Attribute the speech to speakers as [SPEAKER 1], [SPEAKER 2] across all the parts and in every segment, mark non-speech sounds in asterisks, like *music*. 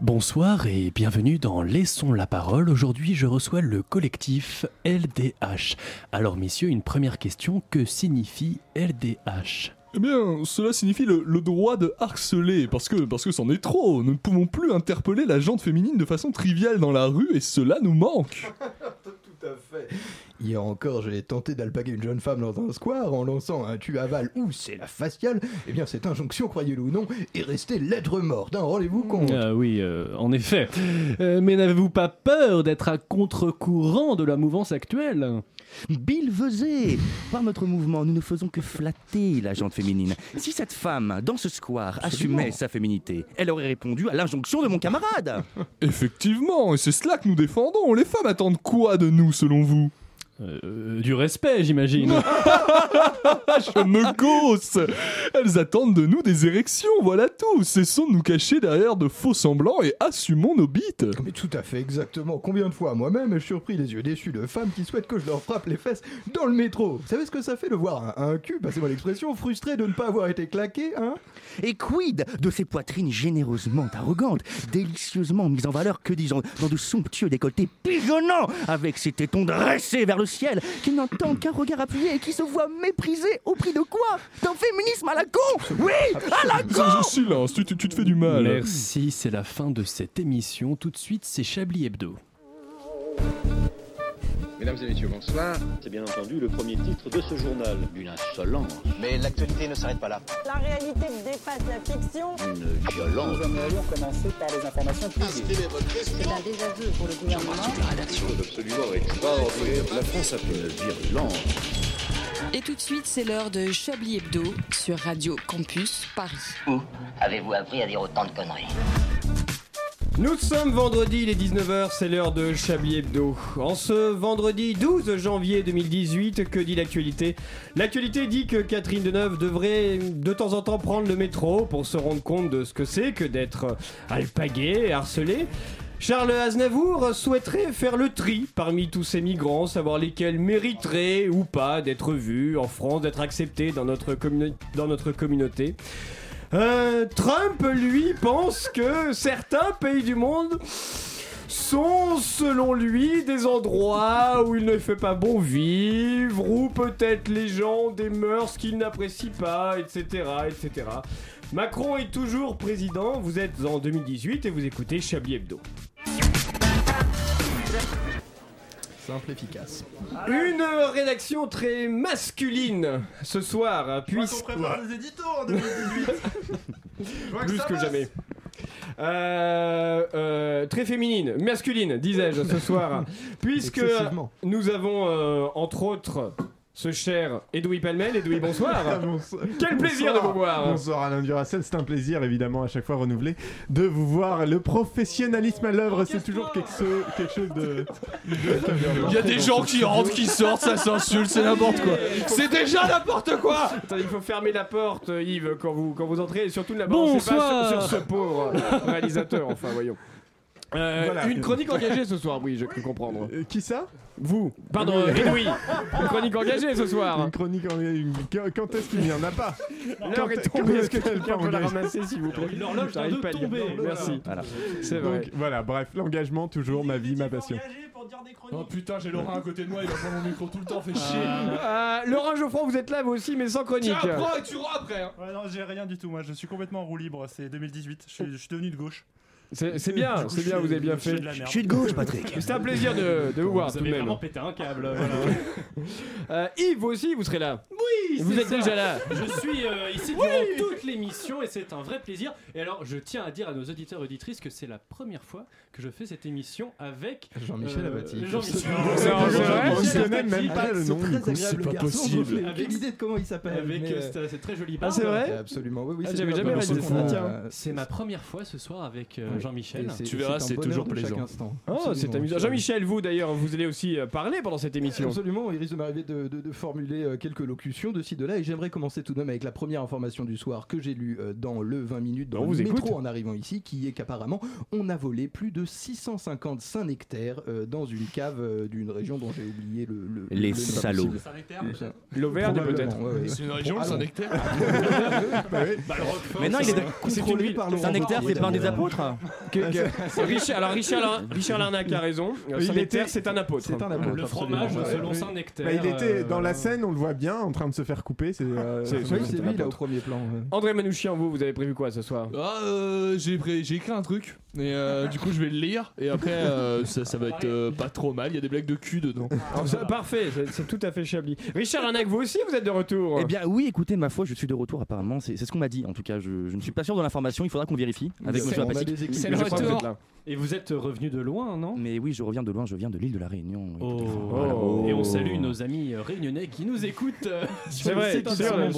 [SPEAKER 1] Bonsoir et bienvenue dans Laissons la parole. Aujourd'hui, je reçois le collectif LDH. Alors, messieurs, une première question que signifie LDH
[SPEAKER 2] Eh bien, cela signifie le, le droit de harceler, parce que parce que c'en est trop. Nous ne pouvons plus interpeller la gente féminine de façon triviale dans la rue et cela nous manque.
[SPEAKER 3] Tout à fait. Hier encore, j'ai tenté d'alpaguer une jeune femme dans un square en lançant un tu avales ou c'est la faciale. Eh bien, cette injonction, croyez-le ou non, est restée lettre morte. Hein, Rendez-vous compte.
[SPEAKER 1] Ah oui, euh, en effet. Euh, mais n'avez-vous pas peur d'être à contre-courant de la mouvance actuelle
[SPEAKER 4] Bill Vesey Par notre mouvement, nous ne faisons que flatter la gente féminine. Si cette femme, dans ce square, assumait sa féminité, elle aurait répondu à l'injonction de mon camarade
[SPEAKER 2] *laughs* Effectivement, et c'est cela que nous défendons. Les femmes attendent quoi de nous, selon vous
[SPEAKER 1] Euh, Du respect, j'imagine.
[SPEAKER 2] *laughs* Je me gausse Elles attendent de nous des érections, voilà tout. Cessons de nous cacher derrière de faux semblants et assumons nos bites.
[SPEAKER 3] Mais tout à fait, exactement. Combien de fois moi-même ai surpris les yeux déçus de femmes qui souhaitent que je leur frappe les fesses dans le métro Vous savez ce que ça fait de voir un, un cul, passez-moi l'expression, frustré de ne pas avoir été claqué, hein
[SPEAKER 4] Et quid de ces poitrines généreusement arrogantes, délicieusement mises en valeur, que disons, dans de somptueux décolletés pigeonnants, avec ses tétons dressés vers le ciel, qui n'entendent qu'un regard appuyé et qui se voient méprisés au prix de quoi D'un féminisme à la con Oui À la con
[SPEAKER 2] Silence, tu, tu- tu te fais du mal.
[SPEAKER 1] Merci, c'est la fin de cette émission. Tout de suite, c'est Chablis Hebdo.
[SPEAKER 5] Mesdames et messieurs, bonsoir.
[SPEAKER 6] C'est bien entendu le premier titre de ce journal. Une insolence,
[SPEAKER 5] Mais l'actualité ne s'arrête pas là.
[SPEAKER 7] La réalité dépasse la fiction.
[SPEAKER 6] une violence.
[SPEAKER 7] C'est un désaveu pour le gouvernement.
[SPEAKER 6] La France a fait une virulence.
[SPEAKER 8] Et tout de suite, c'est l'heure de Chablis Hebdo sur Radio Campus Paris.
[SPEAKER 9] Avez-vous appris à dire autant de conneries
[SPEAKER 10] Nous sommes vendredi, il est 19h, c'est l'heure de Chablis Hebdo. En ce vendredi 12 janvier 2018, que dit l'actualité L'actualité dit que Catherine Deneuve devrait de temps en temps prendre le métro pour se rendre compte de ce que c'est que d'être alpagué, harcelé. Charles Aznavour souhaiterait faire le tri parmi tous ces migrants, savoir lesquels mériteraient ou pas d'être vus en France, d'être acceptés dans notre, communi- dans notre communauté. Euh, Trump, lui, pense que certains pays du monde sont, selon lui, des endroits où il ne fait pas bon vivre, ou peut-être les gens ont des mœurs qu'il n'apprécie pas, etc., etc. Macron est toujours président, vous êtes en 2018 et vous écoutez Chablis Hebdo.
[SPEAKER 3] Simple, efficace.
[SPEAKER 10] Une rédaction très masculine ce soir, puisque...
[SPEAKER 3] les éditos en 2018
[SPEAKER 10] plus que jamais. Euh, euh, très féminine, masculine, disais-je ce soir, puisque
[SPEAKER 3] Excessivement.
[SPEAKER 10] nous avons euh, entre autres ce cher Edoui Palmel. Edoui, bonsoir. Quel plaisir de vous voir.
[SPEAKER 11] Bonsoir Alain Duracel, c'est un plaisir évidemment à chaque fois renouvelé de vous voir. Le professionnalisme à l'œuvre, c'est toujours quelque, so- quelque chose de.
[SPEAKER 2] Il y a des gens qui rentrent, qui sortent, ça s'insulte, c'est n'importe quoi. C'est déjà n'importe quoi
[SPEAKER 10] Attendez, il faut fermer la porte, Yves, quand vous, quand vous entrez, et surtout ne la
[SPEAKER 1] Bonsoir.
[SPEAKER 10] balancez pas sur, sur ce pauvre réalisateur, enfin voyons. Euh,
[SPEAKER 11] Voilà.
[SPEAKER 10] Une chronique engagée ce soir, oui, j'ai cru comprendre.
[SPEAKER 11] Euh, Qui ça
[SPEAKER 10] Vous, pardon, euh, Edoui, une chronique engagée ce soir.
[SPEAKER 11] Une chronique en. une- Quand quand est-ce qu'il n'y en a pas
[SPEAKER 10] L'heure est
[SPEAKER 11] Quand-
[SPEAKER 10] tombée, est-ce que
[SPEAKER 11] quand elle
[SPEAKER 10] quelqu'un
[SPEAKER 11] part
[SPEAKER 10] peut la
[SPEAKER 11] engagée
[SPEAKER 10] ramasser s'il vous plaît Ah L'horloge
[SPEAKER 1] vient de
[SPEAKER 10] pas à lire.
[SPEAKER 1] tomber.
[SPEAKER 10] Merci. C'est vrai.
[SPEAKER 11] Donc voilà, bref, l'engagement, toujours ma vie, ma passion.
[SPEAKER 2] Oh putain, j'ai Laurent à côté de moi, il va prendre mon micro tout le temps, fait chier.
[SPEAKER 10] Euh, Laurent Geoffroy, vous êtes là vous aussi, mais sans chronique.
[SPEAKER 2] Tiens, prends et tu rends après. hein.
[SPEAKER 11] non, j'ai rien du tout, moi je suis complètement en roue libre, c'est 2018, je suis, devenu de gauche.
[SPEAKER 10] C'est c'est bien, c'est bien, vous avez bien fait.
[SPEAKER 4] Je suis de gauche, Patrick
[SPEAKER 10] C'est un plaisir de, de vous voir tout de même.
[SPEAKER 1] pété un câble.
[SPEAKER 10] *laughs* Euh, Yves, vous aussi, vous serez là. Oui, Vous êtes déjà là.
[SPEAKER 1] *laughs* Je suis euh, ici durant toute l'émission et c'est un vrai plaisir. Et alors, je tiens à dire à nos auditeurs et auditrices que c'est la première fois que je fais cette émission avec
[SPEAKER 3] Jean-Michel
[SPEAKER 1] euh,
[SPEAKER 3] Abati.
[SPEAKER 1] Jean-Michel.
[SPEAKER 10] Non, c'est vrai
[SPEAKER 11] Je
[SPEAKER 3] C'est
[SPEAKER 11] connais même pas le nom du coup.
[SPEAKER 3] pas possible.
[SPEAKER 1] Avec-
[SPEAKER 3] idée de comment il s'appelle.
[SPEAKER 1] Avec
[SPEAKER 3] mais,
[SPEAKER 1] euh,
[SPEAKER 3] euh,
[SPEAKER 1] cette, cette très jolie
[SPEAKER 10] Ah,
[SPEAKER 1] barbe.
[SPEAKER 10] c'est vrai
[SPEAKER 3] Absolument, oui, oui.
[SPEAKER 10] Ah,
[SPEAKER 3] c'est
[SPEAKER 10] j'avais
[SPEAKER 3] déjà
[SPEAKER 10] jamais
[SPEAKER 3] pas
[SPEAKER 10] réalisé
[SPEAKER 3] mal.
[SPEAKER 10] ça, tiens.
[SPEAKER 3] Euh,
[SPEAKER 1] C'est ma première fois ce soir avec euh,
[SPEAKER 3] Oui.
[SPEAKER 1] Jean-Michel.
[SPEAKER 3] Et c'est-
[SPEAKER 2] Tu verras,
[SPEAKER 3] un
[SPEAKER 2] c'est
[SPEAKER 3] bonheur
[SPEAKER 2] toujours
[SPEAKER 3] de chaque
[SPEAKER 2] plaisant.
[SPEAKER 3] instant.
[SPEAKER 10] Oh, c'est
[SPEAKER 3] Absolument.
[SPEAKER 10] amusant. Jean-Michel, vous d'ailleurs, vous allez aussi euh, parler pendant cette émission.
[SPEAKER 3] Absolument, il risque de m'arriver de, de- de formuler euh, quelques informations de ci, de là, et j'aimerais commencer tout de même avec la première information du soir que j'ai lue euh, dans le 20 minutes dans
[SPEAKER 2] On vous
[SPEAKER 3] le métro
[SPEAKER 2] écoute.
[SPEAKER 3] en arrivant ici, qui est qu'apparemment, on a volé plus de 655 hectares euh, dans une cave euh, d'une région dont j'ai oublié le, le-
[SPEAKER 12] Les
[SPEAKER 3] le nom
[SPEAKER 12] salauds.
[SPEAKER 3] possible.
[SPEAKER 12] Saint-Nectaire,
[SPEAKER 3] Le-
[SPEAKER 12] peut-être
[SPEAKER 10] L'Auvergne,
[SPEAKER 3] Probablement,
[SPEAKER 10] peut-être.
[SPEAKER 3] ouais, ouais.
[SPEAKER 10] C'est une région,
[SPEAKER 3] Ah,
[SPEAKER 10] le
[SPEAKER 3] *laughs*
[SPEAKER 10] Saint-Nectaire *laughs* Bah oui. Bah, le Roquefort,
[SPEAKER 4] Mais non, il
[SPEAKER 10] c'est-
[SPEAKER 4] est
[SPEAKER 10] c'est une
[SPEAKER 4] contrôlé
[SPEAKER 10] ville.
[SPEAKER 4] par le
[SPEAKER 10] Saint-Nectaire, c'est pas un des apôtres Que- que-
[SPEAKER 4] C'est-
[SPEAKER 10] Richard, alors Richard, Larn- Richard Larnac a raison.
[SPEAKER 11] Il
[SPEAKER 10] Saint-Nectaire,
[SPEAKER 11] était-
[SPEAKER 10] c'est un apôtre.
[SPEAKER 11] C'est un apôtre.
[SPEAKER 10] Le
[SPEAKER 11] absolument.
[SPEAKER 10] fromage,
[SPEAKER 11] Ouais.
[SPEAKER 10] selon
[SPEAKER 11] Oui.
[SPEAKER 10] Saint-Nectaire,
[SPEAKER 11] Bah, il était
[SPEAKER 10] euh,
[SPEAKER 11] dans la scène, on le voit bien, en train de se faire couper. C'est euh,
[SPEAKER 10] C'est-
[SPEAKER 11] c'est-
[SPEAKER 10] oui, c'est
[SPEAKER 11] c'est
[SPEAKER 10] lui, là,
[SPEAKER 11] un
[SPEAKER 10] au
[SPEAKER 11] apôtre.
[SPEAKER 3] premier plan.
[SPEAKER 10] André Manouchian, vous, vous avez prévu quoi ce soir
[SPEAKER 2] Ah, euh, j'ai pré- j'ai écrit un truc, et euh, du coup je vais le lire, et après euh, ça, ça va être euh, pas trop mal, il y a des blagues de cul dedans.
[SPEAKER 10] *laughs* Alors, ça- Parfait, c'est- c'est tout à fait chablis. Richard Larnac, vous aussi, vous êtes de retour.
[SPEAKER 4] Eh bien oui, écoutez, ma foi, je suis de retour apparemment. C'est c'est ce qu'on m'a dit. En tout cas, je, je ne suis pas sûr de l'information. Il faudra qu'on vérifie avec
[SPEAKER 13] C'est-
[SPEAKER 4] monsieur
[SPEAKER 13] on a
[SPEAKER 4] Apathic.
[SPEAKER 13] des équipes. C'est le
[SPEAKER 4] Mais je crois que vous
[SPEAKER 13] retour.
[SPEAKER 4] êtes là.
[SPEAKER 13] Et vous êtes revenu de loin, non
[SPEAKER 4] Mais oui, je reviens de loin. Je viens de l'île de la Réunion.
[SPEAKER 10] Oh.
[SPEAKER 13] Voilà. Et on salue nos amis euh, réunionnais qui nous écoutent. euh, sur le site internet.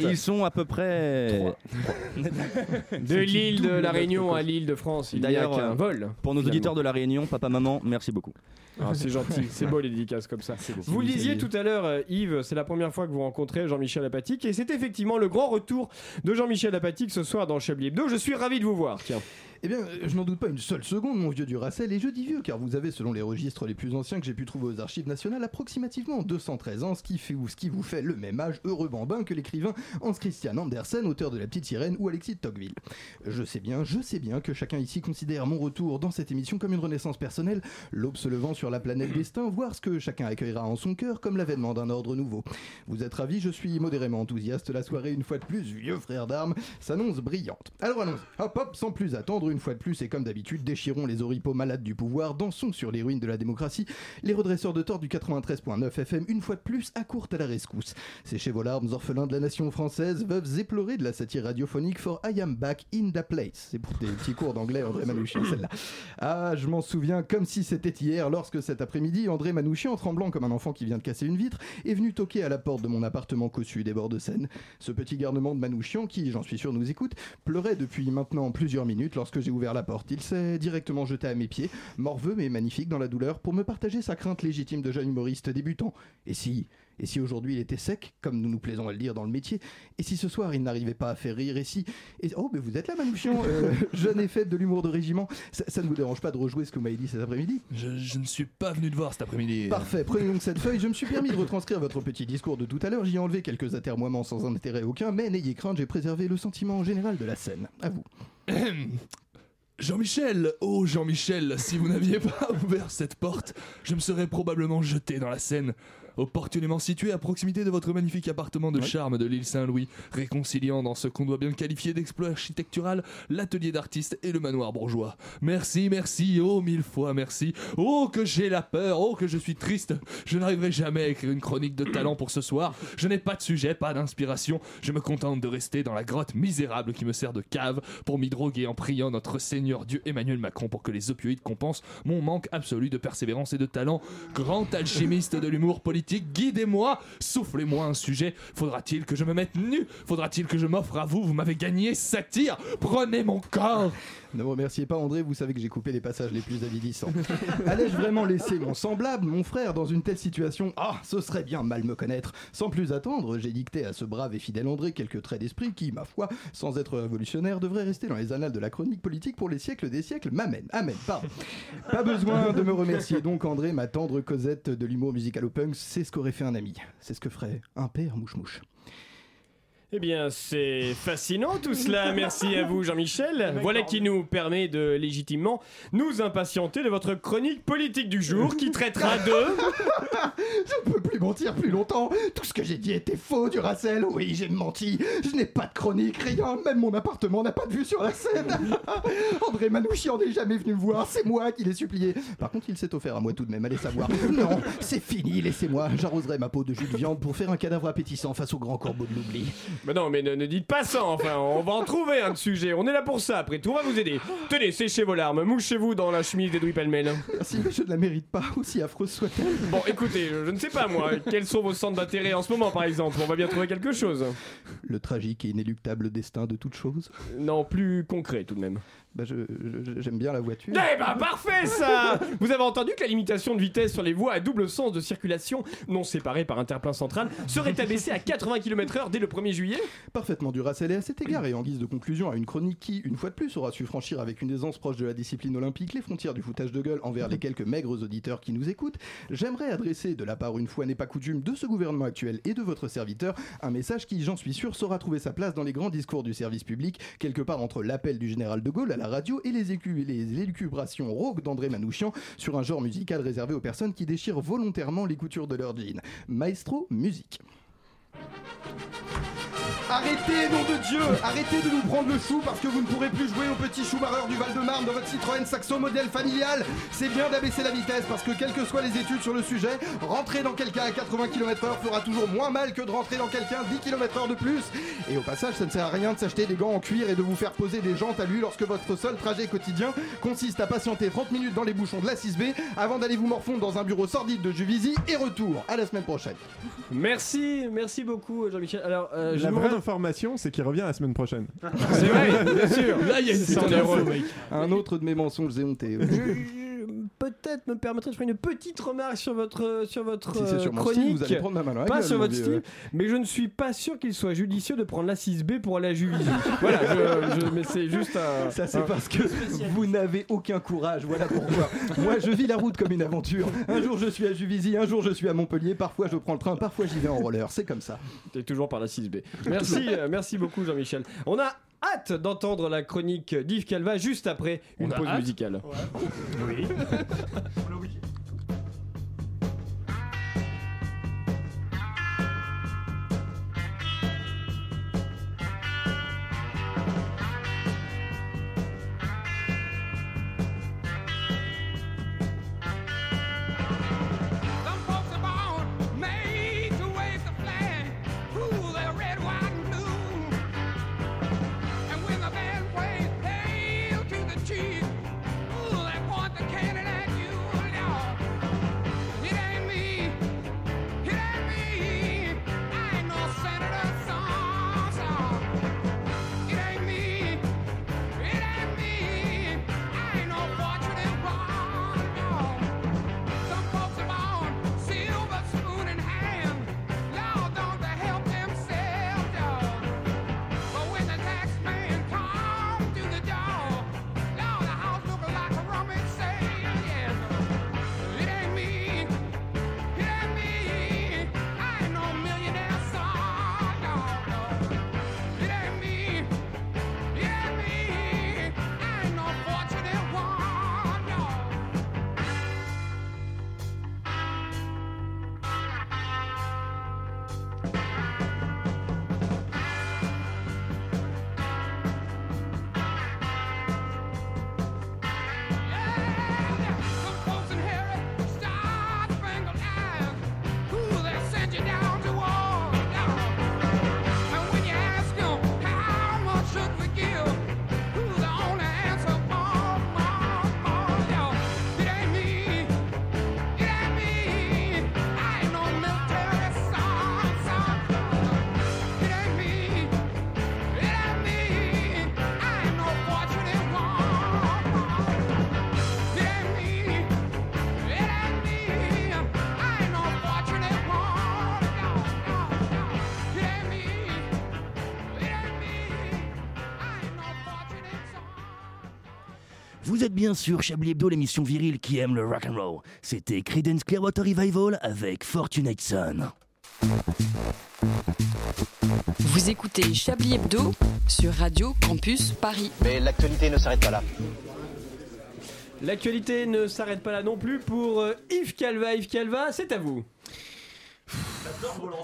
[SPEAKER 4] Ouais, Ils sont à peu près. *laughs*
[SPEAKER 10] De l'île de la Réunion à l'île de France, il y a
[SPEAKER 4] D'ailleurs,
[SPEAKER 10] qu'un
[SPEAKER 4] euh,
[SPEAKER 10] vol.
[SPEAKER 4] Pour nos
[SPEAKER 10] finalement.
[SPEAKER 4] auditeurs de la Réunion, papa, maman, merci beaucoup.
[SPEAKER 10] Ah, c'est gentil, c'est beau les dédicaces comme ça. Vous le disiez tout à l'heure, euh, Yves, c'est la première fois que vous rencontrez Jean-Michel Apatique et c'est effectivement le grand retour de Jean-Michel Apatique ce soir dans Chablis Hebdo. Je suis ravi de vous voir. Tiens.
[SPEAKER 3] Eh bien, euh, je n'en doute pas une seule seconde, mon vieux Duracell, et je dis vieux, car vous avez, selon les registres les plus anciens que j'ai pu trouver aux archives nationales, approximativement 213 ans, ce qui, fait, ou ce qui vous fait le même âge heureux bambin que l'écrivain Hans Christian Andersen, auteur de La Petite Sirène ou Alexis de Tocqueville. Je sais bien, je sais bien que chacun ici considère mon retour dans cette émission comme une renaissance personnelle, l'aube se levant sur la planète destin, voir ce que chacun accueillera en son cœur comme l'avènement d'un ordre nouveau. Vous êtes ravis, je suis modérément enthousiaste, la soirée une fois de plus, vieux frère d'armes, s'annonce brillante. Alors allons hop hop, sans plus attendre, une fois de plus, et comme d'habitude, déchirons les oripeaux malades du pouvoir, dansons sur les ruines de la démocratie, les redresseurs de tort du 93.9 FM, une fois de plus, accourent à la rescousse. Séchez vos larmes, orphelins de la nation française, veuves éplorées de la satire radiophonique for I am back in the place. C'est pour des petits cours d'anglais, André Manouchian, celle-là. Ah, je m'en souviens comme si c'était hier, lorsque cet après-midi, André Manouchian, tremblant comme un enfant qui vient de casser une vitre, est venu toquer à la porte de mon appartement cossu des bords de Seine. Ce petit garnement de Manouchian, qui, j'en suis sûr, nous écoute, pleurait depuis maintenant plusieurs minutes lorsque j'ai ouvert la porte. Il s'est directement jeté à mes pieds, morveux mais magnifique dans la douleur, pour me partager sa crainte légitime de jeune humoriste débutant. Et si et si aujourd'hui il était sec, comme nous nous plaisons à le dire dans le métier, et si ce soir il n'arrivait pas à faire rire, et si. et- oh, mais vous êtes là, Manouchian, euh, jeune et faible de l'humour de régiment, ça, ça ne vous dérange pas de rejouer ce que vous m'avez dit cet après-midi
[SPEAKER 2] Je, je ne suis pas venu te voir cet après-midi.
[SPEAKER 3] Parfait, prenez donc cette feuille. Je me suis permis de retranscrire votre petit discours de tout à l'heure. J'y ai enlevé quelques atermoiements sans intérêt aucun, mais n'ayez crainte, j'ai préservé le sentiment général de la scène. À vous.
[SPEAKER 2] Jean-Michel, oh Jean-Michel, si vous n'aviez *laughs* pas ouvert cette porte, je me serais probablement jeté dans la Seine. Opportunément situé à proximité de votre magnifique appartement de charme de l'île Saint-Louis, réconciliant dans ce qu'on doit bien qualifier d'exploit architectural l'atelier d'artiste et le manoir bourgeois. Merci, merci, oh mille fois merci. Oh que j'ai la peur, oh que je suis triste. Je n'arriverai jamais à écrire une chronique de talent pour ce soir. Je n'ai pas de sujet, pas d'inspiration. Je me contente de rester dans la grotte misérable qui me sert de cave pour m'y droguer en priant notre Seigneur Dieu Emmanuel Macron pour que les opioïdes compensent mon manque absolu de persévérance et de talent. Grand alchimiste de l'humour politique, guidez-moi, soufflez-moi un sujet. Faudra-t-il que je me mette nu Faudra-t-il que je m'offre à vous Vous m'avez gagné, satire Prenez mon corps
[SPEAKER 3] Ne me remerciez pas, André, vous savez que j'ai coupé les passages les plus avilissants. *laughs* Allais-je vraiment laisser mon semblable, mon frère, dans une telle situation Ah, ce serait bien mal me connaître. Sans plus attendre, j'ai dicté à ce brave et fidèle André quelques traits d'esprit qui, ma foi, sans être révolutionnaire, devraient rester dans les annales de la chronique politique pour les siècles des siècles. M'amène, amène, pardon. Pas besoin de me remercier donc, André, ma tendre Cosette de l'humour musical au punk, c'est ce qu'aurait fait un ami. C'est ce que ferait un père mouche-mouche.
[SPEAKER 10] Eh bien, c'est fascinant tout *laughs* cela. Merci à vous, Jean-Michel. Voilà qui nous permet de légitimement nous impatienter de votre chronique politique du jour qui *laughs* traitera de.
[SPEAKER 3] Je ne peux plus mentir plus longtemps. Tout ce que j'ai dit était faux, Duracell. Oui, j'ai menti. Je n'ai pas de chronique, rien. Même mon appartement n'a pas de vue sur la scène. *laughs* André Manouchian n'est jamais venu me voir. C'est moi qui l'ai supplié. Par contre, il s'est offert à moi tout de même. Allez savoir. Non, c'est fini. Laissez-moi. J'arroserai ma peau de jus de viande pour faire un cadavre appétissant face au grand corbeau de l'oubli.
[SPEAKER 10] Mais non, mais ne, ne dites pas ça, enfin, on va en trouver un de sujet. On est là pour ça, après tout, on va vous aider. Tenez, séchez vos larmes, mouchez-vous dans la chemise des Pelmel.
[SPEAKER 3] Merci, mais je ne la mérite pas, aussi affreuse soit-elle.
[SPEAKER 10] Bon, écoutez, écoutez, je, je ne sais pas moi, quels sont vos centres d'intérêt en ce moment par exemple On va bien trouver quelque chose.
[SPEAKER 3] Le tragique et inéluctable destin de toute chose
[SPEAKER 10] Non, plus concret tout de même.
[SPEAKER 3] Bah, je- je- j'aime bien la voiture.
[SPEAKER 10] Eh bah parfait ça Vous avez entendu que la limitation de vitesse sur les voies à double sens de circulation, non séparées par un terre-plein central, serait abaissée à 80 km/h dès le 1er juillet
[SPEAKER 3] Parfaitement du Duracell et à cet égard, et en guise de conclusion à une chronique qui, une fois de plus, aura su franchir avec une aisance proche de la discipline olympique les frontières du foutage de gueule envers les quelques maigres auditeurs qui nous écoutent, j'aimerais adresser, de la part une fois n'est pas coutume de ce gouvernement actuel et de votre serviteur, un message qui, j'en suis sûr, saura trouver sa place dans les grands discours du service public, quelque part entre l'appel du général de Gaulle à la radio et les, écu- les élucubrations rauques d'André Manouchian sur un genre musical réservé aux personnes qui déchirent volontairement les coutures de leur jean. Maestro, musique.
[SPEAKER 12] Arrêtez, nom de Dieu Arrêtez de nous prendre le chou parce que vous ne pourrez plus jouer au petit Schumacher du Val-de-Marne dans votre Citroën Saxo modèle familial C'est bien d'abaisser la vitesse parce que quelles que soient les études sur le sujet, rentrer dans quelqu'un à 80 km/h fera toujours moins mal que de rentrer dans quelqu'un 10 km/h de plus Et au passage, ça ne sert à rien de s'acheter des gants en cuir et de vous faire poser des jantes à lui lorsque votre seul trajet quotidien consiste à patienter 30 minutes dans les bouchons de la 6B avant d'aller vous morfondre dans un bureau sordide de Juvisy et retour À la semaine prochaine
[SPEAKER 10] Merci, merci beaucoup Jean-Michel. Alors, euh, je
[SPEAKER 11] La
[SPEAKER 10] vous
[SPEAKER 11] vraie
[SPEAKER 10] redonne-
[SPEAKER 11] information, c'est qu'il revient la semaine prochaine.
[SPEAKER 10] *laughs* C'est vrai, bien sûr. Là, il y a une
[SPEAKER 11] C'est
[SPEAKER 10] putain
[SPEAKER 11] un
[SPEAKER 10] d'erreur,
[SPEAKER 11] info.
[SPEAKER 10] mec.
[SPEAKER 3] Un autre de mes mensonges est honté.
[SPEAKER 10] peut-être me permettrait de faire une petite remarque sur votre sur votre
[SPEAKER 3] Si c'est
[SPEAKER 10] euh,
[SPEAKER 3] sur mon
[SPEAKER 10] chronique.
[SPEAKER 3] style, vous allez prendre ma main à la
[SPEAKER 10] pas
[SPEAKER 3] gueule,
[SPEAKER 10] sur votre
[SPEAKER 3] mais,
[SPEAKER 10] style,
[SPEAKER 3] euh.
[SPEAKER 10] mais je ne suis pas sûr qu'il soit judicieux de prendre la 6B pour aller à
[SPEAKER 3] *laughs*
[SPEAKER 10] Juvisy. voilà, je, je- mais c'est juste un.
[SPEAKER 3] Ça,
[SPEAKER 10] un-
[SPEAKER 3] c'est parce que vous n'avez aucun courage, voilà pourquoi. Moi, je vis la route comme une aventure. Un jour, je suis à Juvisy, un jour, je suis à Montpellier, parfois, je prends le train, parfois, j'y vais en roller. C'est comme ça.
[SPEAKER 10] *laughs* T'es toujours par la 6B. Merci, euh, merci beaucoup Jean-Michel. On a hâte d'entendre la chronique d'Yves Calva juste après une
[SPEAKER 13] On a
[SPEAKER 10] pause
[SPEAKER 13] hâte
[SPEAKER 10] musicale. *laughs*
[SPEAKER 13] Oui.
[SPEAKER 14] Some folks are born made to wave the flag, rule their red, white, and blue. And when the band plays hail to the chief, ooh, they point the cannon at you. No, it ain't me. It ain't me. I ain't no senator, son, son. It ain't me. It ain't me. I ain't no fortune in wrong, no. Some folks are born silver spoon in hand. Lord, don't they help themselves, dog? But when the tax man comes to the door, Lord, the house looking like a rummage sale, yeah. It ain't me. It ain't me. I ain't no millionaire son, dog. It ain't me. It ain't me. I ain't no fortunate one, dog. folks inherit star-spangled eyes. Ooh, they send you down to war. And when you ask 'em, how much should we give? Ooh, the only answer, more, more, more, yeah. It ain't me. It ain't me. I ain't no military son, son. It ain't me. It ain't me. I ain't no fortunate one. It ain't me. It ain't me. I ain't no fortunate one. No, no, no. It ain't me. It ain't me. I ain't no fortunate son.
[SPEAKER 4] Vous êtes bien sûr Chablis Hebdo, l'émission virile qui aime le rock and roll. C'était Creedence Clearwater Revival avec Fortunate Son.
[SPEAKER 13] Ah,
[SPEAKER 8] Vous écoutez Chablis Hebdo sur Radio Campus Paris. Mais l'actualité ne s'arrête pas là.
[SPEAKER 10] L'actualité ne s'arrête pas là non plus pour euh, Yves Calva. Yves Calva, c'est à vous.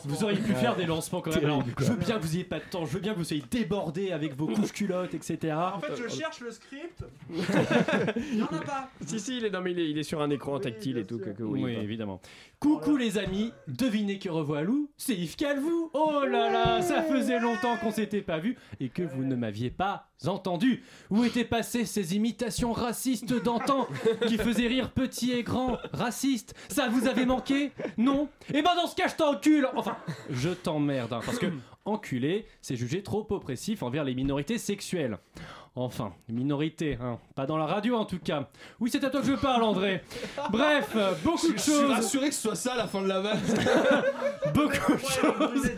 [SPEAKER 13] Vous auriez pu
[SPEAKER 1] Ouais.
[SPEAKER 13] faire des lancements quand même.
[SPEAKER 1] Terrible,
[SPEAKER 13] Alors,
[SPEAKER 1] quoi.
[SPEAKER 13] je veux bien que vous ayez pas de temps, je veux bien que vous soyez débordés avec vos couches culottes, etc.
[SPEAKER 15] En fait, je cherche le script.
[SPEAKER 10] Il n'y en a pas. Si, si, il est, non, mais il est, il est sur un écran tactile et tout. Que, que,
[SPEAKER 13] Oui, évidemment. Coucou les amis, devinez que revoit Lou, c'est Yves Calvou. Oh là là, ça faisait longtemps qu'on s'était pas vu et que vous ne m'aviez pas entendu. Où étaient passées ces imitations racistes d'antan qui faisaient rire petits et grands, racistes Ça vous avait manqué Non Eh ben dans ce cas, je t'encule. Enfin, je t'emmerde hein,
[SPEAKER 2] *clears throat*
[SPEAKER 13] parce que enculé, c'est jugé trop oppressif envers les minorités sexuelles. Enfin, minorité, hein. pas dans la radio en tout cas. Oui, c'est à toi que je parle, André. Bref, euh, beaucoup de
[SPEAKER 2] Je
[SPEAKER 13] choses.
[SPEAKER 2] suis rassuré que ce soit ça la fin de la vanne.
[SPEAKER 13] *laughs* beaucoup de choses.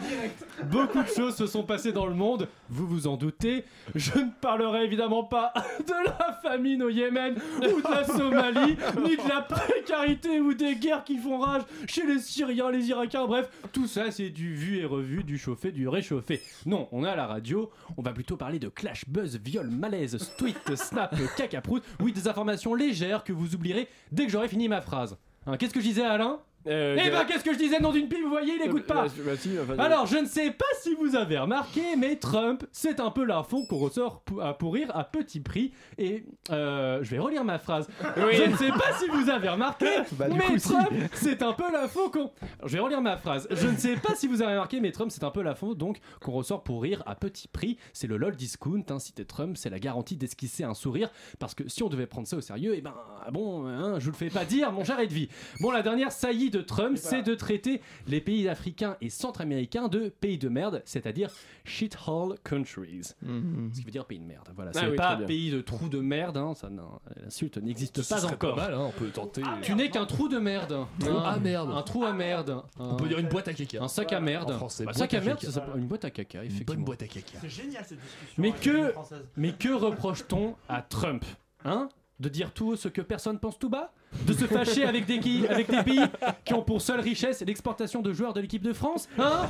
[SPEAKER 13] Beaucoup de choses se sont passées dans le monde. Vous vous en doutez. Je ne parlerai évidemment pas *laughs* de la famine au Yémen ou de la Somalie, ni de la précarité ou des guerres qui font rage chez les Syriens, les Irakiens. Bref, tout ça, c'est du vu et revu, du chauffé, du réchauffé. Non, on est à la radio. On va plutôt parler de clash, buzz, viol, malaise, tweet, snap, cacaproute. Oui, des informations légères que vous oublierez dès que j'aurai fini ma phrase. Hein, qu'est-ce que je disais à Alain
[SPEAKER 10] Euh,
[SPEAKER 13] eh
[SPEAKER 10] de-
[SPEAKER 13] ben, qu'est-ce que je disais, nom d'une pipe, vous voyez, il écoute pas.
[SPEAKER 10] Bah, bah, si, enfin,
[SPEAKER 13] Alors, je ne sais pas si vous avez remarqué, mais Trump, c'est un peu l'info qu'on ressort pou- à pourrir à petit prix. Et euh, je vais relire ma phrase.
[SPEAKER 10] Oui.
[SPEAKER 13] Je ne sais pas si vous avez remarqué,
[SPEAKER 10] Bah, du
[SPEAKER 13] mais
[SPEAKER 10] coup, si.
[SPEAKER 13] Trump, c'est un peu l'info qu'on. Alors, Je vais relire ma phrase. Je ne sais pas si vous avez remarqué, mais Trump, c'est un peu l'info donc qu'on ressort pour rire à petit prix. C'est le lol discount. Hein. Citer Trump, c'est la garantie d'esquisser un sourire. Parce que si on devait prendre ça au sérieux, eh ben, ah bon, hein, je vous le fais pas dire, mon cher Edvi. Bon, la dernière saillie de Trump, c'est de traiter les pays africains et centra-américains de pays de merde, c'est-à-dire shithole countries.
[SPEAKER 10] Mm-hmm.
[SPEAKER 13] Ce qui veut dire pays de merde. Voilà,
[SPEAKER 10] Ah
[SPEAKER 13] c'est
[SPEAKER 10] oui, très
[SPEAKER 13] pas
[SPEAKER 10] bien.
[SPEAKER 13] pays de trou de merde. Hein. Ça, non,
[SPEAKER 10] Ah,
[SPEAKER 13] l'insulte n'existe
[SPEAKER 2] Ce
[SPEAKER 13] pas
[SPEAKER 2] serait
[SPEAKER 13] encore. Ah,
[SPEAKER 2] pas mal, hein, on peut tenter.
[SPEAKER 10] euh.
[SPEAKER 13] Tu n'es qu'un trou de merde.
[SPEAKER 2] Trou
[SPEAKER 13] Un-
[SPEAKER 2] à merde.
[SPEAKER 13] Un trou à merde.
[SPEAKER 2] On peut dire une boîte à caca.
[SPEAKER 13] Un sac à merde.
[SPEAKER 2] En français,
[SPEAKER 13] Un
[SPEAKER 2] boîte
[SPEAKER 13] sac à
[SPEAKER 2] à
[SPEAKER 13] merde,
[SPEAKER 2] caca.
[SPEAKER 13] ça s'appelle une boîte à caca, effectivement.
[SPEAKER 2] bonne boîte à caca.
[SPEAKER 15] C'est génial cette discussion.
[SPEAKER 13] Mais
[SPEAKER 15] avec la langue
[SPEAKER 13] que,
[SPEAKER 15] française.
[SPEAKER 13] mais que reproche-t-on à Trump Hein De dire tout haut ce que personne pense tout bas De se fâcher avec des, qui- avec des pays qui ont pour seule richesse l'exportation de joueurs de l'équipe de France Hein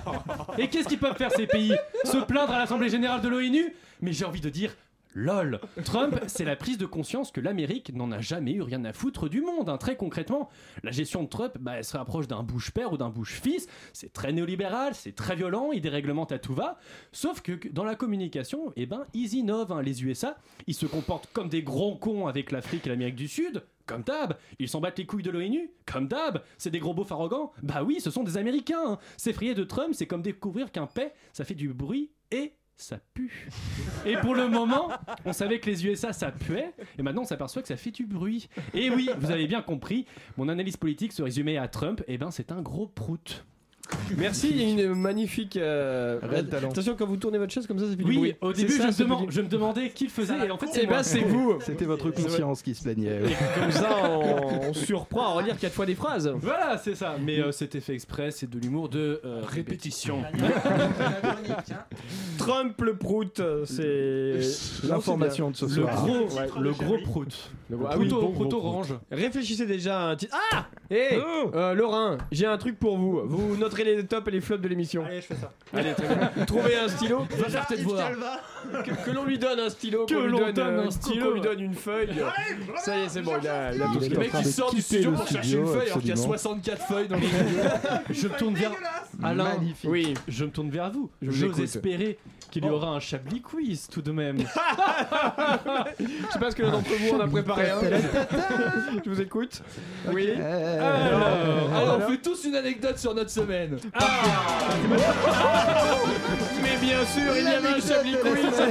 [SPEAKER 13] Et qu'est-ce qu'ils peuvent faire ces pays Se plaindre à l'Assemblée Générale de l'ONU Mais j'ai envie de dire... LOL Trump, c'est la prise de conscience que l'Amérique n'en a jamais eu rien à foutre du monde. hein. Très concrètement, la gestion de Trump, bah, elle se rapproche d'un bouche-père ou d'un bouche-fils. C'est très néolibéral, c'est très violent, il déréglemente à tout va. Sauf que que dans la communication, eh ben, ils innovent. hein. Les USA, ils se comportent comme des grands cons avec l'Afrique et l'Amérique du Sud. Comme d'hab, ils s'en battent les couilles de l'ONU. Comme d'hab, c'est des gros beaufs arrogants. Bah oui, ce sont des Américains. hein. S'effrayer de Trump, c'est comme découvrir qu'un paix, ça fait du bruit et ça pue. Et pour le moment, on savait que les USA ça puait, et maintenant on s'aperçoit que ça fait du bruit. Et oui, vous avez bien compris, mon analyse politique se résumait à Trump, et ben c'est un gros prout.
[SPEAKER 10] Merci, il y a une magnifique. euh,
[SPEAKER 13] Réel talent.
[SPEAKER 10] Attention, quand vous tournez votre chaise comme ça, ça fait du
[SPEAKER 13] Oui,
[SPEAKER 10] bruit.
[SPEAKER 13] au
[SPEAKER 10] C'est
[SPEAKER 13] début
[SPEAKER 10] ça,
[SPEAKER 13] je, me
[SPEAKER 10] ce
[SPEAKER 13] deman-
[SPEAKER 10] petit-
[SPEAKER 13] je me demandais qui le faisait, et en fait c'est
[SPEAKER 10] Eh ben,
[SPEAKER 13] moi.
[SPEAKER 10] c'est
[SPEAKER 13] *laughs*
[SPEAKER 10] vous.
[SPEAKER 3] C'était votre conscience qui se plaignait. ouais.
[SPEAKER 10] Comme ça,
[SPEAKER 13] *laughs*
[SPEAKER 10] on, on
[SPEAKER 3] *laughs*
[SPEAKER 10] surprend à relire quatre fois des phrases.
[SPEAKER 13] Voilà, c'est ça. Mais euh, c'était fait exprès, c'est de l'humour de euh, répétition.
[SPEAKER 10] Trump le prout, euh, c'est
[SPEAKER 3] L'information de ce
[SPEAKER 10] Le
[SPEAKER 3] soir.
[SPEAKER 10] gros,
[SPEAKER 3] Le titre
[SPEAKER 10] le
[SPEAKER 3] de
[SPEAKER 10] gros
[SPEAKER 3] Chablis.
[SPEAKER 13] prout.
[SPEAKER 10] Le
[SPEAKER 13] gros-
[SPEAKER 10] ah oui,
[SPEAKER 13] Prout au-
[SPEAKER 10] bon
[SPEAKER 13] prout
[SPEAKER 10] gros
[SPEAKER 13] au *laughs* orange.
[SPEAKER 10] Réfléchissez déjà à un titre. Ah Hé euh, Laurin, j'ai un truc pour vous. Vous noterez les tops et les flops de l'émission. Allez, je fais ça. Allez, très bien. Trouvez un stylo.
[SPEAKER 15] Va faire tes devoirs.
[SPEAKER 10] Que, que l'on lui donne un stylo.
[SPEAKER 13] Que
[SPEAKER 10] qu'on lui
[SPEAKER 13] l'on
[SPEAKER 10] donne
[SPEAKER 13] donne
[SPEAKER 10] euh,
[SPEAKER 13] un stylo.
[SPEAKER 10] Qu'on lui donne une feuille. Ça y est, c'est bon. Il a, il a tout
[SPEAKER 3] Il est
[SPEAKER 10] ce qu'il
[SPEAKER 3] en
[SPEAKER 10] a.
[SPEAKER 3] train de quitter le studio, absolument.
[SPEAKER 2] 64 feuilles dans le milieu.
[SPEAKER 13] Je me tourne vers Alain. Oui, je me tourne vers vous.
[SPEAKER 10] Je vous
[SPEAKER 13] J'ose
[SPEAKER 10] écoute.
[SPEAKER 13] espérer qu'il y aura un Chablis quiz tout de *laughs* même.
[SPEAKER 10] Je sais pas ce que l'un d'entre vous en a préparé un. *laughs* Je vous écoute. Oui.
[SPEAKER 2] Euh, Alors, *laughs*
[SPEAKER 10] Alors,
[SPEAKER 2] on fait tous une anecdote sur notre semaine.
[SPEAKER 10] Ah, Mais bien sûr, il y avait un Chablis Quiz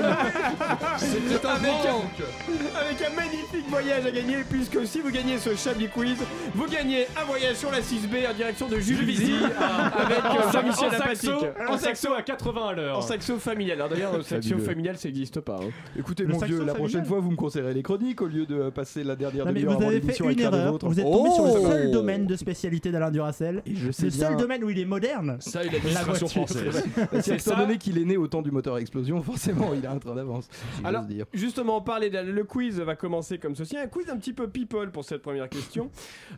[SPEAKER 2] C'était un
[SPEAKER 10] avec
[SPEAKER 2] manque.
[SPEAKER 10] un, avec un magnifique voyage à gagner, puisque si vous gagnez ce Chablis Quiz, vous gagnez un voyage sur la 6B en direction de Juvisy avec euh, Jean-Michel
[SPEAKER 13] en
[SPEAKER 10] Apathique.
[SPEAKER 13] saxo, en
[SPEAKER 10] En saxo-
[SPEAKER 13] saxo à 80 à l'heure.
[SPEAKER 10] en saxo familial. Alors d'ailleurs, le saxo
[SPEAKER 3] Fabuleux.
[SPEAKER 10] familial, ça n'existe pas. hein.
[SPEAKER 3] Écoutez,
[SPEAKER 10] Le
[SPEAKER 3] mon
[SPEAKER 10] saxo
[SPEAKER 3] vieux, la
[SPEAKER 10] familial.
[SPEAKER 3] prochaine fois, vous me conseillerez les chroniques au lieu de euh, passer la dernière
[SPEAKER 15] Non, mais
[SPEAKER 3] demi-heure
[SPEAKER 15] vous
[SPEAKER 3] avant
[SPEAKER 15] avez fait
[SPEAKER 3] l'émission à
[SPEAKER 15] une
[SPEAKER 3] écrire des
[SPEAKER 15] erreur.
[SPEAKER 3] vôtres.
[SPEAKER 15] Vous êtes tombé sur le
[SPEAKER 3] Oh
[SPEAKER 15] seul domaine de spécialité d'Alain Duracel.
[SPEAKER 3] je sais
[SPEAKER 15] le seul
[SPEAKER 3] bien.
[SPEAKER 15] domaine où il est moderne.
[SPEAKER 2] Ça, il a
[SPEAKER 15] la
[SPEAKER 2] l'administration
[SPEAKER 15] voiture.
[SPEAKER 2] française.
[SPEAKER 3] Parce
[SPEAKER 10] C'est ça.
[SPEAKER 3] qu'étant donné qu'il est né au temps du moteur à explosion, forcément, il a un train d'avance. si j'ose
[SPEAKER 10] Alors,
[SPEAKER 3] dire.
[SPEAKER 10] justement, on parlait de- le quiz va commencer comme ceci. Un quiz un petit peu people pour cette première *laughs* question.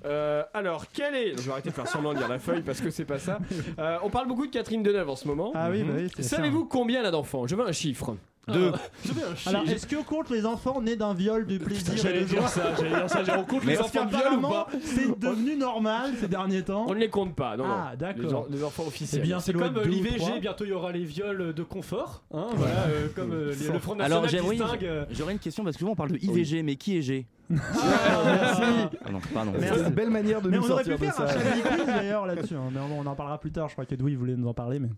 [SPEAKER 10] Euh, alors, quel est. Je vais arrêter de faire semblant de lire la feuille parce que c'est pas ça. Euh, on parle beaucoup de Catherine Deneuve en ce moment.
[SPEAKER 15] Ah oui, bah oui, c'est ça. Oh.
[SPEAKER 10] Savez-vous combien elle a d'enfants Je veux un chiffre. Deux.
[SPEAKER 15] Alors, est-ce qu'on compte les enfants nés d'un viol du plaisir
[SPEAKER 10] j'allais
[SPEAKER 15] et de
[SPEAKER 10] dire
[SPEAKER 15] joie
[SPEAKER 10] ça, j'allais dire ça, j'ai- on compte les
[SPEAKER 15] Mais
[SPEAKER 10] enfants de viol ou
[SPEAKER 15] apparemment,
[SPEAKER 10] pas
[SPEAKER 15] C'est devenu normal ces derniers temps.
[SPEAKER 10] On ne les compte pas, non, non.
[SPEAKER 15] Ah,
[SPEAKER 10] Les en-
[SPEAKER 15] d'accord.
[SPEAKER 10] les enfants officiels.
[SPEAKER 15] Eh bien,
[SPEAKER 13] C'est
[SPEAKER 15] ça doit
[SPEAKER 13] comme
[SPEAKER 15] être
[SPEAKER 13] euh,
[SPEAKER 15] deux ou
[SPEAKER 13] l'IVG,
[SPEAKER 15] trois.
[SPEAKER 13] bientôt il y aura les viols de confort. hein, voilà, euh, comme euh, les- le Front National
[SPEAKER 16] Alors j'aimerais
[SPEAKER 13] distingue. euh,
[SPEAKER 16] j'aurais une question parce que souvent on parle de IVG, mais qui est G Ah non, pardon.
[SPEAKER 15] Ah, Merci.
[SPEAKER 3] Belle manière de
[SPEAKER 15] mais
[SPEAKER 3] nous
[SPEAKER 15] on aurait
[SPEAKER 3] sortir
[SPEAKER 15] pu
[SPEAKER 3] de
[SPEAKER 15] faire un
[SPEAKER 3] ça.
[SPEAKER 15] Chablis
[SPEAKER 13] *laughs*
[SPEAKER 3] *laughs*
[SPEAKER 15] quiz d'ailleurs là-dessus. hein. Mais bon, on en parlera plus tard. Je crois qu'Edoui voulait nous en parler. Mais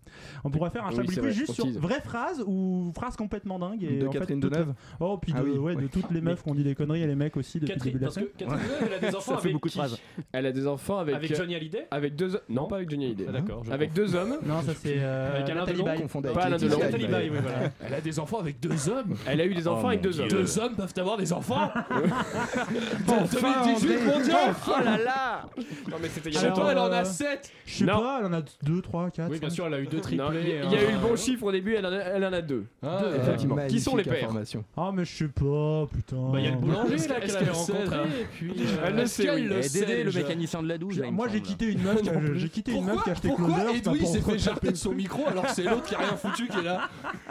[SPEAKER 15] on pourrait faire un
[SPEAKER 3] Oui,
[SPEAKER 15] Chablis
[SPEAKER 3] c'est
[SPEAKER 15] quiz
[SPEAKER 3] vrai,
[SPEAKER 15] juste
[SPEAKER 3] on
[SPEAKER 15] sur
[SPEAKER 3] tease.
[SPEAKER 15] vraies phrases ou phrases complètement dingues. Et
[SPEAKER 3] De
[SPEAKER 15] en fait,
[SPEAKER 3] Catherine
[SPEAKER 15] toutes-
[SPEAKER 3] Deneuve
[SPEAKER 15] Oh, puis de,
[SPEAKER 3] Ah oui,
[SPEAKER 15] ouais, de
[SPEAKER 3] ouais.
[SPEAKER 15] toutes les meufs qui ont dit des conneries et les mecs aussi depuis le début de la semaine.
[SPEAKER 13] elle
[SPEAKER 3] *laughs*
[SPEAKER 13] a des enfants avec qui
[SPEAKER 10] Elle a des enfants avec. euh,
[SPEAKER 13] Avec Johnny Hallyday
[SPEAKER 10] Avec deux. o- Non, pas avec Johnny Hallyday.
[SPEAKER 13] d'accord, je
[SPEAKER 10] Avec deux hommes.
[SPEAKER 15] Non, ça c'est. euh,
[SPEAKER 13] Avec Alain
[SPEAKER 15] Nathalie
[SPEAKER 13] Delon,
[SPEAKER 15] Baye.
[SPEAKER 13] confondait
[SPEAKER 10] Pas
[SPEAKER 13] avec
[SPEAKER 10] Alain
[SPEAKER 13] Laetitia
[SPEAKER 10] Delon.
[SPEAKER 13] Nathalie Baye, oui, voilà.
[SPEAKER 2] *laughs* Elle a des enfants avec deux hommes. Oh
[SPEAKER 10] Elle a eu des enfants avec deux hommes.
[SPEAKER 2] Deux hommes peuvent avoir des
[SPEAKER 10] *laughs*
[SPEAKER 2] enfants.
[SPEAKER 10] Enfin,
[SPEAKER 2] 2018,
[SPEAKER 10] André.
[SPEAKER 2] mon
[SPEAKER 15] *laughs*
[SPEAKER 2] dieu.
[SPEAKER 10] Oh là là Non, mais c'était il y a
[SPEAKER 2] Chez
[SPEAKER 10] longtemps.
[SPEAKER 2] toi, Ah elle en
[SPEAKER 15] euh,
[SPEAKER 2] a 7
[SPEAKER 15] Je sais
[SPEAKER 10] Non.
[SPEAKER 15] pas, elle en a 2, 3, 4.
[SPEAKER 13] Oui, bien sûr, elle a eu deux triplés.
[SPEAKER 10] Non, Il y a
[SPEAKER 15] euh,
[SPEAKER 13] hein.
[SPEAKER 10] il y a eu le bon chiffre au début, elle en a, elle en a deux.
[SPEAKER 13] Deux,
[SPEAKER 10] Ah, effectivement. Qui sont les
[SPEAKER 3] Magnifique
[SPEAKER 10] pères
[SPEAKER 3] information.
[SPEAKER 15] Ah, mais je sais pas, putain.
[SPEAKER 13] Bah, il y a le boulanger
[SPEAKER 10] Est-ce
[SPEAKER 13] là
[SPEAKER 10] qu'elle
[SPEAKER 13] qu'elle avait
[SPEAKER 10] le sait, là
[SPEAKER 13] rencontré. Et puis, euh,
[SPEAKER 10] Elle le
[SPEAKER 13] est-ce
[SPEAKER 10] sait,
[SPEAKER 13] qu'elle
[SPEAKER 10] oui.
[SPEAKER 13] le
[SPEAKER 10] Et
[SPEAKER 13] sait,
[SPEAKER 10] Eh, Dédé, le
[SPEAKER 13] déjà
[SPEAKER 16] mécanicien de la douche. là, il me
[SPEAKER 15] Moi j'ai
[SPEAKER 16] semble.
[SPEAKER 15] quitté
[SPEAKER 2] *laughs*
[SPEAKER 15] une meuf qui a- j'ai quitté une meuf qui a acheté
[SPEAKER 2] Pourquoi
[SPEAKER 15] Closer, c'est pas
[SPEAKER 2] Edoui
[SPEAKER 15] pour Ah,
[SPEAKER 2] s'est fait
[SPEAKER 15] retraper.
[SPEAKER 2] jarter de son micro alors que c'est l'autre qui a rien foutu qui est
[SPEAKER 15] *laughs*
[SPEAKER 2] là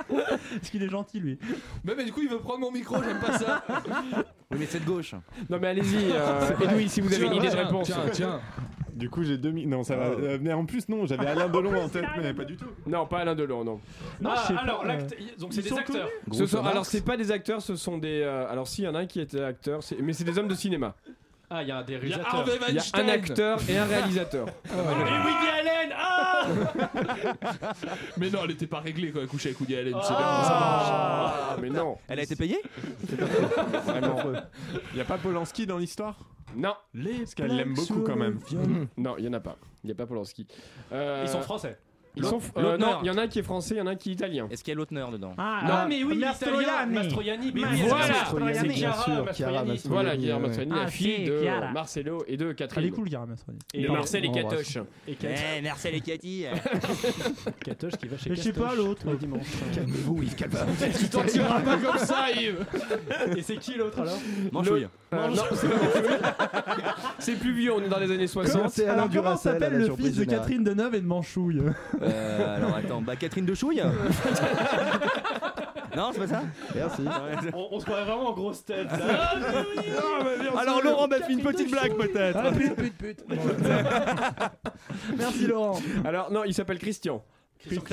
[SPEAKER 15] Parce qu'il est gentil lui.
[SPEAKER 2] Mais, mais du coup, il veut prendre mon micro, j'aime pas ça.
[SPEAKER 16] Oui, mais c'est de gauche.
[SPEAKER 10] Non, mais allez-y, euh,
[SPEAKER 11] *laughs* C'est vrai.
[SPEAKER 10] Edoui, si vous avez
[SPEAKER 11] Tiens,
[SPEAKER 10] une idée de
[SPEAKER 11] tiens,
[SPEAKER 10] réponse.
[SPEAKER 11] tiens, tiens. Du coup, j'ai deux mi- Non, ça va.
[SPEAKER 2] Ah.
[SPEAKER 11] euh, mais en plus, non, j'avais
[SPEAKER 15] *laughs*
[SPEAKER 11] Alain Delon en tête, mais pas du tout.
[SPEAKER 10] Non, pas Alain Delon, non.
[SPEAKER 13] Ah,
[SPEAKER 15] je sais pas,
[SPEAKER 13] alors,
[SPEAKER 15] euh,
[SPEAKER 13] l'acte- donc c'est
[SPEAKER 15] ils
[SPEAKER 13] des
[SPEAKER 15] sont
[SPEAKER 13] acteurs.
[SPEAKER 10] Ce sont- alors, c'est pas des acteurs, ce sont des. euh, alors, si, il y en a un qui était acteur, c'est- mais c'est des hommes de cinéma.
[SPEAKER 13] Ah, il y a des
[SPEAKER 2] Il y a
[SPEAKER 13] réalisateurs.
[SPEAKER 2] Harvey
[SPEAKER 10] Il y a un
[SPEAKER 2] Weinstein.
[SPEAKER 10] acteur et
[SPEAKER 2] *laughs*
[SPEAKER 10] un réalisateur.
[SPEAKER 13] Ah, et Woody Allen Ah
[SPEAKER 2] Mais non, elle était pas réglée quand elle couchait avec Woody Allen. c'est
[SPEAKER 10] Ah, mais non.
[SPEAKER 16] Elle a été payée
[SPEAKER 10] Vraiment.
[SPEAKER 11] Y a pas Polanski dans l'histoire
[SPEAKER 10] Non.
[SPEAKER 11] Parce qu'elle l'aime beaucoup quand même.
[SPEAKER 10] Non, il y en a pas. Il y a pas Polanski. Euh,
[SPEAKER 13] Ils sont français.
[SPEAKER 10] Ils sont
[SPEAKER 16] L'autre-
[SPEAKER 10] euh,
[SPEAKER 16] l'autre
[SPEAKER 10] non,
[SPEAKER 16] meurt.
[SPEAKER 10] il y en a un qui est français, il y en a un qui est italien.
[SPEAKER 16] Est-ce qu'il y a l'auteur dedans
[SPEAKER 15] Ah,
[SPEAKER 10] Non,
[SPEAKER 15] ah,
[SPEAKER 13] mais oui,
[SPEAKER 15] Mastroianni.
[SPEAKER 13] l'italien, Mastroianni, mais oui,
[SPEAKER 10] Voilà.
[SPEAKER 13] Mastroianni, c'est Chiara
[SPEAKER 15] Mastroianni. Bien
[SPEAKER 13] Mastroianni.
[SPEAKER 15] sûr,
[SPEAKER 3] Mastroianni.
[SPEAKER 10] Voilà,
[SPEAKER 3] Oui,
[SPEAKER 10] Guillermo
[SPEAKER 3] oui,
[SPEAKER 10] Mastroianni,
[SPEAKER 15] oui.
[SPEAKER 10] la
[SPEAKER 15] Ah,
[SPEAKER 10] fille
[SPEAKER 15] si,
[SPEAKER 10] de
[SPEAKER 15] Chiara.
[SPEAKER 10] Marcelo et de
[SPEAKER 15] Elle est
[SPEAKER 10] Catherine.
[SPEAKER 15] cool, Gara Mastroianni.
[SPEAKER 10] Et de
[SPEAKER 15] Pardon.
[SPEAKER 10] Marcel et
[SPEAKER 15] On l'embrasse.
[SPEAKER 10] Catoche.
[SPEAKER 13] Et Kat-
[SPEAKER 16] Eh, merci les Cathy
[SPEAKER 13] *laughs* Katoche qui va chez
[SPEAKER 15] Et je sais
[SPEAKER 13] Castoche
[SPEAKER 15] pas l'autre.
[SPEAKER 13] tous les dimanches.
[SPEAKER 3] Calmez-vous, Yves Calva.
[SPEAKER 10] Tu t'en tireras pas comme ça, Yves
[SPEAKER 13] Et c'est qui l'autre alors
[SPEAKER 16] Manchouille.
[SPEAKER 10] Euh, non, c'est pas Manchouille. C'est plus vieux, on est dans les années 60.
[SPEAKER 3] C'est Alain
[SPEAKER 15] Alors, comment
[SPEAKER 3] Duracell à
[SPEAKER 15] s'appelle
[SPEAKER 3] la
[SPEAKER 15] le
[SPEAKER 3] surprise
[SPEAKER 15] fils de
[SPEAKER 3] générale.
[SPEAKER 15] Catherine Deneuve et de Manchouille
[SPEAKER 16] Euh, alors attends, bah Catherine de
[SPEAKER 13] *laughs*
[SPEAKER 16] Chouille Non, c'est pas ça
[SPEAKER 3] Merci.
[SPEAKER 13] on, on se croirait vraiment en grosse tête. là. Ah,
[SPEAKER 10] Ah,
[SPEAKER 16] Alors Laurent m'a fait une petite blague peut-être.
[SPEAKER 15] Merci Laurent.
[SPEAKER 10] Alors, non, il s'appelle Christian.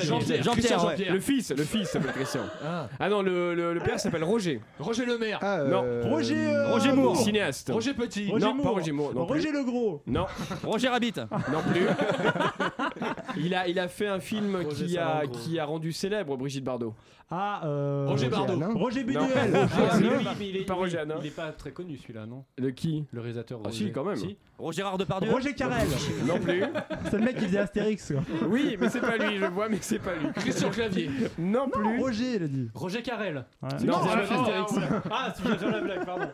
[SPEAKER 13] Jean-Pierre.
[SPEAKER 16] Jean-Pierre, ouais.
[SPEAKER 10] Le fils, le fils s'appelle Christian.
[SPEAKER 2] Ah.
[SPEAKER 10] Ah non, le, le- le père s'appelle Roger.
[SPEAKER 2] Roger Lemaire,
[SPEAKER 3] Ah, euh,
[SPEAKER 10] Non.
[SPEAKER 15] Roger, euh,
[SPEAKER 10] Roger Moore,
[SPEAKER 15] Moore.
[SPEAKER 10] cinéaste.
[SPEAKER 2] Roger Petit,
[SPEAKER 15] Roger
[SPEAKER 10] non, pas
[SPEAKER 15] Moore.
[SPEAKER 10] Roger Moore. Non, plus.
[SPEAKER 15] Roger le Gros.
[SPEAKER 10] non,
[SPEAKER 16] Roger Rabbit.
[SPEAKER 10] non plus. il, a, il a fait un film
[SPEAKER 13] Roger
[SPEAKER 10] qui a,
[SPEAKER 13] Salengro.
[SPEAKER 10] qui a rendu célèbre Brigitte Bardot.
[SPEAKER 15] Ah, euh.
[SPEAKER 2] Roger Bardot.
[SPEAKER 3] Alain.
[SPEAKER 15] Roger
[SPEAKER 10] Non.
[SPEAKER 15] Bunuel.
[SPEAKER 10] *laughs* Ah, c'est
[SPEAKER 13] Mais
[SPEAKER 10] lui.
[SPEAKER 13] oui, mais il est-
[SPEAKER 10] Pas Roger Hanin.
[SPEAKER 13] Il est pas très connu celui-là, non
[SPEAKER 10] De qui
[SPEAKER 13] Le réalisateur
[SPEAKER 10] Ah, si,
[SPEAKER 13] Roger.
[SPEAKER 10] quand même.
[SPEAKER 16] Roger
[SPEAKER 13] Ah,
[SPEAKER 16] Depardieu.
[SPEAKER 15] Roger Carrel.
[SPEAKER 10] Non plus.
[SPEAKER 15] C'est le mec qui faisait Astérix. quoi.
[SPEAKER 10] Oui, mais c'est pas lui, je vois, mais c'est pas lui.
[SPEAKER 2] Christian Clavier.
[SPEAKER 10] Non plus.
[SPEAKER 15] Roger, il a dit.
[SPEAKER 13] Roger Carrel.
[SPEAKER 15] Ouais.
[SPEAKER 10] Non,
[SPEAKER 13] c'est
[SPEAKER 10] ah,
[SPEAKER 13] le
[SPEAKER 10] non,
[SPEAKER 13] Astérix. *laughs* Ah, tu viens de faire la blague, pardon.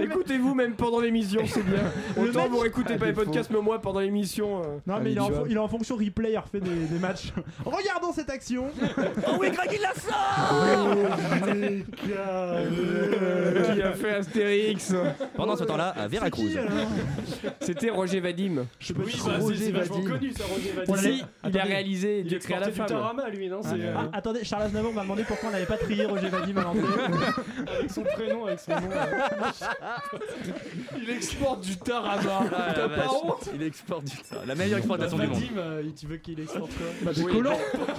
[SPEAKER 10] Écoutez-vous même pendant l'émission, c'est
[SPEAKER 13] *laughs*
[SPEAKER 10] bien. Autant vous écoutez
[SPEAKER 3] Ah,
[SPEAKER 10] pas les
[SPEAKER 3] défaut.
[SPEAKER 10] podcasts, mais moi pendant l'émission. euh,
[SPEAKER 3] Ah,
[SPEAKER 15] Non, mais il est, en,
[SPEAKER 10] habituel. *laughs*
[SPEAKER 15] fon- il est en fonction replay, il refait des,
[SPEAKER 3] *laughs*
[SPEAKER 15] des matchs. Regardons cette
[SPEAKER 10] *laughs*
[SPEAKER 15] action.
[SPEAKER 16] Oh oui, Greg il l'a
[SPEAKER 3] Oh,
[SPEAKER 16] sort
[SPEAKER 10] Euh, Qui a fait Astérix
[SPEAKER 16] Pendant ce temps-là, à
[SPEAKER 15] Qui,
[SPEAKER 16] Veracruz.
[SPEAKER 15] alors
[SPEAKER 10] *laughs* C'était Roger Vadim.
[SPEAKER 15] Je sais pas
[SPEAKER 13] Oui,
[SPEAKER 2] Oh,
[SPEAKER 15] si-
[SPEAKER 13] bah, c'est- c'est
[SPEAKER 3] Roger
[SPEAKER 13] vachement
[SPEAKER 3] Vadim.
[SPEAKER 13] connu ça, Roger
[SPEAKER 15] On l'a-
[SPEAKER 13] Vadim.
[SPEAKER 10] Si, il a
[SPEAKER 15] attendez.
[SPEAKER 10] réalisé
[SPEAKER 13] Il
[SPEAKER 10] Dieu créa la
[SPEAKER 13] exportait du
[SPEAKER 10] femme.
[SPEAKER 13] tarama, lui, non C'est
[SPEAKER 15] Ah,
[SPEAKER 13] euh,
[SPEAKER 15] attendez, Charles Aznavour m'a demandé pourquoi on n'avait pas trié Roger Vadim à
[SPEAKER 10] *laughs*
[SPEAKER 15] l'entrée.
[SPEAKER 13] avec son prénom, avec son nom.
[SPEAKER 2] *laughs*
[SPEAKER 10] euh.
[SPEAKER 2] Il exporte du tarama.
[SPEAKER 16] Ah, la
[SPEAKER 2] T'as pas
[SPEAKER 16] vache.
[SPEAKER 2] honte
[SPEAKER 16] Il exporte du ça. La meilleure exportation du monde.
[SPEAKER 13] Vadim, euh, tu veux qu'il exporte quoi
[SPEAKER 15] Bah,
[SPEAKER 10] Oui,
[SPEAKER 15] Collant.
[SPEAKER 10] *laughs*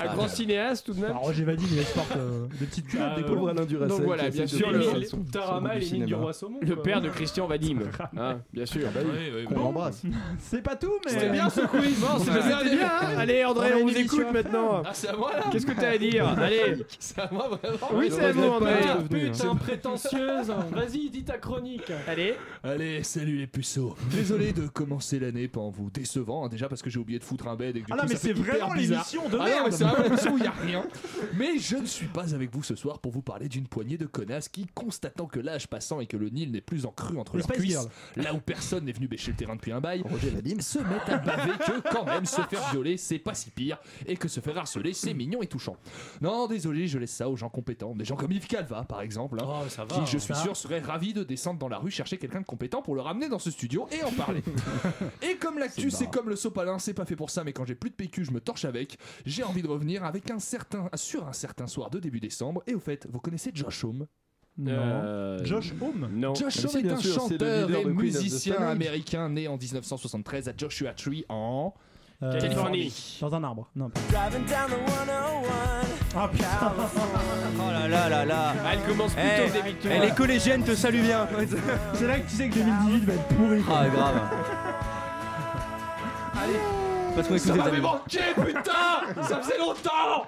[SPEAKER 13] Ah,
[SPEAKER 10] Un grand cinéaste tout de
[SPEAKER 15] Bah,
[SPEAKER 10] même.
[SPEAKER 15] Roger Vadim, il exporte euh, des petites culottes,
[SPEAKER 13] Ah,
[SPEAKER 15] des
[SPEAKER 13] ouais.
[SPEAKER 15] polos.
[SPEAKER 3] Pauvre Alain Duracell.
[SPEAKER 10] Donc voilà,
[SPEAKER 3] qui
[SPEAKER 10] bien
[SPEAKER 3] essaie de
[SPEAKER 10] sûr,
[SPEAKER 3] trouver
[SPEAKER 10] le-
[SPEAKER 3] son-
[SPEAKER 13] Les-
[SPEAKER 3] son goût
[SPEAKER 13] Tarama et
[SPEAKER 3] du
[SPEAKER 13] les mines du
[SPEAKER 3] cinéma.
[SPEAKER 13] roi saumon.
[SPEAKER 10] Le
[SPEAKER 13] quoi.
[SPEAKER 10] père de Christian Vadim. Hein, bien sûr.
[SPEAKER 2] Oui, oui,
[SPEAKER 3] On
[SPEAKER 2] bon.
[SPEAKER 3] l'embrasse.
[SPEAKER 15] C'est pas tout, mais.
[SPEAKER 10] C'était bien ce quiz. Non, c'était bien, c'était bien, hein. Allez, André,
[SPEAKER 15] On a
[SPEAKER 10] on
[SPEAKER 15] une
[SPEAKER 10] vous
[SPEAKER 15] émission
[SPEAKER 10] écoute
[SPEAKER 15] à
[SPEAKER 10] maintenant.
[SPEAKER 2] Ah, c'est à moi là
[SPEAKER 10] Qu'est-ce que t'as à
[SPEAKER 13] *laughs*
[SPEAKER 10] dire
[SPEAKER 13] Ah,
[SPEAKER 10] Allez.
[SPEAKER 2] C'est à moi vraiment
[SPEAKER 10] Oui, c'est à vous, André.
[SPEAKER 2] Ah,
[SPEAKER 13] Putain, prétentieuse.
[SPEAKER 10] hein.
[SPEAKER 13] Vas-y, dis ta chronique.
[SPEAKER 10] Allez.
[SPEAKER 2] Allez, salut les puceaux. Désolé de commencer l'année en vous décevant, hein, déjà parce que j'ai oublié de foutre un bed et que du
[SPEAKER 15] Ah
[SPEAKER 2] coup,
[SPEAKER 15] non, mais
[SPEAKER 2] ça fait
[SPEAKER 15] c'est
[SPEAKER 2] hyper
[SPEAKER 15] vraiment
[SPEAKER 2] bizarre.
[SPEAKER 15] l'émission de
[SPEAKER 2] Ah non, mais
[SPEAKER 15] merde.
[SPEAKER 2] c'est vraiment l'émission où il n'y a rien. Mais je ne suis pas avec vous ce soir pour vous parler d'une poignée de connasses qui, constatant que l'âge passant et que le Nil n'est plus en crue entre
[SPEAKER 15] Les
[SPEAKER 2] leurs
[SPEAKER 15] Spice
[SPEAKER 2] cuisses,
[SPEAKER 15] Girls.
[SPEAKER 2] là où personne n'est venu bêcher le terrain depuis un bail,
[SPEAKER 3] Roger Vadim.
[SPEAKER 2] se mettent à baver que quand même se faire violer c'est pas si pire et que se faire harceler c'est mignon et touchant. Non, désolé, je laisse ça aux gens compétents, des gens comme Yves Calva par exemple, hein,
[SPEAKER 13] Oh, ça va.
[SPEAKER 2] qui je suis sûr serait ravi de
[SPEAKER 15] *laughs*
[SPEAKER 2] descendre dans la rue chercher quelqu'un de compétent pour le ramener dans ce studio et en parler. et comme l'actu c'est comme le malin, c'est pas fait pour ça, mais quand j'ai plus de PQ, je me torche avec. J'ai envie de revenir avec un certain, sur un certain soir de début décembre. Et au fait, vous connaissez Josh Homme
[SPEAKER 15] Non. Euh,
[SPEAKER 2] Josh Homme
[SPEAKER 15] non.
[SPEAKER 2] Josh Homme
[SPEAKER 15] Si,
[SPEAKER 2] est
[SPEAKER 15] bien
[SPEAKER 2] un
[SPEAKER 15] sûr, c'est le
[SPEAKER 2] chanteur et
[SPEAKER 15] leader de Queen of the
[SPEAKER 2] musicien
[SPEAKER 15] Stone Age.
[SPEAKER 2] américain né en 1973 à Joshua Tree en
[SPEAKER 15] Euh,
[SPEAKER 2] Californie.
[SPEAKER 15] Dans un arbre. Non, pas-
[SPEAKER 14] Driving down the 101.
[SPEAKER 15] Ah
[SPEAKER 16] Oh là là là là
[SPEAKER 10] Ah, Elle commence plutôt
[SPEAKER 16] Eh,
[SPEAKER 10] débiteur.
[SPEAKER 16] eh, les collégiennes te saluent bien
[SPEAKER 10] *laughs*
[SPEAKER 15] C'est là que tu sais que 2018 va être pourri.
[SPEAKER 16] Ah grave Parce qu'on écoute
[SPEAKER 2] Ça
[SPEAKER 16] des
[SPEAKER 2] m'avait
[SPEAKER 16] amis.
[SPEAKER 2] manqué, putain Ça faisait longtemps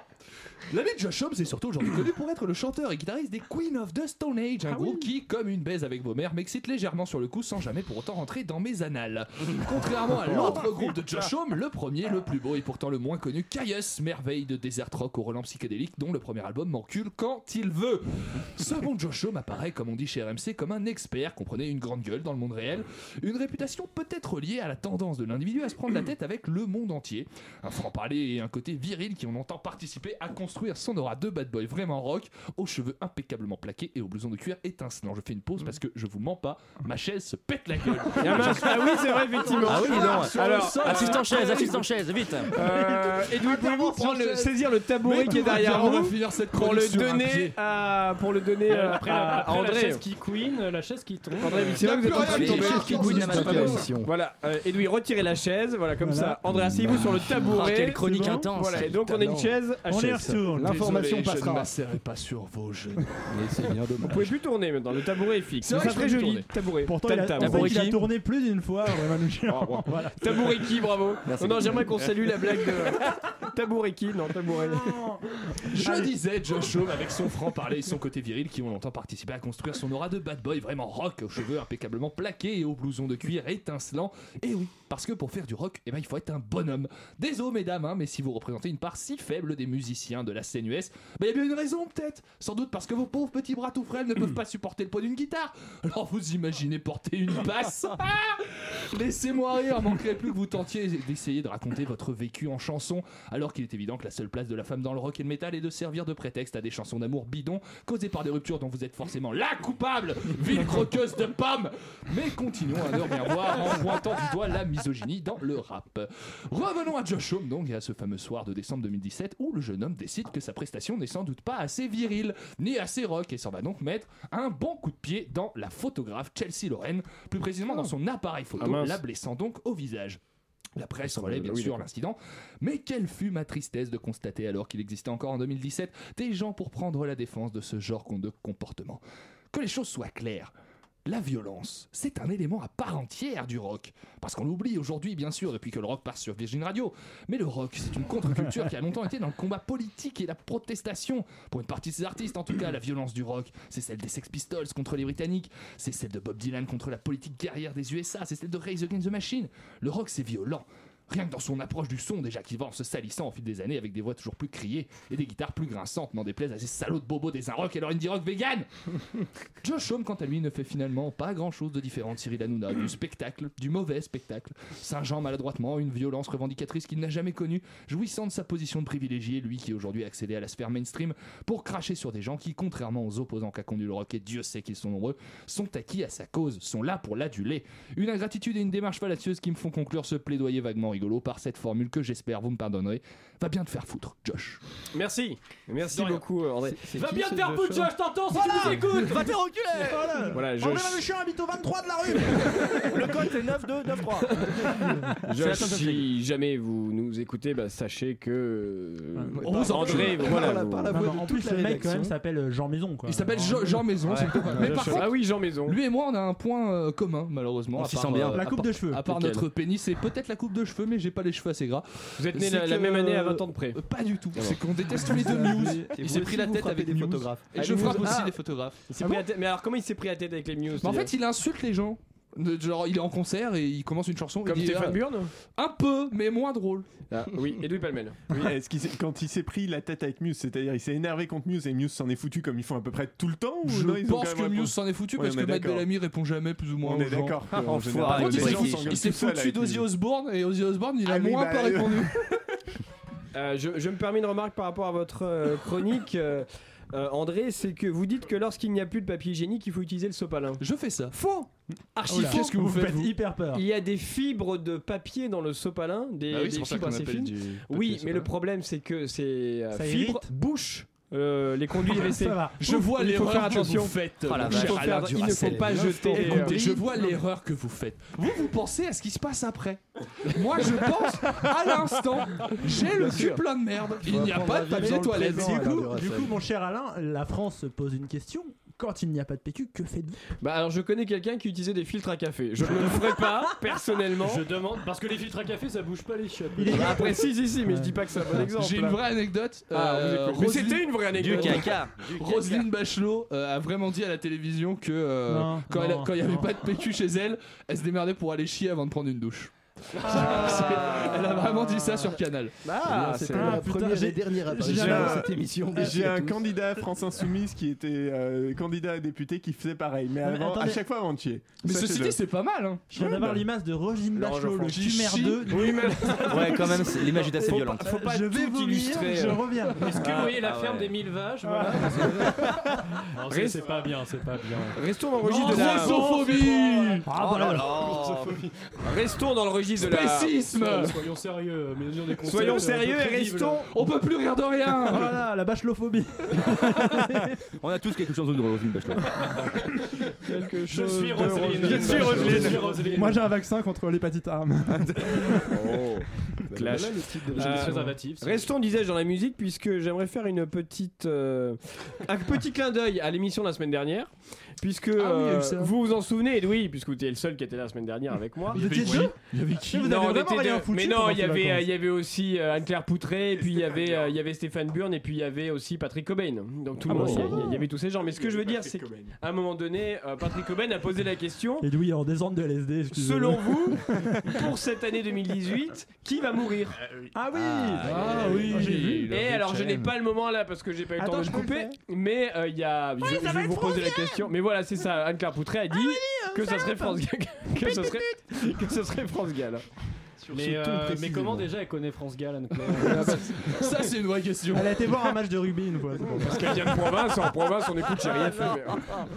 [SPEAKER 2] L'ami de Josh Homme, c'est surtout aujourd'hui connu pour être le chanteur et guitariste des Queen of the Stone Age, un groupe qui, comme une baise avec vos mères, m'excite légèrement sur le coup sans jamais pour autant rentrer dans mes annales. Contrairement à l'autre groupe de Josh Homme, le premier, le plus beau et pourtant le moins connu, Caius, merveille de desert rock au relent psychédélique dont le premier album m'encule quand il veut. Ce bon Josh Homme apparaît, comme on dit chez RMC, comme un expert, comprenez, une grande gueule dans le monde réel, une réputation peut-être liée à la tendance de l'individu à se prendre la tête avec le monde entier. Un franc-parler et un côté viril qui on entend participer à construire son aura de bad boy vraiment rock, aux cheveux impeccablement plaqués et au blouson de cuir étincelant. Je fais une pause parce que je vous mens pas, ma chaise se pète la gueule.
[SPEAKER 10] Ah mince, ah oui, c'est vrai, effectivement.
[SPEAKER 16] Ah oui, dis donc.
[SPEAKER 10] Sur le
[SPEAKER 16] Alors,
[SPEAKER 10] sol.
[SPEAKER 16] assistant
[SPEAKER 10] *laughs*
[SPEAKER 16] chaise, assistant chaise, vite.
[SPEAKER 10] Euh, Edoui, pouvez-vous prendre le- saisir le
[SPEAKER 16] Mais
[SPEAKER 10] tabouret
[SPEAKER 16] tout
[SPEAKER 10] qui est
[SPEAKER 16] va
[SPEAKER 10] derrière
[SPEAKER 16] bien, on
[SPEAKER 10] vous
[SPEAKER 16] va finir cette
[SPEAKER 10] pour le
[SPEAKER 16] chronique sur un
[SPEAKER 10] donner
[SPEAKER 16] pied.
[SPEAKER 10] à pour le donner euh,
[SPEAKER 13] Ah, Après, la,
[SPEAKER 10] à à
[SPEAKER 13] après la
[SPEAKER 10] André
[SPEAKER 13] chaise qui queen, la chaise qui tombe.
[SPEAKER 10] André,
[SPEAKER 13] euh,
[SPEAKER 10] c'est là que vous êtes en train de tomber.
[SPEAKER 13] C'est pas bon.
[SPEAKER 10] Voilà, euh, Edoui, retirez la chaise. Voilà, comme ça. André, asseyez-vous sur le
[SPEAKER 16] Ah,
[SPEAKER 10] tabouret.
[SPEAKER 16] quelle chronique
[SPEAKER 10] C'est bon
[SPEAKER 16] intense.
[SPEAKER 10] Voilà, et donc on a une chaise à chaise.
[SPEAKER 2] Désolé, Je ne m'asserrai pas sur vos genoux. Mais c'est bien dommage.
[SPEAKER 10] Vous pouvez plus tourner maintenant, le tabouret est fixe.
[SPEAKER 2] C'est vrai
[SPEAKER 10] Mais
[SPEAKER 2] que
[SPEAKER 10] très
[SPEAKER 2] je peux
[SPEAKER 10] joli.
[SPEAKER 2] tourner.
[SPEAKER 10] Tabouret.
[SPEAKER 15] Pourtant,
[SPEAKER 10] Tam
[SPEAKER 15] il a,
[SPEAKER 10] tam.
[SPEAKER 15] on sait qu'il a tourné plus d'une fois. Vraiment, *laughs* voilà.
[SPEAKER 10] Tabouret qui, bravo.
[SPEAKER 15] Merci.
[SPEAKER 10] Non, non, j'aimerais qu'on salue la
[SPEAKER 2] *laughs*
[SPEAKER 10] blague de. Tabouret qui, non, tabouret.
[SPEAKER 2] Je disais Josh Homme avec son franc-parler et son côté viril qui ont longtemps participé à construire son aura de bad boy vraiment rock, aux cheveux impeccablement plaqués et aux blousons de cuir étincelants. Et oui, parce que pour faire du rock, eh ben, il faut être un bonhomme. Désolé mesdames, hein, mais si vous représentez une part si faible des musiciens de la scène US, ben, il y a bien une raison peut-être. Sans doute parce que vos pauvres petits bras tout frêles ne peuvent pas supporter le poids d'une guitare. Alors vous imaginez porter une basse Ah Laissez-moi rire, manquerait plus que vous tentiez d'essayer de raconter votre vécu en chanson, alors qu'il est évident que la seule place de la femme dans le rock et le métal est de servir de prétexte à des chansons d'amour bidons causées par des ruptures dont vous êtes forcément la coupable, ville croqueuse de pommes. Mais continuons à ne rien voir en pointant du doigt la misogynie dans le rap. Revenons à Josh Homme donc et à ce fameux soir de décembre 2017 où le jeune homme décide que sa prestation n'est sans doute pas assez virile ni assez rock et s'en va donc mettre un bon coup de pied dans la photographe Chelsea Lorraine, plus précisément dans son appareil photo,
[SPEAKER 10] Ah mince. Ah,
[SPEAKER 2] la blessant donc au visage. La presse relève bien
[SPEAKER 10] oui,
[SPEAKER 2] sûr
[SPEAKER 10] d'accord.
[SPEAKER 2] l'incident, mais quelle fut ma tristesse de constater alors qu'il existait encore en 2017 des gens pour prendre la défense de ce genre de comportement. Que les choses soient claires, la violence, c'est un élément à part entière du rock. Parce qu'on l'oublie aujourd'hui, bien sûr, depuis que le rock passe sur Virgin Radio. Mais le rock, c'est une contre-culture qui a longtemps été dans le combat politique et la protestation. Pour une partie de ces artistes, en tout cas, la violence du rock, c'est celle des Sex Pistols contre les Britanniques, c'est celle de Bob Dylan contre la politique guerrière des USA, c'est celle de Raise Against the Machine. Le rock, c'est violent. Rien que dans son approche du son, déjà qui va en se salissant au fil des années avec des voix toujours plus criées et des guitares plus grinçantes, n'en déplaise à ces salauds de bobos des rock et leur indie rock vegan Josh Homme, quant à lui, ne fait finalement pas grand chose de différent de Cyril Hanouna, du spectacle, du mauvais spectacle. Saint-Jean maladroitement, une violence revendicatrice qu'il n'a jamais connue, jouissant de sa position de privilégié, lui qui aujourd'hui a accédé à la sphère mainstream pour cracher sur des gens qui, contrairement aux opposants qu'a conduit le rock, et Dieu sait qu'ils sont nombreux, sont acquis à sa cause, sont là pour l'aduler. Une ingratitude et une démarche fallacieuse qui me font conclure ce plaidoyer vaguement rigolo par cette formule que j'espère vous me pardonnerez. Va bien te faire foutre, Josh.
[SPEAKER 10] Merci. Merci beaucoup, euh, André.
[SPEAKER 13] Va bien te faire foutre, Josh, t'entends si
[SPEAKER 10] Voilà.
[SPEAKER 13] tu nous écoutes
[SPEAKER 10] Va te faire
[SPEAKER 13] reculer
[SPEAKER 10] Voilà,
[SPEAKER 16] Enlève
[SPEAKER 10] Josh.
[SPEAKER 16] le chien, habite au 23 de la rue Le code c'est 92 93 C'est la
[SPEAKER 10] Josh,
[SPEAKER 16] tendance
[SPEAKER 10] si jamais vous nous écoutez, bah, sachez que euh,
[SPEAKER 15] On vous en
[SPEAKER 10] André,
[SPEAKER 15] prie.
[SPEAKER 10] voilà.
[SPEAKER 15] Par la-
[SPEAKER 10] vous-
[SPEAKER 15] par la voix Non, mais de Ah, en toute plus, la le mec, rédaction. quand même, s'appelle, euh, Jean Maison, quoi.
[SPEAKER 2] Il s'appelle
[SPEAKER 15] Ah,
[SPEAKER 2] Jean,
[SPEAKER 15] oui.
[SPEAKER 2] Jean Maison,
[SPEAKER 15] Ouais.
[SPEAKER 2] c'est tout.
[SPEAKER 15] Ouais,
[SPEAKER 2] Mais
[SPEAKER 15] Jean
[SPEAKER 2] par
[SPEAKER 15] Maison.
[SPEAKER 2] contre,
[SPEAKER 15] Ah
[SPEAKER 10] oui, Jean Maison.
[SPEAKER 2] Lui et moi, on a un point euh, commun, malheureusement.
[SPEAKER 10] On
[SPEAKER 2] à
[SPEAKER 10] s'y
[SPEAKER 2] part,
[SPEAKER 10] sent bien.
[SPEAKER 2] euh,
[SPEAKER 10] La
[SPEAKER 2] à
[SPEAKER 10] coupe
[SPEAKER 2] part-
[SPEAKER 10] de cheveux.
[SPEAKER 2] À part
[SPEAKER 10] Lequel
[SPEAKER 2] notre pénis et peut-être la coupe de cheveux, mais j'ai pas les cheveux assez gras.
[SPEAKER 10] Vous êtes nés
[SPEAKER 2] C'est
[SPEAKER 10] la- la
[SPEAKER 2] que-
[SPEAKER 10] même année à 20 ans de près.
[SPEAKER 2] Euh, Pas du tout.
[SPEAKER 10] Ah bon.
[SPEAKER 2] C'est qu'on déteste tous les deux Muse.
[SPEAKER 10] *laughs* Et vous
[SPEAKER 2] Il s'est
[SPEAKER 10] aussi,
[SPEAKER 2] pris la
[SPEAKER 10] vous
[SPEAKER 2] tête
[SPEAKER 10] frappez
[SPEAKER 2] avec
[SPEAKER 10] des
[SPEAKER 2] Muse.
[SPEAKER 10] photographes.
[SPEAKER 2] Et
[SPEAKER 10] Ah,
[SPEAKER 2] je
[SPEAKER 10] Muse.
[SPEAKER 2] frappe aussi
[SPEAKER 10] Ah.
[SPEAKER 2] les photographes.
[SPEAKER 10] Il s'est pris la tête- Mais alors, comment il s'est pris la tête avec les news
[SPEAKER 2] Mais en fait, il insulte les gens. De- Genre, il est en concert et il commence une chanson.
[SPEAKER 10] Comme
[SPEAKER 2] il dit,
[SPEAKER 10] Stéphane
[SPEAKER 2] ah,
[SPEAKER 10] hein. Burne
[SPEAKER 2] Un peu, mais moins drôle.
[SPEAKER 10] Oui, Edoui Palmel.
[SPEAKER 11] Oui, est-ce qu'il s'est- quand il s'est pris la tête avec Muse, c'est-à-dire il s'est énervé contre Muse et Muse s'en est foutu comme ils font à peu près tout le temps ou
[SPEAKER 2] Je
[SPEAKER 11] non, ils ont quand
[SPEAKER 2] pense
[SPEAKER 11] même
[SPEAKER 2] que
[SPEAKER 11] répondu
[SPEAKER 2] Muse s'en est foutu
[SPEAKER 11] Ouais,
[SPEAKER 2] parce
[SPEAKER 11] on
[SPEAKER 2] que
[SPEAKER 11] est
[SPEAKER 2] Matt
[SPEAKER 11] d'accord.
[SPEAKER 2] Bellamy répond jamais plus ou moins
[SPEAKER 11] On
[SPEAKER 2] aux
[SPEAKER 11] est
[SPEAKER 2] gens.
[SPEAKER 11] d'accord que,
[SPEAKER 2] Par
[SPEAKER 11] en général,
[SPEAKER 2] contre, il
[SPEAKER 11] les
[SPEAKER 2] s'est
[SPEAKER 11] gens
[SPEAKER 2] foutu-
[SPEAKER 11] s'engueulent
[SPEAKER 2] il s'est
[SPEAKER 11] tout seuls
[SPEAKER 2] foutu
[SPEAKER 11] avec
[SPEAKER 2] d'Ozzy
[SPEAKER 11] Muse.
[SPEAKER 2] Osbourne et Ozzy Osbourne, il a
[SPEAKER 10] Ah oui,
[SPEAKER 2] moins
[SPEAKER 10] bah,
[SPEAKER 2] pas
[SPEAKER 10] euh,
[SPEAKER 2] répondu.
[SPEAKER 10] Euh, je, je me permets une remarque par rapport à votre euh, chronique, euh, euh, André, c'est que vous dites que lorsqu'il n'y a plus de papier hygiénique, il faut utiliser le sopalin.
[SPEAKER 2] Je fais ça.
[SPEAKER 10] Faux archi
[SPEAKER 15] Oula.
[SPEAKER 10] faux.
[SPEAKER 15] Qu'est-ce que vous Vous faites, faites vous hyper peur.
[SPEAKER 10] Il y a des fibres de papier dans le sopalin, des,
[SPEAKER 2] Bah oui, c'est
[SPEAKER 10] des
[SPEAKER 2] pour ça
[SPEAKER 10] fibres
[SPEAKER 2] qu'on
[SPEAKER 10] assez
[SPEAKER 2] appelle
[SPEAKER 10] fines.
[SPEAKER 2] du papier
[SPEAKER 10] oui, mais
[SPEAKER 2] sopalin.
[SPEAKER 10] le problème c'est que ces euh,
[SPEAKER 2] Ça
[SPEAKER 10] fibres
[SPEAKER 2] irrite
[SPEAKER 10] bouchent. euh, les conduits des
[SPEAKER 2] *laughs*
[SPEAKER 10] WC.
[SPEAKER 2] Ça va.
[SPEAKER 10] Je
[SPEAKER 2] Ouf,
[SPEAKER 10] vois
[SPEAKER 2] il faut
[SPEAKER 10] l'erreur
[SPEAKER 2] faire
[SPEAKER 10] que
[SPEAKER 2] attention. Oh
[SPEAKER 10] vous faites. euh, il faut faire- il ne faut pas jeter. les-
[SPEAKER 2] Écoutez, je vois l'erreur que vous faites. Vous, vous pensez à ce qui se passe après. Moi, je pense à l'instant. J'ai le
[SPEAKER 15] Bien sûr.
[SPEAKER 2] cul plein de merde.
[SPEAKER 15] Faut
[SPEAKER 2] Il n'y a
[SPEAKER 15] apprendre à
[SPEAKER 2] pas de
[SPEAKER 15] vivre dans
[SPEAKER 2] papier
[SPEAKER 15] le
[SPEAKER 2] toilette.
[SPEAKER 15] présent, Du coup, du coup, mon cher Alain, la France se pose une question. Quand il n'y a pas de PQ, que faites-vous
[SPEAKER 10] Bah alors je connais quelqu'un qui utilisait des filtres à café. Je ne le ferai
[SPEAKER 13] *laughs*
[SPEAKER 10] pas personnellement.
[SPEAKER 13] Je demande parce que les filtres à café ça bouge pas les chiottes.
[SPEAKER 10] Après si si si mais je dis pas que c'est un bon exemple.
[SPEAKER 2] J'ai une vraie anecdote.
[SPEAKER 10] Ah,
[SPEAKER 2] Euh,
[SPEAKER 10] vous écoutez. Mais
[SPEAKER 2] Roselyne-
[SPEAKER 10] c'était une vraie anecdote.
[SPEAKER 2] Roselyne Bachelot euh, a vraiment dit à la télévision que euh,
[SPEAKER 10] Non,
[SPEAKER 2] quand elle-
[SPEAKER 10] non,
[SPEAKER 2] quand il n'y avait
[SPEAKER 10] non.
[SPEAKER 2] pas de PQ chez elle, elle se démerdait pour aller chier avant de prendre une douche.
[SPEAKER 10] Ah.
[SPEAKER 2] C'est- *laughs* elle a vraiment dit ça sur Canal. Eh
[SPEAKER 11] Ah,
[SPEAKER 2] c'est
[SPEAKER 11] c'est la
[SPEAKER 2] putain,
[SPEAKER 11] première et
[SPEAKER 2] j'ai-
[SPEAKER 11] dernière
[SPEAKER 2] j'ai-
[SPEAKER 11] apparition
[SPEAKER 2] j'ai
[SPEAKER 11] dans
[SPEAKER 2] un-
[SPEAKER 11] cette émission.
[SPEAKER 2] Merci
[SPEAKER 11] J'ai
[SPEAKER 2] à
[SPEAKER 11] un
[SPEAKER 2] tous.
[SPEAKER 11] candidat à France Insoumise qui était euh, candidat à député qui faisait pareil, mais,
[SPEAKER 15] Non, mais
[SPEAKER 11] avant- à
[SPEAKER 15] attendez.
[SPEAKER 11] chaque fois avant de chier.
[SPEAKER 2] Mais
[SPEAKER 11] Ça,
[SPEAKER 2] ceci
[SPEAKER 11] le-
[SPEAKER 2] dit, c'est pas mal. Hein.
[SPEAKER 15] Je viens
[SPEAKER 11] Ouais,
[SPEAKER 15] d'avoir
[SPEAKER 11] bah.
[SPEAKER 15] l'image de Roselyne Bachelot, le tumeur 2.
[SPEAKER 10] Oui, mais.
[SPEAKER 15] *laughs*
[SPEAKER 16] Ouais, quand même, c'est- l'image est assez
[SPEAKER 10] Faut pas-
[SPEAKER 16] violente.
[SPEAKER 10] faut pas
[SPEAKER 15] Je vais
[SPEAKER 10] tout
[SPEAKER 15] vomir,
[SPEAKER 10] illustrer. euh.
[SPEAKER 15] je reviens.
[SPEAKER 13] Est-ce que vous voyez la
[SPEAKER 16] Ah
[SPEAKER 13] ferme
[SPEAKER 16] ouais.
[SPEAKER 13] des mille vaches voilà Non, c'est- c'est pas bien, c'est pas bien.
[SPEAKER 10] Restons dans le registre
[SPEAKER 13] Non,
[SPEAKER 10] de la
[SPEAKER 13] grossophobie
[SPEAKER 10] Ah,
[SPEAKER 13] Oh là
[SPEAKER 10] voilà.
[SPEAKER 13] là.
[SPEAKER 10] Grossophobie. Restons dans le registre de la
[SPEAKER 13] Soyons- Soyons sérieux, mais des concepts,
[SPEAKER 10] Soyons
[SPEAKER 13] euh,
[SPEAKER 10] sérieux
[SPEAKER 13] peu
[SPEAKER 10] et
[SPEAKER 13] crédibles.
[SPEAKER 10] restons-
[SPEAKER 2] On peut plus rire de rien.
[SPEAKER 15] *laughs* Voilà, la bachelophobie.
[SPEAKER 16] *laughs* On a tous quelque chose de Roselyne Bachelot.
[SPEAKER 10] *laughs* Quelque
[SPEAKER 13] Je
[SPEAKER 10] chose
[SPEAKER 13] suis
[SPEAKER 10] de
[SPEAKER 13] Roselyne.
[SPEAKER 10] Roselyne.
[SPEAKER 13] Je suis Roselyne.
[SPEAKER 15] Moi j'ai un vaccin contre l'hépatite
[SPEAKER 10] *laughs*
[SPEAKER 15] A.
[SPEAKER 10] Oh. Bah, Clash.
[SPEAKER 15] voilà le titre de la
[SPEAKER 10] Euh,
[SPEAKER 15] chanson.
[SPEAKER 13] Préservatif, c'est-
[SPEAKER 10] Restons, disais-je, dans la musique, puisque j'aimerais faire une petite, euh, un petit clin d'œil à l'émission de la semaine dernière, puisque
[SPEAKER 2] Ah il y a eu
[SPEAKER 10] euh,
[SPEAKER 2] ça.
[SPEAKER 10] vous vous en souvenez, Edoui, puisque vous étiez le seul qui était là la semaine dernière avec moi.
[SPEAKER 2] Il y avait qui Il y avait qui
[SPEAKER 10] Non,
[SPEAKER 2] Vous avez
[SPEAKER 10] on
[SPEAKER 2] vraiment
[SPEAKER 10] était
[SPEAKER 2] rien
[SPEAKER 10] deux.
[SPEAKER 2] foutu
[SPEAKER 10] Mais non,
[SPEAKER 2] pendant
[SPEAKER 10] il y
[SPEAKER 2] ces
[SPEAKER 10] avait,
[SPEAKER 2] vacances.
[SPEAKER 10] euh, il y avait aussi euh, Anne-Claire Poutré, et puis il y avait, euh, il y avait Stéphane Burn, et puis il y avait aussi Patrick Cobain. Donc tout le
[SPEAKER 15] Ah
[SPEAKER 10] monde,
[SPEAKER 15] bon,
[SPEAKER 10] il y a-
[SPEAKER 15] ça va.
[SPEAKER 10] il y, avait tous ces gens. Mais ce que je veux dire, c'est qu'à un moment donné, euh, Patrick Cobain a posé la question.
[SPEAKER 15] Et oui, en désordre de LSD. excusez-moi.
[SPEAKER 10] Selon
[SPEAKER 15] *laughs*
[SPEAKER 10] vous, pour cette année 2018, qui va mourir
[SPEAKER 15] Ah oui
[SPEAKER 10] Ah
[SPEAKER 15] oui, j'ai vu.
[SPEAKER 10] Et alors je n'ai pas le moment là parce que j'ai pas eu le
[SPEAKER 15] Attends,
[SPEAKER 10] temps de
[SPEAKER 15] je
[SPEAKER 10] le
[SPEAKER 15] peux le
[SPEAKER 10] couper, mais euh, il y a je, je vais vous poser la question. Mais voilà, c'est ça Anne-Claire Poutré
[SPEAKER 15] Ah
[SPEAKER 10] a dit que ça serait France Gall que ça serait *laughs* que ça serait France Gall.
[SPEAKER 13] Mais, euh, mais comment déjà elle connaît France
[SPEAKER 10] *laughs*
[SPEAKER 13] Gall,
[SPEAKER 10] Ah,
[SPEAKER 13] Anne-Claire
[SPEAKER 2] Ça, c'est une vraie question.
[SPEAKER 15] Elle a été voir un match de rugby une fois. c'est pour ça.
[SPEAKER 10] Parce qu'elle vient de province, en province on écoute chérie FM.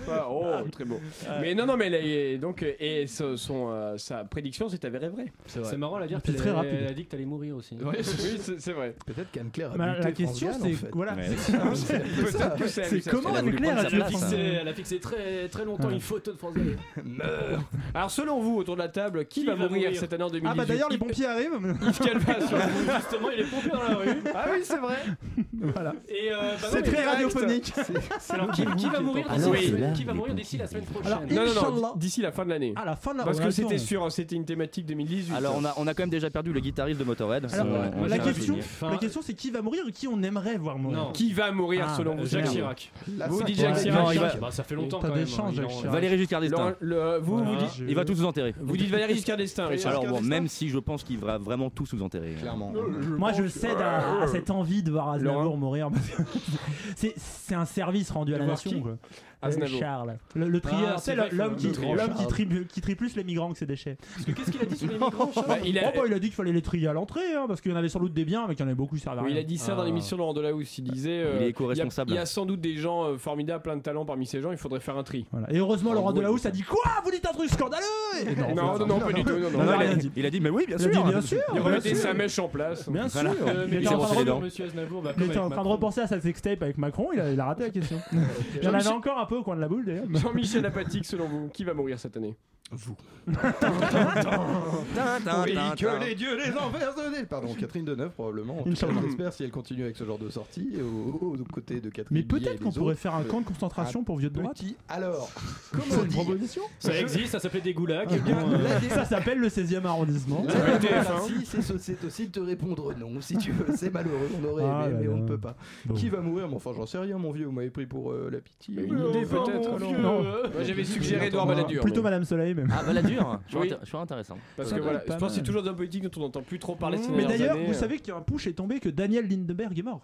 [SPEAKER 10] Ah, oh, très beau. Mais non non mais elle est- donc et ce- son euh, sa prédiction s'est avérée vraie.
[SPEAKER 13] C'est marrant la dire.
[SPEAKER 15] Puis
[SPEAKER 13] qu'elle-
[SPEAKER 15] très rapide.
[SPEAKER 13] Elle a dit que t'allais mourir aussi.
[SPEAKER 10] Ouais, oui, c'est c'est vrai.
[SPEAKER 3] Peut-être qu'Anne-Claire a
[SPEAKER 15] Mais
[SPEAKER 3] buté
[SPEAKER 15] Bah, la
[SPEAKER 3] France
[SPEAKER 15] question,
[SPEAKER 3] Gall, en
[SPEAKER 15] c'est
[SPEAKER 3] fait.
[SPEAKER 15] voilà.
[SPEAKER 10] Hein, Peut-être que c'est
[SPEAKER 15] C'est
[SPEAKER 10] hallucinant.
[SPEAKER 15] comment
[SPEAKER 10] Elle a voulu
[SPEAKER 15] Anne-Claire
[SPEAKER 10] prendre
[SPEAKER 15] a
[SPEAKER 10] sa
[SPEAKER 15] dû
[SPEAKER 10] place.
[SPEAKER 13] Fixé- elle a fixé très, très longtemps une photo de
[SPEAKER 10] *laughs*
[SPEAKER 13] France Gall.
[SPEAKER 10] Alors selon vous autour de la table, qui, va, mourir, cette année en 2018
[SPEAKER 15] Ah bah d'ailleurs les pompiers arrivent.
[SPEAKER 10] Yves
[SPEAKER 13] *laughs*
[SPEAKER 10] Calva
[SPEAKER 15] *laughs*
[SPEAKER 10] sur
[SPEAKER 13] Justement, il est pompé dans
[SPEAKER 10] *laughs*
[SPEAKER 13] la rue.
[SPEAKER 10] Ah oui, c'est vrai.
[SPEAKER 15] voilà.
[SPEAKER 13] Et euh, bah non,
[SPEAKER 15] C'est
[SPEAKER 13] mais
[SPEAKER 15] très
[SPEAKER 13] direct.
[SPEAKER 15] radiophonique.
[SPEAKER 13] *laughs*
[SPEAKER 15] Ah
[SPEAKER 13] Alors qui, qui va mourir
[SPEAKER 10] Alors,
[SPEAKER 13] d'ici-
[SPEAKER 10] c'est là,
[SPEAKER 13] Qui va mourir d'ici la semaine prochaine Ah,
[SPEAKER 15] Alors,
[SPEAKER 10] Non, non,
[SPEAKER 15] Inch'Allah.
[SPEAKER 10] non, d'ici la fin de l'année.
[SPEAKER 15] À la fin de la
[SPEAKER 10] Parce que
[SPEAKER 15] Ouais,
[SPEAKER 10] c'était
[SPEAKER 15] attends.
[SPEAKER 10] sûr, c'était une thématique 2018.
[SPEAKER 16] Alors, on a, on a quand même déjà perdu le guitariste de Motorhead.
[SPEAKER 15] Alors,
[SPEAKER 16] On- on-
[SPEAKER 15] la,
[SPEAKER 16] on-
[SPEAKER 15] question,
[SPEAKER 13] Enfin,
[SPEAKER 15] la question, c'est qui va mourir et qui on aimerait voir mourir.
[SPEAKER 13] Non.
[SPEAKER 10] Qui va mourir
[SPEAKER 15] Ah,
[SPEAKER 10] selon
[SPEAKER 15] bah,
[SPEAKER 10] vous
[SPEAKER 13] Jacques
[SPEAKER 15] Merde.
[SPEAKER 13] Chirac.
[SPEAKER 15] La
[SPEAKER 10] Vous
[SPEAKER 15] cinq-
[SPEAKER 10] dites Jacques
[SPEAKER 15] Ouais,
[SPEAKER 10] Chirac
[SPEAKER 15] non, il
[SPEAKER 13] Bah, ça fait longtemps
[SPEAKER 15] T'as
[SPEAKER 13] quand
[SPEAKER 15] des
[SPEAKER 13] même.
[SPEAKER 15] chances,
[SPEAKER 13] il
[SPEAKER 15] Jacques
[SPEAKER 13] en-
[SPEAKER 15] Chirac.
[SPEAKER 16] Valéry Giscard d'Estaing.
[SPEAKER 10] Laurent- le- vous, vous,
[SPEAKER 15] Voilà.
[SPEAKER 10] dites,
[SPEAKER 16] Il va tous vous enterrer.
[SPEAKER 10] Ah, vous dites Valérie Giscard d'Estaing, Richard.
[SPEAKER 16] Alors bon, même si je pense qu'il va vraiment hein. tous vous enterrer.
[SPEAKER 12] Clairement.
[SPEAKER 15] Moi, je cède à, à cette envie de voir Aznavour
[SPEAKER 10] Laurent.
[SPEAKER 15] mourir. parce que *laughs* c'est- C'est un service rendu à la
[SPEAKER 10] voir
[SPEAKER 15] nation.
[SPEAKER 10] qui
[SPEAKER 15] quoi.
[SPEAKER 10] Aznavour.
[SPEAKER 15] Euh, Charles. Le, le trieur,
[SPEAKER 13] Ah,
[SPEAKER 15] tu
[SPEAKER 13] c'est
[SPEAKER 15] sais,
[SPEAKER 13] vrai,
[SPEAKER 15] le- l'homme
[SPEAKER 13] le
[SPEAKER 15] qui,
[SPEAKER 13] trieur.
[SPEAKER 15] l'homme qui, trie- qui trie plus les migrants que ses déchets.
[SPEAKER 13] Parce que qu'est-ce qu'il a dit sur
[SPEAKER 15] *laughs*
[SPEAKER 13] les migrants Charles
[SPEAKER 10] Bah, il,
[SPEAKER 15] Il
[SPEAKER 10] a,
[SPEAKER 15] a, oh, bah, il a dit qu'il fallait les trier à l'entrée, hein, parce qu'il y en avait sans doute des biens, mais qu'il y en avait beaucoup qui servaient à
[SPEAKER 10] oui,
[SPEAKER 15] bah rien.
[SPEAKER 10] il a dit ça dans
[SPEAKER 13] Ah.
[SPEAKER 10] l'émission de Laurent Delahousse. Il disait euh,
[SPEAKER 16] Il est
[SPEAKER 10] y a-
[SPEAKER 16] éco-responsable.
[SPEAKER 10] Il y, a sans doute des gens euh, formidables, plein de talents parmi ces gens. Il faudrait faire un tri.
[SPEAKER 15] Voilà. Et heureusement,
[SPEAKER 10] En
[SPEAKER 15] Laurent
[SPEAKER 10] gros,
[SPEAKER 15] Delahousse a dit Quoi Ah, Vous dites un truc scandaleux Et
[SPEAKER 10] Non, non, non, pas du tout. Non,
[SPEAKER 16] Non,
[SPEAKER 10] non.
[SPEAKER 16] non,
[SPEAKER 15] a
[SPEAKER 16] il,
[SPEAKER 15] rien
[SPEAKER 16] a,
[SPEAKER 15] dit.
[SPEAKER 16] il a dit, mais oui, bien
[SPEAKER 15] Il a
[SPEAKER 16] sûr.
[SPEAKER 15] dit bien sûr
[SPEAKER 10] Il
[SPEAKER 15] bien
[SPEAKER 10] remettait
[SPEAKER 15] sûr,
[SPEAKER 10] sa mèche en place.
[SPEAKER 15] Bien sûr
[SPEAKER 16] Voilà.
[SPEAKER 13] Euh, mais
[SPEAKER 15] Il
[SPEAKER 13] il
[SPEAKER 15] était
[SPEAKER 13] est
[SPEAKER 15] en
[SPEAKER 13] en
[SPEAKER 15] train de
[SPEAKER 13] train
[SPEAKER 15] re-
[SPEAKER 13] de Monsieur Aznavour
[SPEAKER 10] bah,
[SPEAKER 13] va
[SPEAKER 15] il
[SPEAKER 13] courir
[SPEAKER 15] était en
[SPEAKER 13] avec
[SPEAKER 15] train de
[SPEAKER 13] Macron.
[SPEAKER 15] repenser à sa sextape avec Macron, il a, il a raté
[SPEAKER 10] *laughs*
[SPEAKER 15] la question. Il y en avait
[SPEAKER 10] Jean-Michel-
[SPEAKER 15] encore un peu au coin de la boule d'ailleurs. *laughs*
[SPEAKER 10] Jean-Michel Apathique, selon vous, qui va mourir cette année
[SPEAKER 12] Et que les dieux les enfers se dé- Pardon, Catherine Deneuve probablement. En tout cas,
[SPEAKER 15] Inch'Allah.
[SPEAKER 12] J'espère si elle continue avec ce genre de sortie aux, aux- aux côtés de Catherine.
[SPEAKER 15] Mais
[SPEAKER 12] Billet et
[SPEAKER 15] peut-être
[SPEAKER 12] les
[SPEAKER 15] qu'on pourrait
[SPEAKER 12] autres.
[SPEAKER 15] faire un camp de concentration pour vieux de droite.
[SPEAKER 12] Petit. Alors, comment dire
[SPEAKER 13] Ça existe, ça s'appelait des
[SPEAKER 10] Ah,
[SPEAKER 13] goulags.
[SPEAKER 12] Eh bien,
[SPEAKER 13] bon, euh,
[SPEAKER 12] la dé-
[SPEAKER 15] Ça s'appelle le 16e arrondissement.
[SPEAKER 12] la
[SPEAKER 10] TF1.
[SPEAKER 12] démocratie, c'est ce- c'est aussi de te répondre non, si tu veux. C'est malheureux, on aurait
[SPEAKER 15] Ah
[SPEAKER 12] aimé,
[SPEAKER 15] là
[SPEAKER 12] mais on
[SPEAKER 15] là.
[SPEAKER 12] ne peut pas.
[SPEAKER 15] Bon.
[SPEAKER 12] Qui va mourir Mais enfin, j'en sais rien, mon vieux. Vous m'avez pris pour euh, la pitié.
[SPEAKER 10] Une idée
[SPEAKER 13] enfin,
[SPEAKER 10] peut-être.
[SPEAKER 13] mon
[SPEAKER 10] alors.
[SPEAKER 13] vieux,
[SPEAKER 15] Non.
[SPEAKER 12] Bah,
[SPEAKER 13] euh,
[SPEAKER 10] Moi, hein. J'avais suggéré Edouard Balladur.
[SPEAKER 15] Plutôt
[SPEAKER 10] bah, mais-
[SPEAKER 15] Madame Soleil même.
[SPEAKER 16] Ah, bah la dure. Je suis
[SPEAKER 10] Oui.
[SPEAKER 16] intér- Je suis intéressant.
[SPEAKER 10] Parce
[SPEAKER 15] Ça
[SPEAKER 10] que
[SPEAKER 15] doit
[SPEAKER 10] voilà,
[SPEAKER 15] être
[SPEAKER 10] je
[SPEAKER 15] pas
[SPEAKER 10] pense que c'est
[SPEAKER 15] mal.
[SPEAKER 10] toujours des hommes politiques dont on n'entend plus trop parler ces
[SPEAKER 15] Mais
[SPEAKER 10] dernières
[SPEAKER 15] d'ailleurs,
[SPEAKER 10] années. euh.
[SPEAKER 12] euh.
[SPEAKER 15] vous savez qu'un push est tombé que Daniel Lindbergh est mort.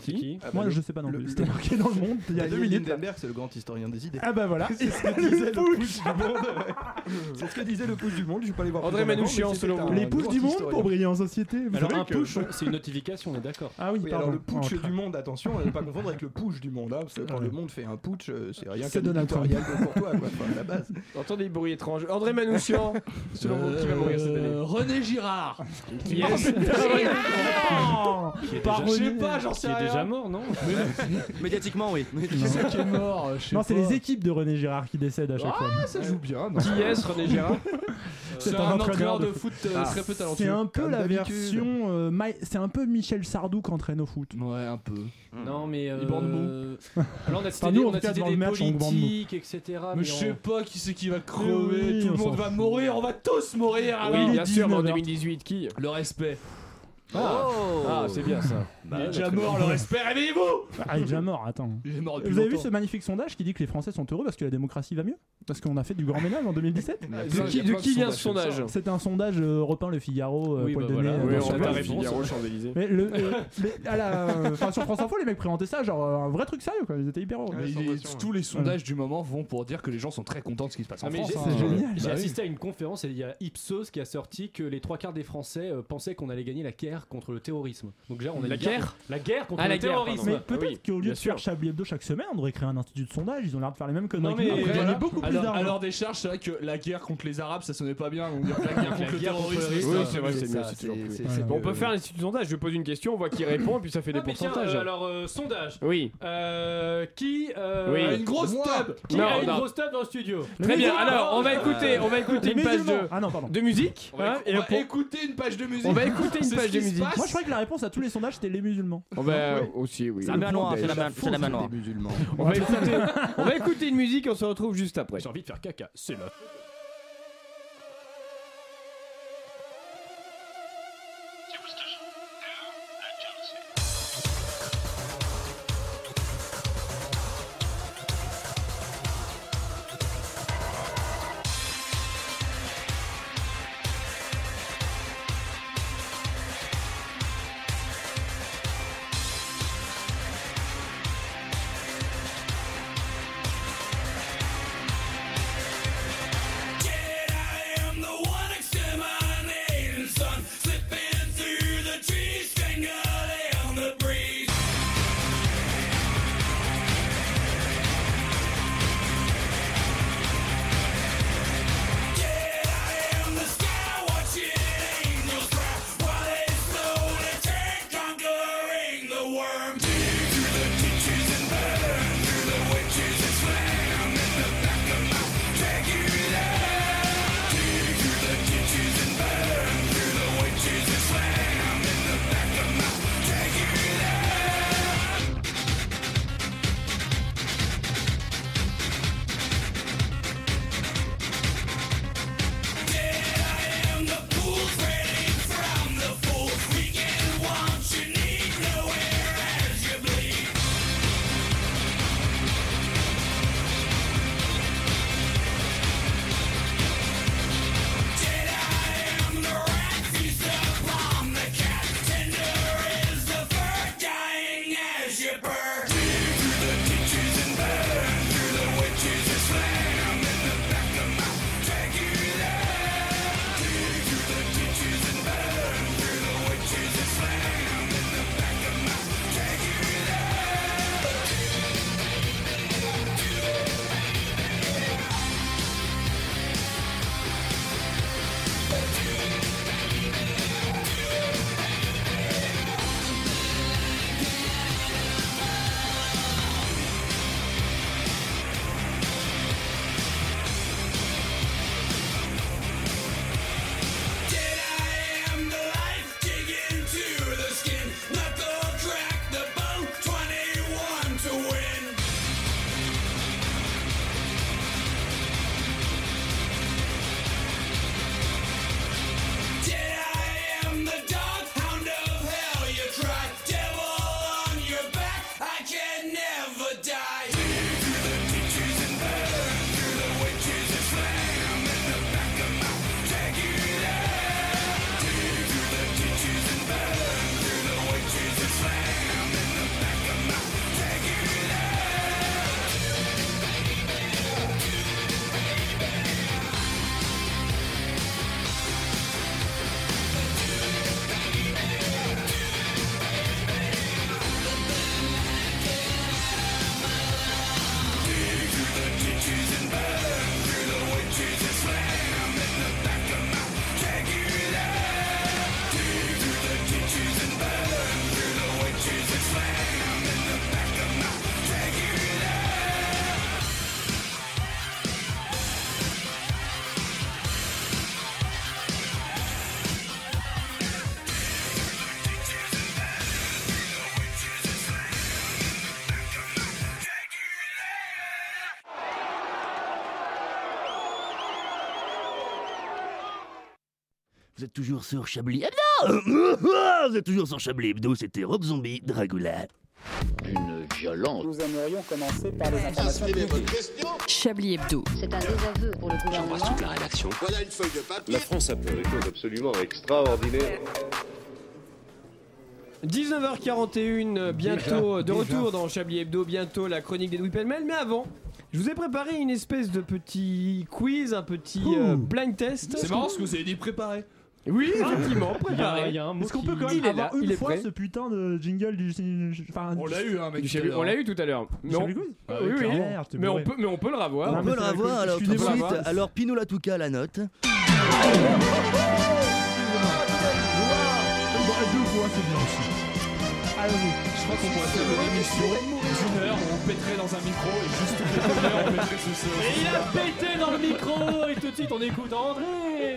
[SPEAKER 10] C'est *coughs* qui
[SPEAKER 12] Ah,
[SPEAKER 15] Moi,
[SPEAKER 12] bah,
[SPEAKER 15] je sais pas non plus. C'était
[SPEAKER 12] *laughs*
[SPEAKER 15] marqué dans Ah, bah, le monde il y a deux minutes. là.
[SPEAKER 12] c'est le grand historien des idées.
[SPEAKER 15] Ah bah voilà.
[SPEAKER 12] *laughs* C'est
[SPEAKER 15] *laughs*
[SPEAKER 12] ce que disait le push du monde. C'est ce que disait le push du monde. Je vais pas les voir.
[SPEAKER 10] André
[SPEAKER 12] plus en avant,
[SPEAKER 10] Manouchian,
[SPEAKER 12] mais c'était
[SPEAKER 10] selon
[SPEAKER 12] un
[SPEAKER 10] vous.
[SPEAKER 15] Les pushs
[SPEAKER 12] grand
[SPEAKER 15] du monde
[SPEAKER 12] historien.
[SPEAKER 15] pour briller en société. Vous
[SPEAKER 13] Alors
[SPEAKER 15] savez
[SPEAKER 13] un
[SPEAKER 15] que-
[SPEAKER 13] push,
[SPEAKER 2] hein.
[SPEAKER 3] *laughs*
[SPEAKER 13] c'est une notification, on est d'accord.
[SPEAKER 15] Ah oui,
[SPEAKER 12] Oui,
[SPEAKER 15] pardon.
[SPEAKER 12] alors le putsch
[SPEAKER 15] Oh,
[SPEAKER 12] du monde, attention, à ne pas confondre avec le push du monde, hein, parce que quand
[SPEAKER 15] Ouais.
[SPEAKER 12] le monde fait un putsch, euh, c'est rien
[SPEAKER 15] C'est
[SPEAKER 12] qu'un
[SPEAKER 15] Donald Trump.
[SPEAKER 12] éditorial de pour toi, quoi, enfin, à la base.
[SPEAKER 10] Entendez les bruits étrange.
[SPEAKER 2] *laughs*
[SPEAKER 10] André Manouchian, selon vous, qui va mourir cette année
[SPEAKER 2] Euh, René Girard Ah
[SPEAKER 10] Qui est- *laughs*
[SPEAKER 15] Ah,
[SPEAKER 2] Qui est
[SPEAKER 10] Pas
[SPEAKER 2] déjà- je sais
[SPEAKER 10] René,
[SPEAKER 2] pas, j'en sais
[SPEAKER 10] qui est
[SPEAKER 2] rien.
[SPEAKER 10] déjà mort, non
[SPEAKER 16] Médiatiquement,
[SPEAKER 10] *laughs*
[SPEAKER 16] oui.
[SPEAKER 2] Qui c'est qui est mort Je sais
[SPEAKER 15] Non, c'est
[SPEAKER 2] pas.
[SPEAKER 15] les équipes de René Girard qui décèdent à chaque fois.
[SPEAKER 2] Ah, ça joue bien. non
[SPEAKER 10] Qui est-ce, René Girard
[SPEAKER 2] C'est un entraîneur de foot euh,
[SPEAKER 15] Ah.
[SPEAKER 2] très peu talentueux.
[SPEAKER 15] C'est un peu
[SPEAKER 2] Comme
[SPEAKER 15] la
[SPEAKER 2] d'habitude.
[SPEAKER 15] version. euh, Mi- c'est un peu Michel Sardou qui entraîne au foot.
[SPEAKER 2] Ouais, un peu. Hmm.
[SPEAKER 13] Non, mais. Euh...
[SPEAKER 2] bande
[SPEAKER 13] *laughs* *laughs* Alors, on a
[SPEAKER 15] Enfin,
[SPEAKER 13] cité,
[SPEAKER 15] nous, en
[SPEAKER 13] on a
[SPEAKER 15] tout cas,
[SPEAKER 13] cité
[SPEAKER 15] devant
[SPEAKER 13] des
[SPEAKER 15] le match, on bande mou.
[SPEAKER 13] politiques, etc.
[SPEAKER 2] Mais je sais
[SPEAKER 13] on-
[SPEAKER 2] pas qui c'est qui va
[SPEAKER 13] Mais
[SPEAKER 2] crever,
[SPEAKER 13] oui,
[SPEAKER 2] tout le
[SPEAKER 13] on
[SPEAKER 2] monde
[SPEAKER 13] s'en
[SPEAKER 2] va mourir, on va tous mourir
[SPEAKER 10] Oui,
[SPEAKER 2] alors.
[SPEAKER 10] bien sûr, mais en
[SPEAKER 2] 19h.
[SPEAKER 10] 2018, qui
[SPEAKER 2] Le respect.
[SPEAKER 10] Ah,
[SPEAKER 2] Oh.
[SPEAKER 10] Ah, c'est bien ça.
[SPEAKER 2] Il est déjà mort, le respect, réveillez-vous
[SPEAKER 15] Ah, il est déjà mort, attends.
[SPEAKER 2] Il est mort depuis
[SPEAKER 15] Vous avez vu
[SPEAKER 2] longtemps.
[SPEAKER 15] ce magnifique sondage qui dit que les Français sont heureux parce que la démocratie va mieux Parce qu'on a fait du grand ménage en 2017
[SPEAKER 10] De plein- qui- il y a de plein qui de vient ce sondages comme sondage ça.
[SPEAKER 15] C'était un sondage euh, repeint le Figaro, euh,
[SPEAKER 10] Oui,
[SPEAKER 15] poil
[SPEAKER 10] bah
[SPEAKER 15] de nez,
[SPEAKER 10] voilà.
[SPEAKER 15] euh,
[SPEAKER 10] Oui,
[SPEAKER 15] sur
[SPEAKER 10] on
[SPEAKER 15] la
[SPEAKER 10] parle
[SPEAKER 15] France.
[SPEAKER 10] Figaro, Champs-Élysées.
[SPEAKER 15] Mais le, euh, les- à la, enfin, sur France Info, les mecs présentaient ça, genre euh, un vrai truc sérieux quoi, ils étaient hyper heureux.
[SPEAKER 2] Mais il est-
[SPEAKER 15] hein.
[SPEAKER 2] tous les sondages du moment vont pour dire que les gens sont très contents de ce qui se passe en
[SPEAKER 13] Ah, mais
[SPEAKER 2] France.
[SPEAKER 13] j'ai-
[SPEAKER 2] hein.
[SPEAKER 13] j'ai-
[SPEAKER 2] Bah
[SPEAKER 13] J'ai
[SPEAKER 2] oui.
[SPEAKER 13] assisté à une conférence et il y a Ipsos qui a sorti que les trois quarts des Français euh, pensaient qu'on allait gagner la guerre contre le terrorisme. Donc déjà on a
[SPEAKER 10] La
[SPEAKER 13] une guerre-
[SPEAKER 10] guerre
[SPEAKER 13] La guerre contre
[SPEAKER 10] Ah,
[SPEAKER 13] le
[SPEAKER 10] la guerre,
[SPEAKER 13] terrorisme.
[SPEAKER 10] pardon.
[SPEAKER 15] Mais peut-être
[SPEAKER 10] Ah oui,
[SPEAKER 15] qu'au lieu
[SPEAKER 10] bien
[SPEAKER 15] de
[SPEAKER 10] sûr.
[SPEAKER 15] faire Chablis Hebdo chaque semaine, on devrait créer un institut de sondage, ils ont l'air de faire les mêmes conneries.
[SPEAKER 2] Non mais
[SPEAKER 15] que nous,
[SPEAKER 2] il
[SPEAKER 15] après,
[SPEAKER 2] y
[SPEAKER 15] voilà.
[SPEAKER 2] a beaucoup plus
[SPEAKER 15] alors,
[SPEAKER 2] d'argent.
[SPEAKER 15] alors,
[SPEAKER 2] Alors des charges, c'est vrai que la guerre contre les Arabes, ça sonnait pas bien. Donc dire la guerre contre le
[SPEAKER 10] guerre contre le
[SPEAKER 2] terrorisme,
[SPEAKER 10] terrorisme,
[SPEAKER 2] euh,
[SPEAKER 10] oui, c'est vrai, c'est mieux,
[SPEAKER 2] ça,
[SPEAKER 10] c'est toujours
[SPEAKER 2] c'est-
[SPEAKER 10] plus.
[SPEAKER 2] c'est-
[SPEAKER 10] Bon,
[SPEAKER 2] c'est-
[SPEAKER 10] on peut faire un institut de sondage. Je pose une question, on voit qui répond, et puis ça fait des
[SPEAKER 13] Ah, mais tiens,
[SPEAKER 10] pourcentages.
[SPEAKER 13] euh, alors euh, sondage.
[SPEAKER 10] Oui.
[SPEAKER 13] Euh, qui euh,
[SPEAKER 10] Oui.
[SPEAKER 13] a une grosse
[SPEAKER 10] Moi.
[SPEAKER 13] tub Qui
[SPEAKER 10] Non,
[SPEAKER 13] a une
[SPEAKER 10] non.
[SPEAKER 13] grosse tub dans le studio
[SPEAKER 10] Très bien. Alors, on va
[SPEAKER 13] euh,
[SPEAKER 10] écouter, on va écouter une page de, de musique.
[SPEAKER 2] On va,
[SPEAKER 10] hein, et
[SPEAKER 2] on va
[SPEAKER 10] pour-
[SPEAKER 2] écouter une page de musique.
[SPEAKER 10] On va écouter une
[SPEAKER 2] C'est ce
[SPEAKER 10] page de
[SPEAKER 2] qui se
[SPEAKER 10] musique.
[SPEAKER 2] passe.
[SPEAKER 15] Moi je croyais que la réponse à tous les sondages c'était les musulmans.
[SPEAKER 10] On va aussi, oui.
[SPEAKER 15] C'est la main noire, c'est la main- c'est la main noire.
[SPEAKER 10] On va écouter, on va écouter une musique et on se retrouve juste après.
[SPEAKER 13] J'ai envie de faire caca, c'est là.
[SPEAKER 14] Thank
[SPEAKER 4] Vous êtes toujours sur Chablis Hebdo *laughs* Vous êtes toujours sur Chablis Hebdo, c'était Rob Zombie, Dragula. Une violence.
[SPEAKER 5] Nous aimerions commencer par les informations
[SPEAKER 8] Chablis Hebdo.
[SPEAKER 7] C'est un désaveu pour le gouvernement.
[SPEAKER 6] la rédaction.
[SPEAKER 5] Voilà une feuille de papier.
[SPEAKER 6] La France a fait des choses absolument extraordinaires.
[SPEAKER 2] Bah,
[SPEAKER 10] 19h41, euh, bientôt euh, de retour dans Chablis Hebdo, bientôt la chronique des Pelmel. Mais avant, je vous ai préparé une espèce de petit quiz, un petit euh,
[SPEAKER 2] Ouh.
[SPEAKER 10] blind test.
[SPEAKER 2] C'est marrant ce que vous avez dit préparé.
[SPEAKER 10] Oui, effectivement,
[SPEAKER 15] Il y a-
[SPEAKER 10] préparé.
[SPEAKER 15] il y a un mot qui- il
[SPEAKER 10] il
[SPEAKER 15] est
[SPEAKER 10] est là,
[SPEAKER 15] avoir
[SPEAKER 10] il
[SPEAKER 15] une
[SPEAKER 10] est
[SPEAKER 15] fois
[SPEAKER 10] prêt.
[SPEAKER 15] ce putain de jingle du. Enfin,
[SPEAKER 2] On l'a eu, hein, mec.
[SPEAKER 10] Du Chablis-
[SPEAKER 2] tout à
[SPEAKER 10] on
[SPEAKER 2] l'heure.
[SPEAKER 10] l'a eu tout à l'heure.
[SPEAKER 15] Du
[SPEAKER 10] Non.
[SPEAKER 15] Chablis quiz
[SPEAKER 10] Oui,
[SPEAKER 15] Ah ouais,
[SPEAKER 10] oui.
[SPEAKER 15] clairement. Merde, t'es
[SPEAKER 10] Mais on
[SPEAKER 15] bourré.
[SPEAKER 10] peut, mais on peut le revoir.
[SPEAKER 15] Ah,
[SPEAKER 4] On peut le revoir alors tout de suite. Alors Pino la Touca, la note.
[SPEAKER 2] Ah Je crois qu'on pourrait faire une émission d'une heure où on pèterait dans un micro et juste toutes les deux heures, on pèterait sous ce.
[SPEAKER 13] Et il a pété dans le micro et tout de suite on écoute André.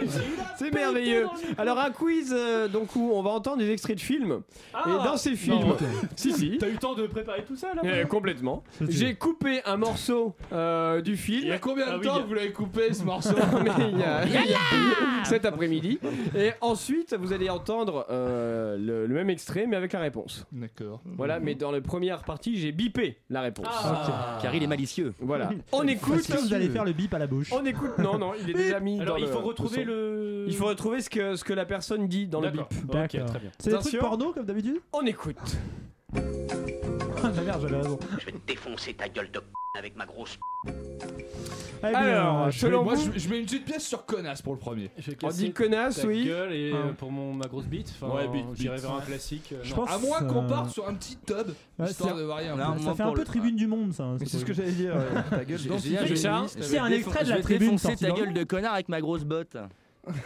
[SPEAKER 10] C'est merveilleux. Alors un quiz euh, donc où on va entendre des extraits de films. Et dans ces films, si si,
[SPEAKER 13] Ah, T'as eu le temps de préparer tout ça là
[SPEAKER 10] Euh, complètement. J'ai coupé un morceau euh, du film. Il y a
[SPEAKER 2] combien de temps que vous
[SPEAKER 10] l'avez coupé ce *laughs* morceau il y
[SPEAKER 13] *laughs*
[SPEAKER 10] a- il y a- Cet après-midi. Et ensuite, vous allez entendre euh, le, le même extrait, mais avec la réponse.
[SPEAKER 2] D'accord.
[SPEAKER 10] Voilà, mais dans la première partie, j'ai bipé la réponse.
[SPEAKER 4] Ah. Ok. Car il est malicieux.
[SPEAKER 10] Voilà. On écoute. hein,
[SPEAKER 15] Est-ce que vous allez faire le bip à la bouche
[SPEAKER 10] On écoute. Non, non,
[SPEAKER 15] *laughs*
[SPEAKER 10] il est déjà mis.
[SPEAKER 13] Alors
[SPEAKER 10] dans
[SPEAKER 13] il faut
[SPEAKER 10] le-
[SPEAKER 13] retrouver
[SPEAKER 10] son.
[SPEAKER 13] le.
[SPEAKER 10] Il faut retrouver ce que, ce que la personne dit dans le bip.
[SPEAKER 13] D'accord. Ok, très bien.
[SPEAKER 15] C'est des trucs
[SPEAKER 10] Attention.
[SPEAKER 15] porno comme d'habitude
[SPEAKER 10] On écoute.
[SPEAKER 15] Ah, la merde, j'avais raison.
[SPEAKER 9] Je vais te défoncer ta gueule de p avec ma grosse p.
[SPEAKER 15] Eh bien,
[SPEAKER 10] Alors,
[SPEAKER 15] je-
[SPEAKER 10] selon
[SPEAKER 2] Moi,
[SPEAKER 10] vous-
[SPEAKER 2] je, je mets une petite pièce sur connasse pour le premier.
[SPEAKER 10] On dit connasse,
[SPEAKER 13] Ta
[SPEAKER 10] oui.
[SPEAKER 13] gueule et euh,
[SPEAKER 10] Ah.
[SPEAKER 13] pour mon ma grosse bite. Enfin,
[SPEAKER 2] Ouais, bite,
[SPEAKER 13] j'irai
[SPEAKER 2] bite.
[SPEAKER 13] vers un classique. euh,
[SPEAKER 15] Je
[SPEAKER 13] non.
[SPEAKER 15] pense-
[SPEAKER 2] À moins qu'on
[SPEAKER 15] Euh,
[SPEAKER 2] parte sur un petit tub,
[SPEAKER 15] Ouais,
[SPEAKER 2] histoire
[SPEAKER 15] c'est-
[SPEAKER 2] de varier un
[SPEAKER 15] ça
[SPEAKER 2] peu.
[SPEAKER 15] fait un peu tribune du monde, ça.
[SPEAKER 12] Mais c'est ce que j'allais dire. euh, Ta gueule.
[SPEAKER 2] Donc,
[SPEAKER 12] J'ai- j'ai-
[SPEAKER 2] j'ai-
[SPEAKER 12] j'ai-
[SPEAKER 4] euh,
[SPEAKER 2] j'ai-
[SPEAKER 15] C'est un extrait de la
[SPEAKER 12] Je vais
[SPEAKER 15] tribune
[SPEAKER 12] défoncer
[SPEAKER 15] sortie
[SPEAKER 12] ta
[SPEAKER 15] dans le
[SPEAKER 12] gueule
[SPEAKER 15] monde.
[SPEAKER 12] de
[SPEAKER 4] Connard avec ma grosse botte.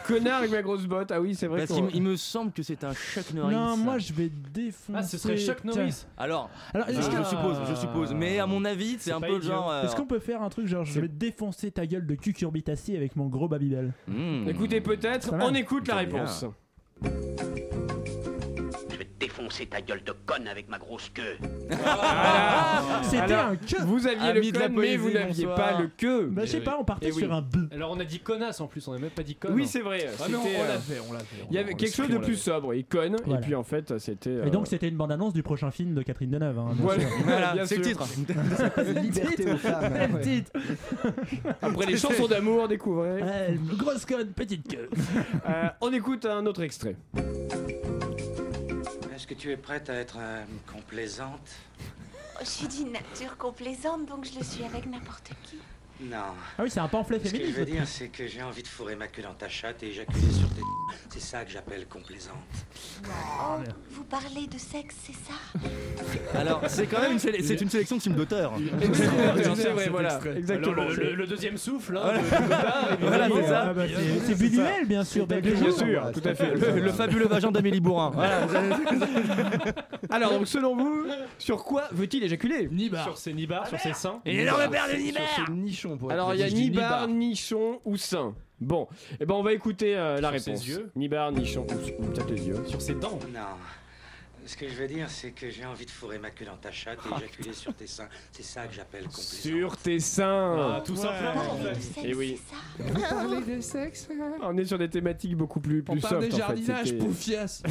[SPEAKER 10] Connard avec ma grosse botte. Ah oui, c'est vrai.
[SPEAKER 4] Parce
[SPEAKER 10] qu'on-
[SPEAKER 4] qu'il il me semble que c'est un Chuck Norris.
[SPEAKER 15] Non, moi je vais défoncer.
[SPEAKER 13] Ah, ce serait Chuck Norris.
[SPEAKER 4] Alors,
[SPEAKER 15] Alors,
[SPEAKER 4] je,
[SPEAKER 15] est-ce
[SPEAKER 4] je
[SPEAKER 15] que-
[SPEAKER 4] suppose, je suppose. Mais à mon avis, c'est un
[SPEAKER 13] pas
[SPEAKER 4] peu
[SPEAKER 13] idiot.
[SPEAKER 4] genre. euh,
[SPEAKER 15] Est-ce qu'on peut faire un truc genre je vais défoncer ta gueule de cucurbitacée avec mon gros Babybel
[SPEAKER 4] hmm.
[SPEAKER 10] Mmh. Écoutez, peut-être,
[SPEAKER 15] Ça va.
[SPEAKER 10] on écoute la
[SPEAKER 4] Ça va.
[SPEAKER 10] réponse.
[SPEAKER 9] Je vais te défoncer ta gueule de conne avec ma grosse queue.
[SPEAKER 15] C'était
[SPEAKER 10] Alors,
[SPEAKER 15] un que
[SPEAKER 10] Vous aviez
[SPEAKER 4] Amis
[SPEAKER 10] le
[SPEAKER 4] de la
[SPEAKER 10] con, mais
[SPEAKER 4] poésie,
[SPEAKER 10] vous n'aviez
[SPEAKER 4] bonsoir.
[SPEAKER 10] pas le que.
[SPEAKER 15] Bah, je sais
[SPEAKER 13] oui.
[SPEAKER 15] pas, on partait
[SPEAKER 10] Eh oui.
[SPEAKER 15] sur un b.
[SPEAKER 13] Alors on a dit connasse en plus, on n'a même pas dit conne.
[SPEAKER 10] Oui, c'est vrai.
[SPEAKER 2] Ah, mais on,
[SPEAKER 10] c'était,
[SPEAKER 2] on
[SPEAKER 10] euh,
[SPEAKER 2] l'a fait, on l'a fait.
[SPEAKER 10] Il y avait quelque chose de plus sobre, il conne,
[SPEAKER 15] Voilà.
[SPEAKER 10] et puis en fait c'était. euh,
[SPEAKER 15] Et
[SPEAKER 10] *laughs*
[SPEAKER 15] donc, c'était une bande-annonce du prochain film de Catherine Deneuve. Hein, bien
[SPEAKER 10] Voilà,
[SPEAKER 15] sûr.
[SPEAKER 10] bien
[SPEAKER 4] Voilà, c'est le
[SPEAKER 10] sûr.
[SPEAKER 15] *laughs*
[SPEAKER 4] titre. *laughs*
[SPEAKER 12] Liberté aux femmes.
[SPEAKER 15] Elle petite,
[SPEAKER 10] Après
[SPEAKER 15] *laughs*
[SPEAKER 10] les chansons d'amour, découvrez.
[SPEAKER 15] elle, grosse conne, petite queue.
[SPEAKER 10] Euh, on écoute un autre extrait.
[SPEAKER 5] Est-ce que tu es prête à être euh, complaisante
[SPEAKER 17] Oh,
[SPEAKER 7] Je suis d'une nature complaisante, donc je le suis avec n'importe qui.
[SPEAKER 5] Non.
[SPEAKER 15] Ah oui, c'est un pamphlet
[SPEAKER 5] Ce que je
[SPEAKER 15] féministe.
[SPEAKER 5] veux dire, c'est que j'ai envie de fourrer ma queue dans ta chatte et éjaculer sur tes. *laughs* C'est ça que j'appelle complaisante.
[SPEAKER 7] Vous parlez de sexe, c'est ça
[SPEAKER 4] *laughs* Alors, c'est quand même une, séle- c'est une sélection de films d'auteur.
[SPEAKER 10] c'est vrai, voilà.
[SPEAKER 13] Alors,
[SPEAKER 10] Exactement.
[SPEAKER 13] le, le- le deuxième souffle,
[SPEAKER 16] Ah, bah,
[SPEAKER 13] hein, de-
[SPEAKER 4] Voilà, c'est ça.
[SPEAKER 15] Ah bah, c'est- c'est Buñuel, bien sûr.
[SPEAKER 12] C'est
[SPEAKER 15] Belle
[SPEAKER 12] Bien
[SPEAKER 10] Bien
[SPEAKER 15] Jour.
[SPEAKER 10] sûr,
[SPEAKER 12] Ouais,
[SPEAKER 10] tout
[SPEAKER 12] c'est
[SPEAKER 10] à fait.
[SPEAKER 12] pas
[SPEAKER 4] Le, le fabuleux vagin d'Amélie Bourrin.
[SPEAKER 16] *laughs*
[SPEAKER 4] Voilà.
[SPEAKER 10] Alors, donc, selon vous, sur quoi veut-il éjaculer Ah,
[SPEAKER 13] sur ses nibards, sur ses seins.
[SPEAKER 4] Une énorme paire de
[SPEAKER 12] C'est
[SPEAKER 4] Nibert
[SPEAKER 12] nichon pour
[SPEAKER 10] Alors, il y a ni bar, ni chon ou sein. Bon, et ben on va écouter euh, la
[SPEAKER 13] Sur ses
[SPEAKER 10] réponse.
[SPEAKER 13] yeux.
[SPEAKER 10] Ni bar, ni chon ou, ou peut-être les yeux.
[SPEAKER 13] Sur ses dents.
[SPEAKER 5] Non. Ce que je veux dire, c'est que j'ai envie de fourrer ma queue dans ta chatte et éjaculer sur tes seins. C'est ça que j'appelle complaisante.
[SPEAKER 10] Sur tes seins.
[SPEAKER 13] Ah, tout simplement en fait.
[SPEAKER 7] Sexe,
[SPEAKER 10] Eh oui.
[SPEAKER 7] c'est ça
[SPEAKER 2] Ah. Parler de sexe. hein
[SPEAKER 10] On est sur des thématiques beaucoup plus
[SPEAKER 2] On
[SPEAKER 10] plus
[SPEAKER 2] parle des
[SPEAKER 10] soft. en fait,
[SPEAKER 2] jardinages,
[SPEAKER 10] c'était-
[SPEAKER 2] poufias.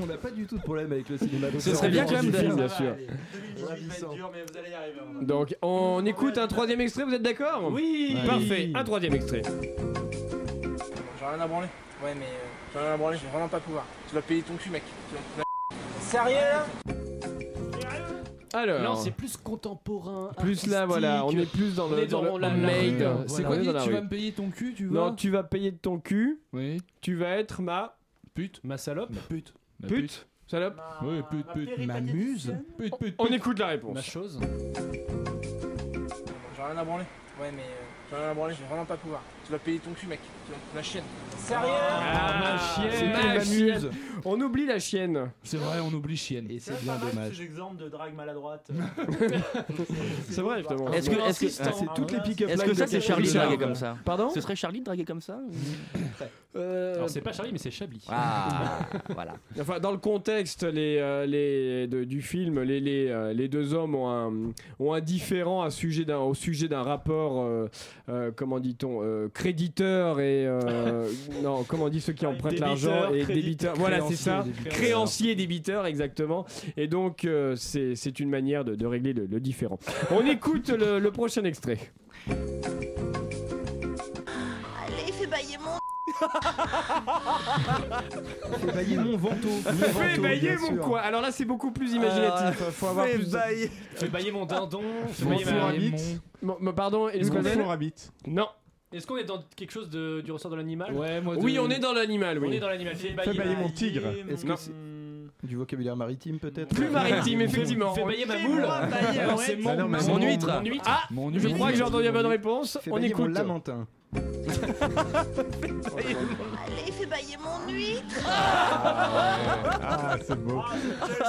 [SPEAKER 12] On n'a pas du tout de problème avec le
[SPEAKER 3] Bah,
[SPEAKER 12] cinéma.
[SPEAKER 4] Ce serait bien quand même
[SPEAKER 10] du film,
[SPEAKER 4] de.
[SPEAKER 10] bien sûr.
[SPEAKER 12] dur.
[SPEAKER 10] Donc, on écoute un troisième extrait. Vous êtes d'accord
[SPEAKER 13] Oui.
[SPEAKER 10] Parfait. Un troisième extrait.
[SPEAKER 5] J'en ai rien à branler. Ouais, mais j'en ai rien à branler, je vais vraiment pas pouvoir. Tu vas payer ton cul, mec. Sérieux là
[SPEAKER 10] Alors.
[SPEAKER 13] Là, c'est plus contemporain.
[SPEAKER 10] Plus là, voilà, on est plus dans
[SPEAKER 13] On est
[SPEAKER 10] le,
[SPEAKER 13] dans
[SPEAKER 10] le
[SPEAKER 13] la- la
[SPEAKER 10] homemade.
[SPEAKER 13] rue, euh,
[SPEAKER 2] C'est
[SPEAKER 10] Voilà.
[SPEAKER 2] quoi
[SPEAKER 10] On est
[SPEAKER 2] dit
[SPEAKER 10] dans la
[SPEAKER 2] Tu
[SPEAKER 10] rue.
[SPEAKER 2] vas me payer ton cul, tu vois
[SPEAKER 10] Non, tu vas payer de ton cul,
[SPEAKER 2] Oui.
[SPEAKER 10] tu vas être ma
[SPEAKER 2] Pute.
[SPEAKER 13] Ma salope,
[SPEAKER 2] Ma pute. Ma
[SPEAKER 10] pute, salope.
[SPEAKER 2] Oui, pute, pute.
[SPEAKER 12] Ma muse.
[SPEAKER 2] Pute, pute,
[SPEAKER 10] On
[SPEAKER 2] pute.
[SPEAKER 10] écoute la
[SPEAKER 13] ma
[SPEAKER 10] réponse.
[SPEAKER 13] chose.
[SPEAKER 5] J'en ai rien à branler. Ouais, mais j'en ai rien à branler, je vais vraiment pas pouvoir. Tu vas payer ton cul, mec. La chienne. Sérieux
[SPEAKER 10] Ah, ma chienne. Ma chienne. On oublie la chienne.
[SPEAKER 2] C'est vrai, on oublie chienne.
[SPEAKER 12] Et c'est bien dommage.
[SPEAKER 15] exemple de drague maladroite.
[SPEAKER 10] C'est vrai, justement.
[SPEAKER 4] Est-ce que, est-ce que,
[SPEAKER 13] Insistant, hein, voilà,
[SPEAKER 4] est-ce que ça, c'est Charlie
[SPEAKER 10] Richard.
[SPEAKER 4] dragué comme ça
[SPEAKER 10] Pardon
[SPEAKER 4] Ce serait Charlie dragué comme ça ou-
[SPEAKER 16] *laughs*
[SPEAKER 10] Euh,
[SPEAKER 13] Alors c'est pas Charlie, mais c'est Chablis.
[SPEAKER 10] *laughs*
[SPEAKER 4] Ah, voilà.
[SPEAKER 10] Enfin, dans le contexte les, euh, les, de- du film, les, les, euh, les deux hommes ont un, ont un différent à sujet d'un, au sujet d'un rapport, euh, euh, comment dit-on, euh, créditeurs et *laughs* euh, non, comment on dit ceux qui empruntent l'argent et
[SPEAKER 18] crédit-
[SPEAKER 10] débiteurs. Voilà, c'est
[SPEAKER 18] créanciers,
[SPEAKER 10] ça.
[SPEAKER 18] débiteurs.
[SPEAKER 10] Créanciers, débiteurs, exactement. Et donc euh, c'est c'est une manière de, de régler le, le différent. On écoute le- le prochain extrait.
[SPEAKER 7] Allez, fais bailler mon.
[SPEAKER 12] Fais bailler mon vento.
[SPEAKER 10] Fais bailler mon quoi Alors là, c'est beaucoup plus imaginatif.
[SPEAKER 12] Euh,
[SPEAKER 10] faut avoir
[SPEAKER 12] fais
[SPEAKER 10] plus. de-
[SPEAKER 12] bailler-
[SPEAKER 13] Fais bailler mon dindon, fais
[SPEAKER 10] Mon
[SPEAKER 13] bailler ma-
[SPEAKER 10] fourrabit. Mon- mon- Pardon, est-ce qu'on est Non.
[SPEAKER 13] Est-ce qu'on est dans quelque chose de- du ressort de l'animal
[SPEAKER 10] Oui, on est dans l'animal. Oui.
[SPEAKER 13] On est dans l'animal. Fais bailler, mon tigre.
[SPEAKER 3] Est-ce que c'est du vocabulaire maritime peut-être
[SPEAKER 10] Plus maritime, effectivement.
[SPEAKER 13] Fais bailler ma moule.
[SPEAKER 10] Alors, c'est mon,
[SPEAKER 3] Ah non, mais
[SPEAKER 10] mon
[SPEAKER 3] mon-
[SPEAKER 10] huître.
[SPEAKER 3] mon huître.
[SPEAKER 10] Ah,
[SPEAKER 3] Mon
[SPEAKER 10] je
[SPEAKER 3] huître.
[SPEAKER 10] crois que j'ai entendu la bonne réponse.
[SPEAKER 3] Fais
[SPEAKER 10] on
[SPEAKER 3] bailler mon
[SPEAKER 10] écoute.
[SPEAKER 3] lamentin.
[SPEAKER 7] Allez, fais bailler mon huître.
[SPEAKER 11] Ah, c'est beau.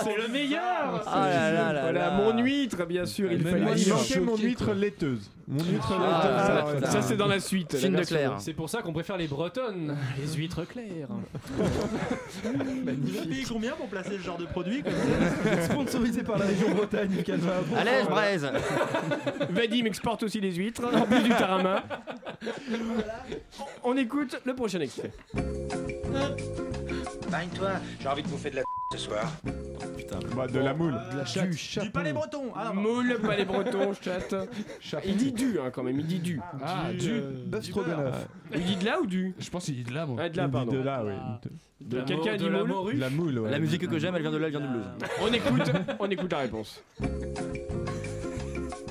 [SPEAKER 13] C'est le meilleur.
[SPEAKER 10] Ah là là là Ah,
[SPEAKER 11] Voilà,
[SPEAKER 10] là.
[SPEAKER 11] mon
[SPEAKER 10] mon huître, bien sûr.
[SPEAKER 11] il
[SPEAKER 10] il
[SPEAKER 11] fallait-
[SPEAKER 10] fallait
[SPEAKER 11] il manquait mon huître laiteuse. Mon huître
[SPEAKER 10] Ah,
[SPEAKER 11] laiteuse.
[SPEAKER 10] ça, ça, c'est dans la suite. la version-
[SPEAKER 13] C'est pour ça qu'on préfère
[SPEAKER 10] *laughs*
[SPEAKER 13] les bretonnes, les huîtres claires.
[SPEAKER 18] Il a payé combien pour placer ce genre de produit comme ça
[SPEAKER 12] Sponsorisé par la région Bretagne, du Canada.
[SPEAKER 10] À l'aise, *laughs* Braise. Vadim exporte aussi les huîtres, en plus du tarama. On écoute le prochain extrait.
[SPEAKER 5] Bagne-toi, j'ai envie de bouffer de la ce soir.
[SPEAKER 11] Putain. Bah, de la moule.
[SPEAKER 2] euh,
[SPEAKER 10] Du chapeau.
[SPEAKER 2] ah,
[SPEAKER 10] Moule, pas les bretons, chatte. Il dit du hein, quand même, il dit du.
[SPEAKER 2] Ah, du, euh,
[SPEAKER 10] Bœuf
[SPEAKER 2] du stroganoff.
[SPEAKER 10] beurre. Il dit de là ou du
[SPEAKER 2] Je pense qu'il dit de là, moi.
[SPEAKER 10] Ah, de là, pardon.
[SPEAKER 11] De là, oui.
[SPEAKER 10] De quelqu'un a dit moule
[SPEAKER 11] La moule, ouais.
[SPEAKER 16] La musique que j'aime, elle vient de là, elle vient du blues.
[SPEAKER 10] On écoute, on écoute la réponse.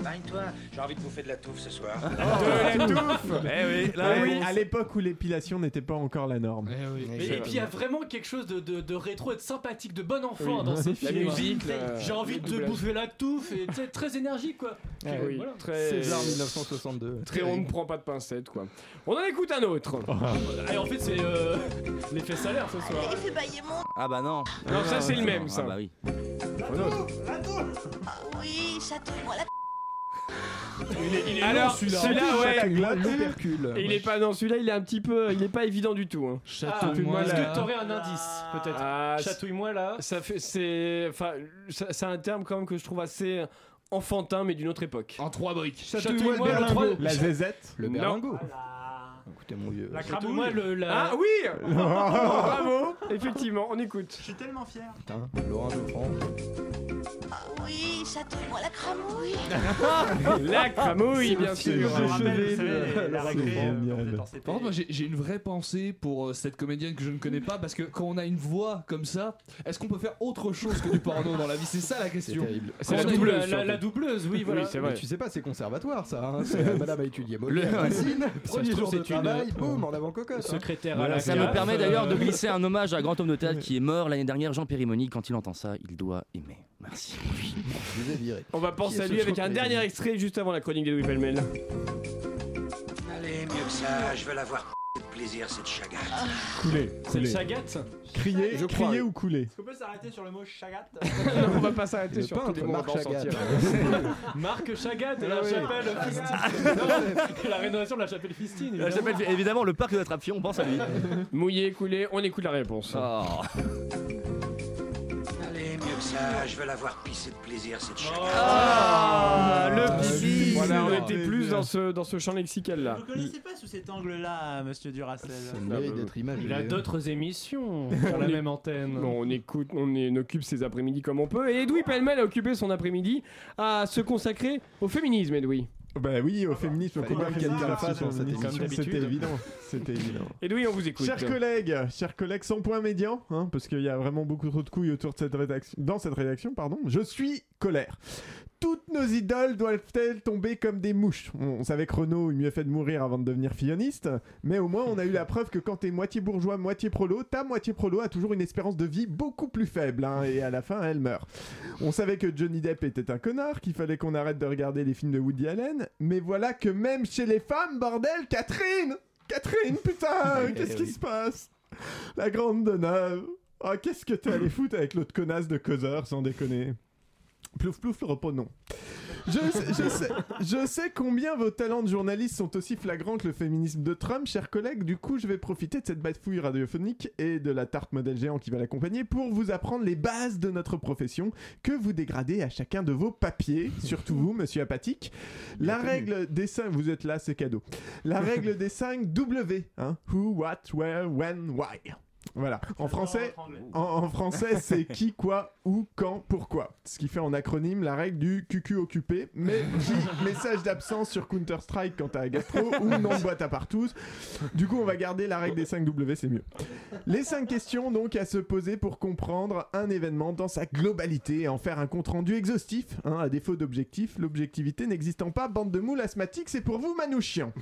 [SPEAKER 5] Bagne-toi, j'ai envie de bouffer de la touffe ce soir.
[SPEAKER 11] De
[SPEAKER 10] la touffe.
[SPEAKER 11] Eh
[SPEAKER 10] oui,
[SPEAKER 13] la réponse.
[SPEAKER 11] À l'époque où l'épilation n'était pas encore la norme.
[SPEAKER 15] Eh
[SPEAKER 13] Et, et puis il y a vraiment quelque chose de, de- de rétro et de sympathique, de bon enfant
[SPEAKER 11] Oui.
[SPEAKER 13] dans ces
[SPEAKER 11] La
[SPEAKER 13] films.
[SPEAKER 11] musique,
[SPEAKER 13] J'ai
[SPEAKER 11] le-
[SPEAKER 13] J'ai envie
[SPEAKER 11] le
[SPEAKER 13] de
[SPEAKER 11] doublage.
[SPEAKER 13] bouffer la touffe et tu sais, très énergique quoi.
[SPEAKER 2] Eh
[SPEAKER 10] Ah
[SPEAKER 13] Puis,
[SPEAKER 10] oui,
[SPEAKER 13] voilà.
[SPEAKER 10] très...
[SPEAKER 3] César 1962.
[SPEAKER 10] Très on ne prend pas de pincettes quoi. On en écoute un autre.
[SPEAKER 11] Oh.
[SPEAKER 13] Et en fait c'est euh, l'effet salaire ce soir.
[SPEAKER 7] Allez, fais bailler mon.
[SPEAKER 16] Ah bah non.
[SPEAKER 10] Non, ça, c'est le même, ça.
[SPEAKER 16] Ah bah oui.
[SPEAKER 7] Ah oui, château-moi la.
[SPEAKER 10] Il est,
[SPEAKER 7] long,
[SPEAKER 10] Alors
[SPEAKER 7] celui-là.
[SPEAKER 10] celui-là
[SPEAKER 7] Château
[SPEAKER 10] ouais.
[SPEAKER 7] Moine,
[SPEAKER 10] Et Il est pas dans celui-là, il est un petit peu, il est pas évident du tout. Hein.
[SPEAKER 13] Ah, est-ce que t'aurais un indice peut-être
[SPEAKER 10] Ah, c-
[SPEAKER 13] Chatouille-moi là.
[SPEAKER 10] Ça fait, c'est, enfin, euh, ça- c'est un terme quand même que je trouve assez euh, enfantin, mais d'une autre époque. En trois briques.
[SPEAKER 3] Chatouille-moi le berlingot. La zézette.
[SPEAKER 10] Le
[SPEAKER 3] Le
[SPEAKER 10] berlingot.
[SPEAKER 3] berlingot. Écoutez mon vieux.
[SPEAKER 10] La
[SPEAKER 13] crabouille. Chatouille-moi le- la-
[SPEAKER 10] Ah *laughs* oui. oh, Bravo. Effectivement, on écoute. Je suis
[SPEAKER 18] tellement fier.
[SPEAKER 3] Putain, Laurent Geoffrand.
[SPEAKER 7] Ah oui, château-moi la cramouille.
[SPEAKER 10] *laughs* *laughs* La cramouille, bien sûr. euh,
[SPEAKER 2] Par contre, moi j'ai j'ai une vraie pensée pour euh, cette comédienne que je ne connais pas parce que quand on a une voix comme ça, est-ce qu'on peut faire autre chose que du porno dans la vie C'est ça la question.
[SPEAKER 3] C'est
[SPEAKER 2] Quand
[SPEAKER 3] la
[SPEAKER 2] on-
[SPEAKER 3] doubleuse,
[SPEAKER 2] Ah, surtout.
[SPEAKER 13] doubleuse, oui,
[SPEAKER 2] voilà. c'est vrai.
[SPEAKER 3] Mais tu sais pas, c'est conservatoire, ça. hein. C'est- Madame a étudié
[SPEAKER 16] Le-
[SPEAKER 3] Molière, Racine.
[SPEAKER 16] Ça se
[SPEAKER 3] Premier
[SPEAKER 16] trouve,
[SPEAKER 3] jour de
[SPEAKER 16] c'est une-
[SPEAKER 3] travail, boum, en avant cocotte.
[SPEAKER 13] Secrétaire
[SPEAKER 16] Voilà, ça me permet d'ailleurs de glisser un hommage à un grand homme de théâtre qui est mort l'année dernière, Jean Périmoni. Quand il entend ça, il doit aimer. Merci.
[SPEAKER 3] Je vous ai viré.
[SPEAKER 10] On va penser à lui avec un dernier extrait juste avant la chronique de Louis Pellemel.
[SPEAKER 9] Allez, mieux que ça, je veux la voir de plaisir, cette chaga.
[SPEAKER 11] Couler.
[SPEAKER 13] C'est le
[SPEAKER 11] couler.
[SPEAKER 13] chagat
[SPEAKER 11] Crier,
[SPEAKER 13] Je crois,
[SPEAKER 11] crier
[SPEAKER 13] oui.
[SPEAKER 11] ou couler
[SPEAKER 18] Est-ce qu'on peut s'arrêter sur le mot
[SPEAKER 11] *laughs*
[SPEAKER 18] chagat
[SPEAKER 10] *laughs* On va pas s'arrêter
[SPEAKER 11] Le
[SPEAKER 10] sur tous
[SPEAKER 11] peintre
[SPEAKER 10] les mots, on va
[SPEAKER 11] Marc
[SPEAKER 10] en
[SPEAKER 11] Chagat.
[SPEAKER 10] sortir. *laughs*
[SPEAKER 13] *laughs*
[SPEAKER 10] Ah
[SPEAKER 13] Marc Chagat et la
[SPEAKER 10] oui. Ah
[SPEAKER 13] chapelle Fistine. Non, La rénovation de la chapelle Fistine.
[SPEAKER 16] Euh, j'appelle- évidemment le parc de l'attraction, on pense à lui.
[SPEAKER 10] *laughs*
[SPEAKER 16] Ah.
[SPEAKER 10] Mouillé, coulé, on écoute la réponse.
[SPEAKER 9] Allez, mieux que ça, je veux la voir pisser de plaisir, cette chaga.
[SPEAKER 10] Ah, le piscine. Voilà, on
[SPEAKER 18] Plaisir.
[SPEAKER 10] était plus dans ce, dans ce champ lexical là.
[SPEAKER 18] Vous connaissez pas sous cet angle-là, monsieur Duracell
[SPEAKER 10] Il a d'autres
[SPEAKER 3] *laughs*
[SPEAKER 13] émissions
[SPEAKER 10] sur la même
[SPEAKER 13] antenne.
[SPEAKER 10] Bon, on écoute, on, est- on occupe ses après-midi comme on peut. Et Edoui Pellemel a occupé son après-midi à se consacrer au féminisme, Edoui.
[SPEAKER 11] Bah oui, au féminisme, au
[SPEAKER 10] Fallait
[SPEAKER 11] combat
[SPEAKER 10] bien
[SPEAKER 11] féministe,
[SPEAKER 10] qu'il y ait une femme
[SPEAKER 11] sur
[SPEAKER 10] dans
[SPEAKER 11] cette
[SPEAKER 10] cette
[SPEAKER 11] émission,
[SPEAKER 10] émission.
[SPEAKER 11] c'était
[SPEAKER 10] Comme
[SPEAKER 11] évident.
[SPEAKER 10] d'habitude.
[SPEAKER 11] C'était évident.
[SPEAKER 10] *laughs* Edoui, on vous écoute.
[SPEAKER 11] Chers collègues, chers collègues, sans point médian, hein, parce qu'il y a vraiment beaucoup trop de couilles autour de cette rédaction, dans cette rédaction, pardon. Je suis colère. Toutes nos idoles doivent-elles tomber comme des mouches on, on savait que Renault eût mieux fait de mourir avant de devenir filloniste, mais au moins on a eu la preuve que quand t'es moitié bourgeois, moitié prolo, ta moitié prolo a toujours une espérance de vie beaucoup plus faible, hein, et à la fin elle meurt. On savait que Johnny Depp était un connard, qu'il fallait qu'on arrête de regarder les films de Woody Allen, mais voilà que même chez les femmes, bordel, Catherine Catherine, putain, qu'est-ce qui se passe La grande Deneuve. Ah, qu'est-ce que t'es allé foutre avec l'autre connasse de causeur, sans déconner Plouf plouf le repos non. Je sais, je sais- je sais combien vos talents de journaliste sont aussi flagrants que le féminisme de Trump, chers collègues. Du coup, je vais profiter de cette bafouille radiophonique et de la tarte modèle géant qui va l'accompagner pour vous apprendre les bases de notre profession que vous dégradez à chacun de vos papiers, surtout vous, monsieur apathique. La règle des cinq, vous êtes là, c'est cadeau. La règle des 5 W, hein. Who, what, where, when, why. Voilà. En français, en, en français, c'est qui, quoi, où, quand, pourquoi. Ce qui fait en acronyme la règle du QQ occupé, mais qui- message d'absence sur Counter-Strike quand à Gastro ou non de boîte à partous. Du coup, on va garder la règle des 5 W, c'est mieux. Les 5 questions donc à se poser pour comprendre un événement dans sa globalité et en faire un compte-rendu exhaustif. hein, à défaut d'objectif, l'objectivité n'existant pas, bande de moules asthmatiques, c'est pour vous, Manouchian.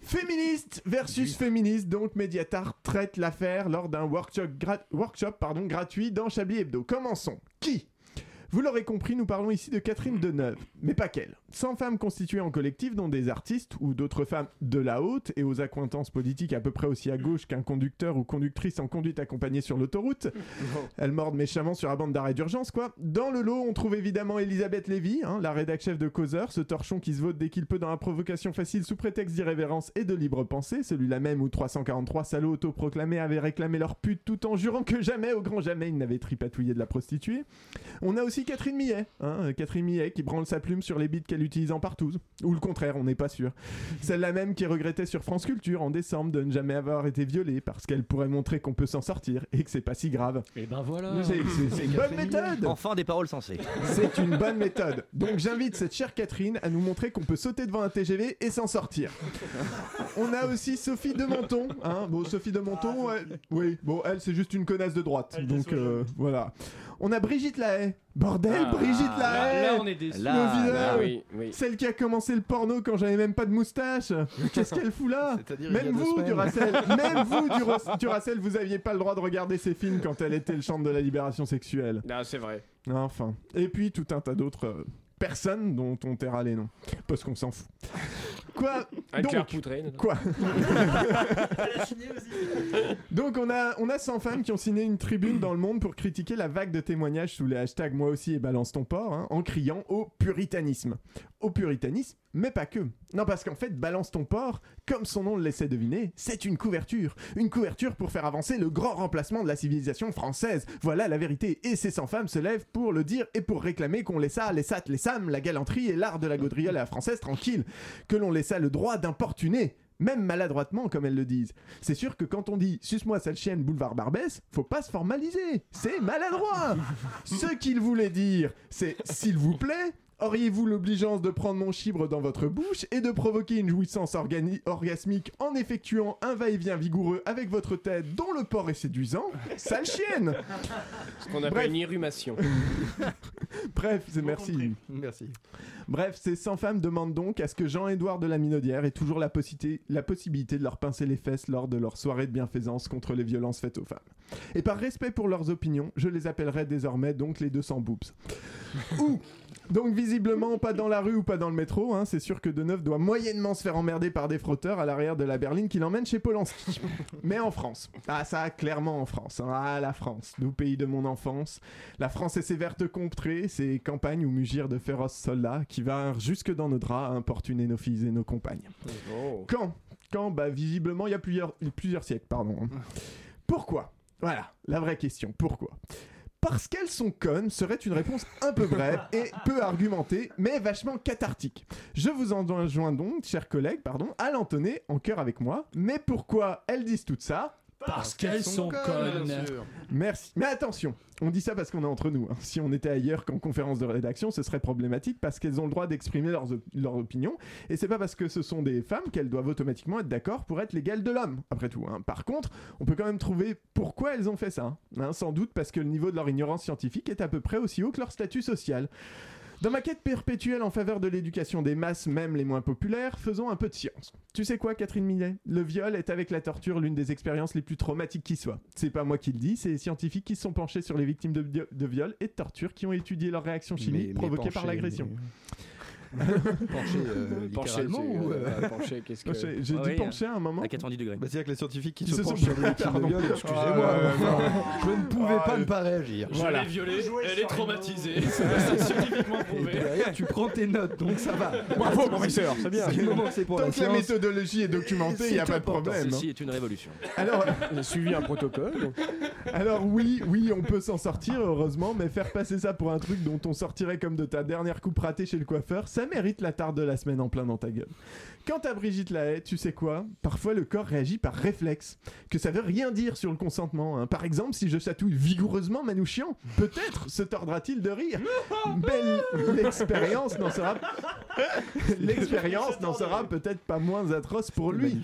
[SPEAKER 11] Féministe versus féministe, donc Mediatar traite l'affaire lors d'un workshop, gra- workshop, pardon, gratuit dans Chablis Hebdo. Commençons. Qui vous l'aurez compris, nous parlons ici de Catherine Deneuve, mais pas qu'elle. 100 femmes constituées en collectif, dont des artistes ou d'autres femmes de la haute et aux accointances politiques à peu près aussi à gauche qu'un conducteur ou conductrice en conduite accompagnée sur l'autoroute. Elles mordent méchamment sur la bande d'arrêt d'urgence, quoi. Dans le lot, on trouve évidemment Elisabeth Lévy, hein, la rédac chef de Causeur, ce torchon qui se vote dès qu'il peut dans la provocation facile sous prétexte d'irrévérence et de libre pensée, celui-là même où 343 salauds autoproclamés avaient réclamé leur pute tout en jurant que jamais, au grand jamais, ils n'avaient tripatouillé de la prostituée. On a aussi Catherine Millet, hein, euh, Catherine Millet qui branle sa plume sur les bits qu'elle utilise en partouze. Ou le contraire, on n'est pas sûr. Celle-là même qui regrettait sur France Culture en décembre de ne jamais avoir été violée parce qu'elle pourrait montrer qu'on peut s'en sortir et que c'est pas si grave.
[SPEAKER 13] Et ben voilà.
[SPEAKER 11] C'est c'est- c'est une bonne méthode
[SPEAKER 16] Enfin des paroles sensées.
[SPEAKER 11] c'est une bonne méthode. Donc j'invite cette chère Catherine à nous montrer qu'on peut sauter devant un TGV et s'en sortir. On a aussi Sophie de Menton. Hein. Bon, Sophie de
[SPEAKER 12] Ah,
[SPEAKER 11] Menton, elle- oui, bon, elle c'est juste une connasse de droite. donc euh, voilà. On a Brigitte Lahaye. Bordel,
[SPEAKER 10] Ah,
[SPEAKER 11] Brigitte Lahaye
[SPEAKER 10] là, là, on est déçus.
[SPEAKER 11] Le
[SPEAKER 10] Là,
[SPEAKER 11] videur.
[SPEAKER 10] là, oui, oui.
[SPEAKER 11] Celle qui a commencé le porno quand j'avais même pas de moustache. Qu'est-ce qu'elle fout là
[SPEAKER 12] C'est-à-dire il y a
[SPEAKER 11] Même
[SPEAKER 12] deux
[SPEAKER 11] vous,
[SPEAKER 12] semaines. *laughs*
[SPEAKER 11] Duracell, même vous, Dura- Duracell, vous aviez pas le droit de regarder ces films quand elle était le champ de la libération sexuelle.
[SPEAKER 10] Non, Ah, c'est vrai.
[SPEAKER 11] Enfin. Et puis tout un tas d'autres euh, personnes dont on taira les noms. Parce qu'on s'en fout. Quoi
[SPEAKER 10] Ah,
[SPEAKER 11] Donc,
[SPEAKER 10] Claire Poutrey, notamment.
[SPEAKER 11] Quoi Donc on a, on a 100 femmes qui ont signé une tribune dans le monde pour critiquer la vague de témoignages sous les hashtags moi aussi et balance ton porc hein, en criant au puritanisme. Au puritanisme, mais pas que. Non parce qu'en fait balance ton porc, comme son nom le laissait deviner, c'est une couverture. Une couverture pour faire avancer le grand remplacement de la civilisation française. Voilà la vérité. Et ces 100 femmes se lèvent pour le dire et pour réclamer qu'on laissa les sat, les sam, la galanterie et l'art de la gaudriole à la française tranquille. Que l'on laissa le droit d'importuner même maladroitement comme elles le disent. C'est sûr que quand on dit suce-moi sale chienne boulevard Barbès, faut pas se formaliser, c'est maladroit. Ce qu'il voulait dire, c'est s'il vous plaît, auriez-vous l'obligeance de prendre mon chibre dans votre bouche et de provoquer une jouissance organi- orgasmique en effectuant un va-et-vient vigoureux avec votre tête dont le port est séduisant, sale chienne.
[SPEAKER 10] Ce qu'on appelle
[SPEAKER 11] Bref.
[SPEAKER 10] une irrumation.
[SPEAKER 11] *laughs* Bref, c'est merci.
[SPEAKER 12] Merci.
[SPEAKER 11] Bref, ces 100 femmes demandent donc à ce que Jean-Édouard de la Minaudière ait toujours la, possibilité- la possibilité de leur pincer les fesses lors de leur soirée de bienfaisance contre les violences faites aux femmes. Et par respect pour leurs opinions, je les appellerai désormais donc les 200 boobs. Ou donc visiblement pas dans la rue ou pas dans le métro, hein, c'est sûr que Deneuve doit moyennement se faire emmerder par des frotteurs à l'arrière de la berline qui l'emmène chez Polanski. Mais en France. Ah ça, clairement en France. hein. Ah la France, nous pays de mon enfance. La France et ses vertes contrées, ses campagnes où mugirent de féroces soldats qui vinrent jusque dans nos draps à importuner nos filles et nos compagnes. Quand Quand Bah visiblement il y a plusieurs, plusieurs siècles, pardon. hein. Pourquoi Voilà, la vraie question, pourquoi parce qu'elles sont connes serait une réponse un peu brève et peu argumentée, mais vachement cathartique. Je vous en joins donc, chers collègues, pardon, à l'entonner en chœur avec moi. Mais pourquoi elles disent tout ça
[SPEAKER 13] Parce qu'elles sont connes. bien sûr.
[SPEAKER 11] Merci. Mais attention, on dit ça parce qu'on est entre nous. hein. Si on était ailleurs qu'en conférence de rédaction, ce serait problématique parce qu'elles ont le droit d'exprimer leurs op- leur opinion. Et c'est pas parce que ce sont des femmes qu'elles doivent automatiquement être d'accord pour être l'égale de l'homme, après tout. hein. Par contre, on peut quand même trouver pourquoi elles ont fait ça. hein. Sans doute parce que le niveau de leur ignorance scientifique est à peu près aussi haut que leur statut social. Dans ma quête perpétuelle en faveur de l'éducation des masses, même les moins populaires, faisons un peu de science. Tu sais quoi, Catherine Millet Le viol est avec la torture l'une des expériences les plus traumatiques qui soit. C'est pas moi qui le dis, c'est les scientifiques qui se sont penchés sur les victimes de, bio- de viol et de torture qui ont étudié leurs réactions chimiques
[SPEAKER 12] Mais- mais
[SPEAKER 11] provoquées par
[SPEAKER 12] penchés,
[SPEAKER 11] l'agression.
[SPEAKER 12] mais-
[SPEAKER 19] *laughs*
[SPEAKER 3] Penché, euh, littéralement
[SPEAKER 19] c'est,
[SPEAKER 3] ou,
[SPEAKER 19] euh,
[SPEAKER 3] euh,
[SPEAKER 19] penché, qu'est-ce que-
[SPEAKER 3] penché,
[SPEAKER 19] Ah oui,
[SPEAKER 11] à un moment.
[SPEAKER 4] À 90 degrés.
[SPEAKER 3] Bah, C'est-à-dire que les scientifiques qui
[SPEAKER 19] Ils
[SPEAKER 3] se,
[SPEAKER 19] se sont
[SPEAKER 3] penchent
[SPEAKER 11] *laughs*
[SPEAKER 3] sur
[SPEAKER 19] pris-
[SPEAKER 3] les victimes de
[SPEAKER 19] Pardon.
[SPEAKER 3] viol, excusez-moi,
[SPEAKER 19] Ah,
[SPEAKER 3] je ne pouvais pas ne pas réagir.
[SPEAKER 19] Je l'ai violée,
[SPEAKER 20] elle est traumatisée.
[SPEAKER 3] Et derrière, tu prends tes notes, donc ça va.
[SPEAKER 11] Bravo, professeur, c'est bien.
[SPEAKER 3] C'est le moment, c'est pour
[SPEAKER 11] Tant
[SPEAKER 3] la
[SPEAKER 11] que la
[SPEAKER 3] science.
[SPEAKER 11] méthodologie est documentée,
[SPEAKER 3] C'est
[SPEAKER 11] il n'y a pas de
[SPEAKER 3] important.
[SPEAKER 11] problème. hein.
[SPEAKER 4] Ceci est une révolution.
[SPEAKER 11] Alors,
[SPEAKER 19] J'ai suivi un protocole.
[SPEAKER 11] Alors oui, oui, on peut s'en sortir, heureusement, mais faire passer ça pour un truc dont on sortirait comme de ta dernière coupe ratée chez le coiffeur, ça mérite la tarte de la semaine en plein dans ta gueule. Quant à Brigitte Lahaye, tu sais quoi Parfois le corps réagit par réflexe, que ça veut rien dire sur le consentement. hein. Par exemple, si je chatouille vigoureusement Manouchian, peut-être se tordra-t-il de rire. Belle l'expérience
[SPEAKER 19] *laughs*
[SPEAKER 11] n'en sera l'expérience n'en sera peut-être pas moins atroce pour lui.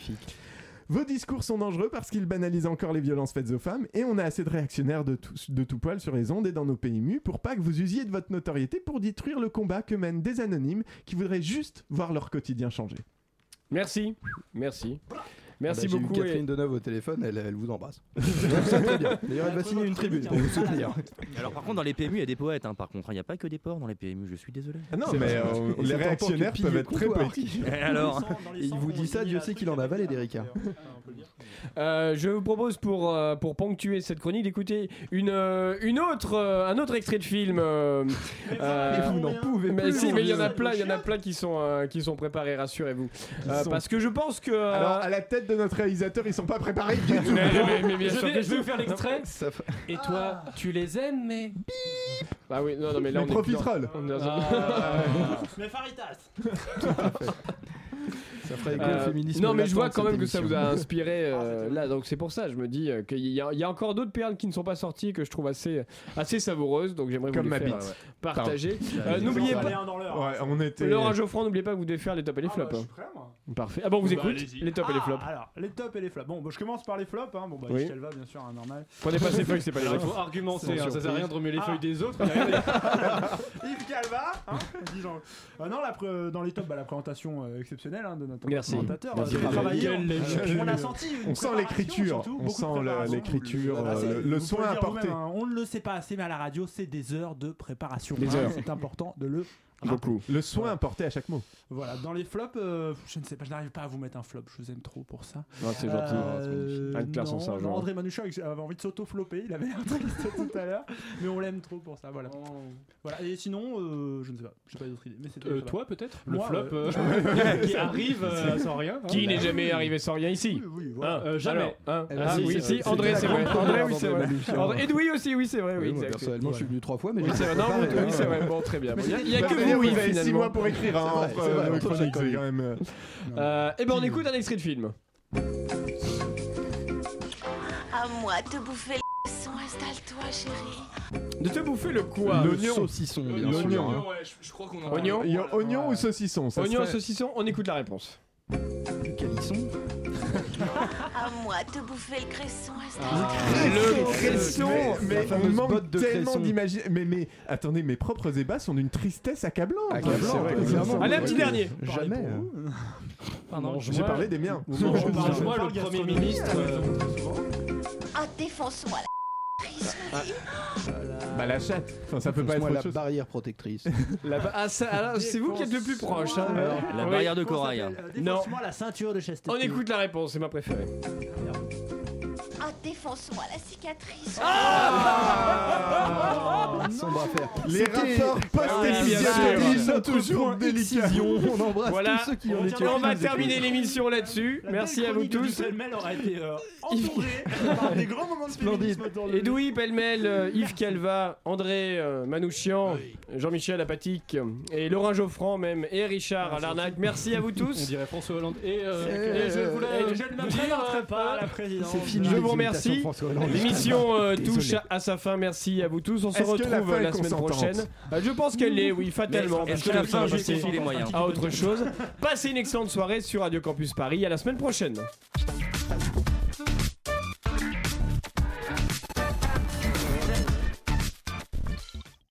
[SPEAKER 11] Vos discours sont dangereux parce qu'ils banalisent encore les violences faites aux femmes et on a assez de réactionnaires de tout, de tout poil sur les ondes et dans nos pays mus pour pas que vous usiez de votre notoriété pour détruire le combat que mènent des anonymes qui voudraient juste voir leur quotidien changer.
[SPEAKER 10] Merci, merci. Merci
[SPEAKER 3] Bah, j'ai eu
[SPEAKER 10] beaucoup.
[SPEAKER 3] Catherine
[SPEAKER 10] et-
[SPEAKER 3] Deneuve au téléphone, elle, elle
[SPEAKER 10] *laughs*
[SPEAKER 3] vous embrasse. Je trouve ça très bien. D'ailleurs, elle va signer une tribune pour vous soutenir.
[SPEAKER 4] *laughs* Alors par contre dans les PMU il y a des poètes hein, par contre, il n'y a pas que des porcs dans les PMU, je suis désolé.
[SPEAKER 11] Ah non, C'est mais, vrai. euh, Et les c'est encore réactionnaires que piller peuvent être le hein. très comptoir.
[SPEAKER 3] *laughs*
[SPEAKER 11] poétiques.
[SPEAKER 4] *laughs* Et alors
[SPEAKER 3] il vous dit ça, Dieu sait qu'il en a avalé des ricains.
[SPEAKER 10] Euh, je vous propose pour, euh, pour ponctuer cette chronique d'écouter une, euh, une autre, euh, un autre extrait de film. euh, euh,
[SPEAKER 11] vous n'en pouvez
[SPEAKER 10] mais
[SPEAKER 11] plus,
[SPEAKER 10] si,
[SPEAKER 11] mon
[SPEAKER 10] mais il y
[SPEAKER 11] Dieu.
[SPEAKER 10] en a plein, il y en a plein qui sont, euh, qui sont préparés, rassurez-vous.
[SPEAKER 11] Ils
[SPEAKER 10] Euh,
[SPEAKER 11] sont-
[SPEAKER 10] Parce que je pense que. euh,
[SPEAKER 11] Alors à la tête de notre réalisateur, ils sont pas préparés du tout.
[SPEAKER 10] Mais- mais- mais bien
[SPEAKER 13] je,
[SPEAKER 10] sûr
[SPEAKER 13] vais,
[SPEAKER 10] que
[SPEAKER 13] je vais
[SPEAKER 10] si.
[SPEAKER 13] vous faire l'extrait.
[SPEAKER 3] Ça
[SPEAKER 13] Et toi, tu les aimes, mais.
[SPEAKER 10] Ah oui, non, non, mais là
[SPEAKER 13] Les
[SPEAKER 10] on est plus dans-
[SPEAKER 13] profiteroles.
[SPEAKER 10] on est dans un-
[SPEAKER 13] Ah.
[SPEAKER 15] Mais Faritas *laughs*
[SPEAKER 3] Ça ferait écho
[SPEAKER 10] Euh,
[SPEAKER 3] au féminisme.
[SPEAKER 10] non, mais je
[SPEAKER 3] latent,
[SPEAKER 10] vois quand
[SPEAKER 3] cette
[SPEAKER 10] même que ça vous
[SPEAKER 3] émission.
[SPEAKER 10] a inspiré euh, là, donc c'est pour ça. Je me dis euh, qu'il y, a- il y a encore d'autres perles qui ne sont pas sorties que je trouve assez, assez savoureuses. Donc j'aimerais vous
[SPEAKER 11] Comme
[SPEAKER 10] les
[SPEAKER 11] ma
[SPEAKER 10] faire,
[SPEAKER 11] bite.
[SPEAKER 10] euh, partager.
[SPEAKER 11] Pardon.
[SPEAKER 10] Euh, N'oubliez
[SPEAKER 11] Allez,
[SPEAKER 10] pas.
[SPEAKER 11] un dans l'heure. Ouais, on était-
[SPEAKER 10] Laurent Geoffrand, n'oubliez pas que vous devez faire les tops et les flops. hein. Parfait. Ah bon, on vous
[SPEAKER 15] Bah,
[SPEAKER 10] écoute.
[SPEAKER 15] allez-y.
[SPEAKER 10] Les tops et les
[SPEAKER 15] Ah,
[SPEAKER 10] flops.
[SPEAKER 15] Alors, les tops et les flops. Bon, bah, je commence par les flops. Hein. Bon, bah,
[SPEAKER 10] Oui.
[SPEAKER 15] Michel va, bien sûr, hein, normal.
[SPEAKER 10] Prenez pas ses feuilles, c'est pas les
[SPEAKER 13] Alors,
[SPEAKER 10] vôtres.
[SPEAKER 13] il faut argumenter,
[SPEAKER 10] Sans
[SPEAKER 13] hein, ça sert à
[SPEAKER 10] surprise.
[SPEAKER 13] rien de remuer les
[SPEAKER 10] Ah.
[SPEAKER 13] feuilles des autres.
[SPEAKER 10] *laughs*
[SPEAKER 15] *laughs* Yves Calva, hein, dis Jean. Euh, non, la pré- dans les tops, bah, la présentation euh, exceptionnelle hein, de notre
[SPEAKER 11] Merci.
[SPEAKER 15] présentateur.
[SPEAKER 11] Merci.
[SPEAKER 15] euh, très
[SPEAKER 11] Quelle
[SPEAKER 15] travaillé.
[SPEAKER 11] légende.
[SPEAKER 15] on, on a senti. une
[SPEAKER 11] On sent
[SPEAKER 15] préparation,
[SPEAKER 11] l'écriture.
[SPEAKER 15] surtout,
[SPEAKER 11] On
[SPEAKER 15] beaucoup de
[SPEAKER 11] sent la-
[SPEAKER 15] préparation.
[SPEAKER 11] l'écriture,
[SPEAKER 15] Ah,
[SPEAKER 11] euh,
[SPEAKER 15] c'est-
[SPEAKER 11] le- le
[SPEAKER 15] vous
[SPEAKER 11] soin
[SPEAKER 15] pouvez le dire
[SPEAKER 11] apporté.
[SPEAKER 15] vous-même, hein, On ne le sait pas assez, mais à la radio, c'est des heures de préparation.
[SPEAKER 11] Des
[SPEAKER 15] hein,
[SPEAKER 11] heures.
[SPEAKER 15] C'est important de le *laughs*
[SPEAKER 11] Beaucoup. Le soin apporté à chaque mot.
[SPEAKER 15] Voilà, dans les flops, euh, je ne sais pas, je n'arrive pas à vous mettre un flop, je vous aime trop pour ça. Euh,
[SPEAKER 10] Non, c'est gentil. Ah, c'est magnifique. Anne-Claire
[SPEAKER 15] non,
[SPEAKER 10] Sanson,
[SPEAKER 15] non,
[SPEAKER 10] genre.
[SPEAKER 15] André Manouchian avait envie de s'auto-flopper, il avait l'air triste *laughs* tout à l'heure, mais on l'aime trop pour ça, voilà.
[SPEAKER 13] Oh.
[SPEAKER 15] Voilà, et sinon, euh, je ne sais pas, je n'ai pas d'autres idées. Mais c'était
[SPEAKER 13] Euh,
[SPEAKER 15] ça
[SPEAKER 13] toi,
[SPEAKER 15] va.
[SPEAKER 13] peut-être Le
[SPEAKER 15] Moi,
[SPEAKER 13] flop,
[SPEAKER 15] euh, *laughs*
[SPEAKER 13] euh,
[SPEAKER 10] *laughs*
[SPEAKER 13] *laughs* qui arrive, euh, sans rien, hein.
[SPEAKER 10] Qui n'est
[SPEAKER 13] Bah,
[SPEAKER 10] jamais
[SPEAKER 13] oui.
[SPEAKER 10] arrivé sans rien ici
[SPEAKER 13] Oui, oui, voilà.
[SPEAKER 10] Hein,
[SPEAKER 13] Euh, jamais.
[SPEAKER 10] alors, hein.
[SPEAKER 13] Eh
[SPEAKER 10] Ah,
[SPEAKER 13] ben, si,
[SPEAKER 10] oui,
[SPEAKER 13] c'est
[SPEAKER 10] si,
[SPEAKER 13] vrai.
[SPEAKER 10] André,
[SPEAKER 13] C'était
[SPEAKER 10] c'est
[SPEAKER 13] la
[SPEAKER 10] vrai.
[SPEAKER 13] grande
[SPEAKER 10] André,
[SPEAKER 13] première
[SPEAKER 10] oui, c'est vrai.
[SPEAKER 13] d'André Manouchian.
[SPEAKER 10] André- Et oui aussi, oui, c'est vrai.
[SPEAKER 3] Oui,
[SPEAKER 10] Oui,
[SPEAKER 3] moi,
[SPEAKER 10] exact.
[SPEAKER 3] personnellement, je suis venu trois fois, mais
[SPEAKER 10] Oui,
[SPEAKER 3] j'ai
[SPEAKER 10] c'est vrai. Non,
[SPEAKER 3] préparé,
[SPEAKER 10] oui,
[SPEAKER 3] hein.
[SPEAKER 10] c'est vrai. Bon, très bien. Bon, Il y a- il y a
[SPEAKER 11] Bah,
[SPEAKER 10] que
[SPEAKER 11] vous avez-
[SPEAKER 10] vous, oui,
[SPEAKER 11] vous avez six
[SPEAKER 10] finalement.
[SPEAKER 11] mois pour écrire, hein,
[SPEAKER 10] C'est vrai,
[SPEAKER 11] entre,
[SPEAKER 10] c'est
[SPEAKER 11] euh,
[SPEAKER 10] vrai,
[SPEAKER 11] nos
[SPEAKER 10] entre
[SPEAKER 11] chroniques,
[SPEAKER 10] chaque
[SPEAKER 11] c'est quand même, euh,
[SPEAKER 10] Euh, Eh ben, on écoute un extrait de film.
[SPEAKER 17] À moi de te bouffer le son, installe-toi, chérie.
[SPEAKER 10] De te bouffer le quoi
[SPEAKER 11] L'oignon. Saucisson, bien sûr, hein. L'oignon. hein.
[SPEAKER 20] Ah Ouais, je, je crois qu'on en parle.
[SPEAKER 10] Oignon.
[SPEAKER 11] Il y a oignon ou saucisson ça
[SPEAKER 10] Oignon,
[SPEAKER 11] serait-
[SPEAKER 10] saucisson, on écoute la réponse.
[SPEAKER 3] Calisson
[SPEAKER 17] À moi de te bouffer le cresson,
[SPEAKER 20] Ah.
[SPEAKER 11] Ah, Le
[SPEAKER 17] installe-toi.
[SPEAKER 11] cresson,
[SPEAKER 3] La
[SPEAKER 11] mais on
[SPEAKER 3] fameuse botte
[SPEAKER 11] manque
[SPEAKER 3] de
[SPEAKER 11] tellement
[SPEAKER 3] cresson.
[SPEAKER 11] d'imaginer. Mais, mais attendez, mes propres ébats sont d'une tristesse accablante.
[SPEAKER 3] Accablante, Ah, c'est vrai, clairement.
[SPEAKER 10] Allez, un petit dernier.
[SPEAKER 11] Jamais. hein.
[SPEAKER 10] Pardon,
[SPEAKER 11] J'ai parlé des miens.
[SPEAKER 13] Mange-moi le Premier ministre. euh,
[SPEAKER 17] Ah, défonce-moi la chérie.
[SPEAKER 11] Bah la chatte. Enfin, ça peut pas être
[SPEAKER 3] Ah. Moi,
[SPEAKER 11] autre
[SPEAKER 3] la
[SPEAKER 11] chose. *laughs*
[SPEAKER 3] barrière protectrice.
[SPEAKER 10] La ba- ah, ça- alors, c'est vous qui êtes le plus proche. hein.
[SPEAKER 4] La
[SPEAKER 10] Oui.
[SPEAKER 4] barrière de corail. hein.
[SPEAKER 10] Non.
[SPEAKER 15] Défonce-moi la ceinture de Chastity.
[SPEAKER 10] On écoute la réponse, c'est ma préférée.
[SPEAKER 17] Ah, défonce-moi la cicatrice.
[SPEAKER 4] Ah
[SPEAKER 13] Ah,
[SPEAKER 3] Sombre affaire.
[SPEAKER 11] Les
[SPEAKER 3] C'était-
[SPEAKER 11] rapports
[SPEAKER 10] bien
[SPEAKER 11] post-épisodiques
[SPEAKER 10] sûr.
[SPEAKER 11] sont toujours délicats.
[SPEAKER 3] On embrasse
[SPEAKER 10] Voilà,
[SPEAKER 3] tous ceux qui ont été
[SPEAKER 10] on va
[SPEAKER 3] pris de
[SPEAKER 10] terminer l'émission là-dessus. Merci à vous tous.
[SPEAKER 15] Pêle-mêle aurait été euh, entouré par des grands moments de féminisme autour de lui.
[SPEAKER 10] Edoui Pellemel, euh, Yves Calva, André euh,
[SPEAKER 13] Ah
[SPEAKER 10] Manouchian, Jean-Michel Apatique euh, et Laurent Geoffran même et Richard à l'arnaque. Merci à vous
[SPEAKER 13] Ah, On
[SPEAKER 10] tous.
[SPEAKER 13] dirait François Hollande. Et, euh,
[SPEAKER 10] Euh,
[SPEAKER 13] et je voulais.
[SPEAKER 10] euh,
[SPEAKER 13] je ne me
[SPEAKER 10] dire,
[SPEAKER 13] présenterai pas à la
[SPEAKER 15] présidence.
[SPEAKER 3] C'est fini.
[SPEAKER 10] Je
[SPEAKER 3] les
[SPEAKER 10] vous
[SPEAKER 3] imitations de
[SPEAKER 10] remercie.
[SPEAKER 3] François Hollande.
[SPEAKER 10] L'émission euh,
[SPEAKER 3] Désolé.
[SPEAKER 10] touche à sa fin. Merci à vous tous. On se
[SPEAKER 11] Est-ce que
[SPEAKER 10] retrouve
[SPEAKER 11] la fin
[SPEAKER 10] euh, la
[SPEAKER 11] est
[SPEAKER 10] semaine
[SPEAKER 11] consentante
[SPEAKER 10] prochaine. Euh, Je pense qu'elle l'est, oui, fatalement.
[SPEAKER 4] Mais est-ce
[SPEAKER 10] parce
[SPEAKER 4] que la fin
[SPEAKER 10] je vais
[SPEAKER 4] justifie
[SPEAKER 10] passer
[SPEAKER 4] les moyens
[SPEAKER 10] À autre chose. Passez une excellente soirée sur Radio Campus Paris. À la semaine prochaine.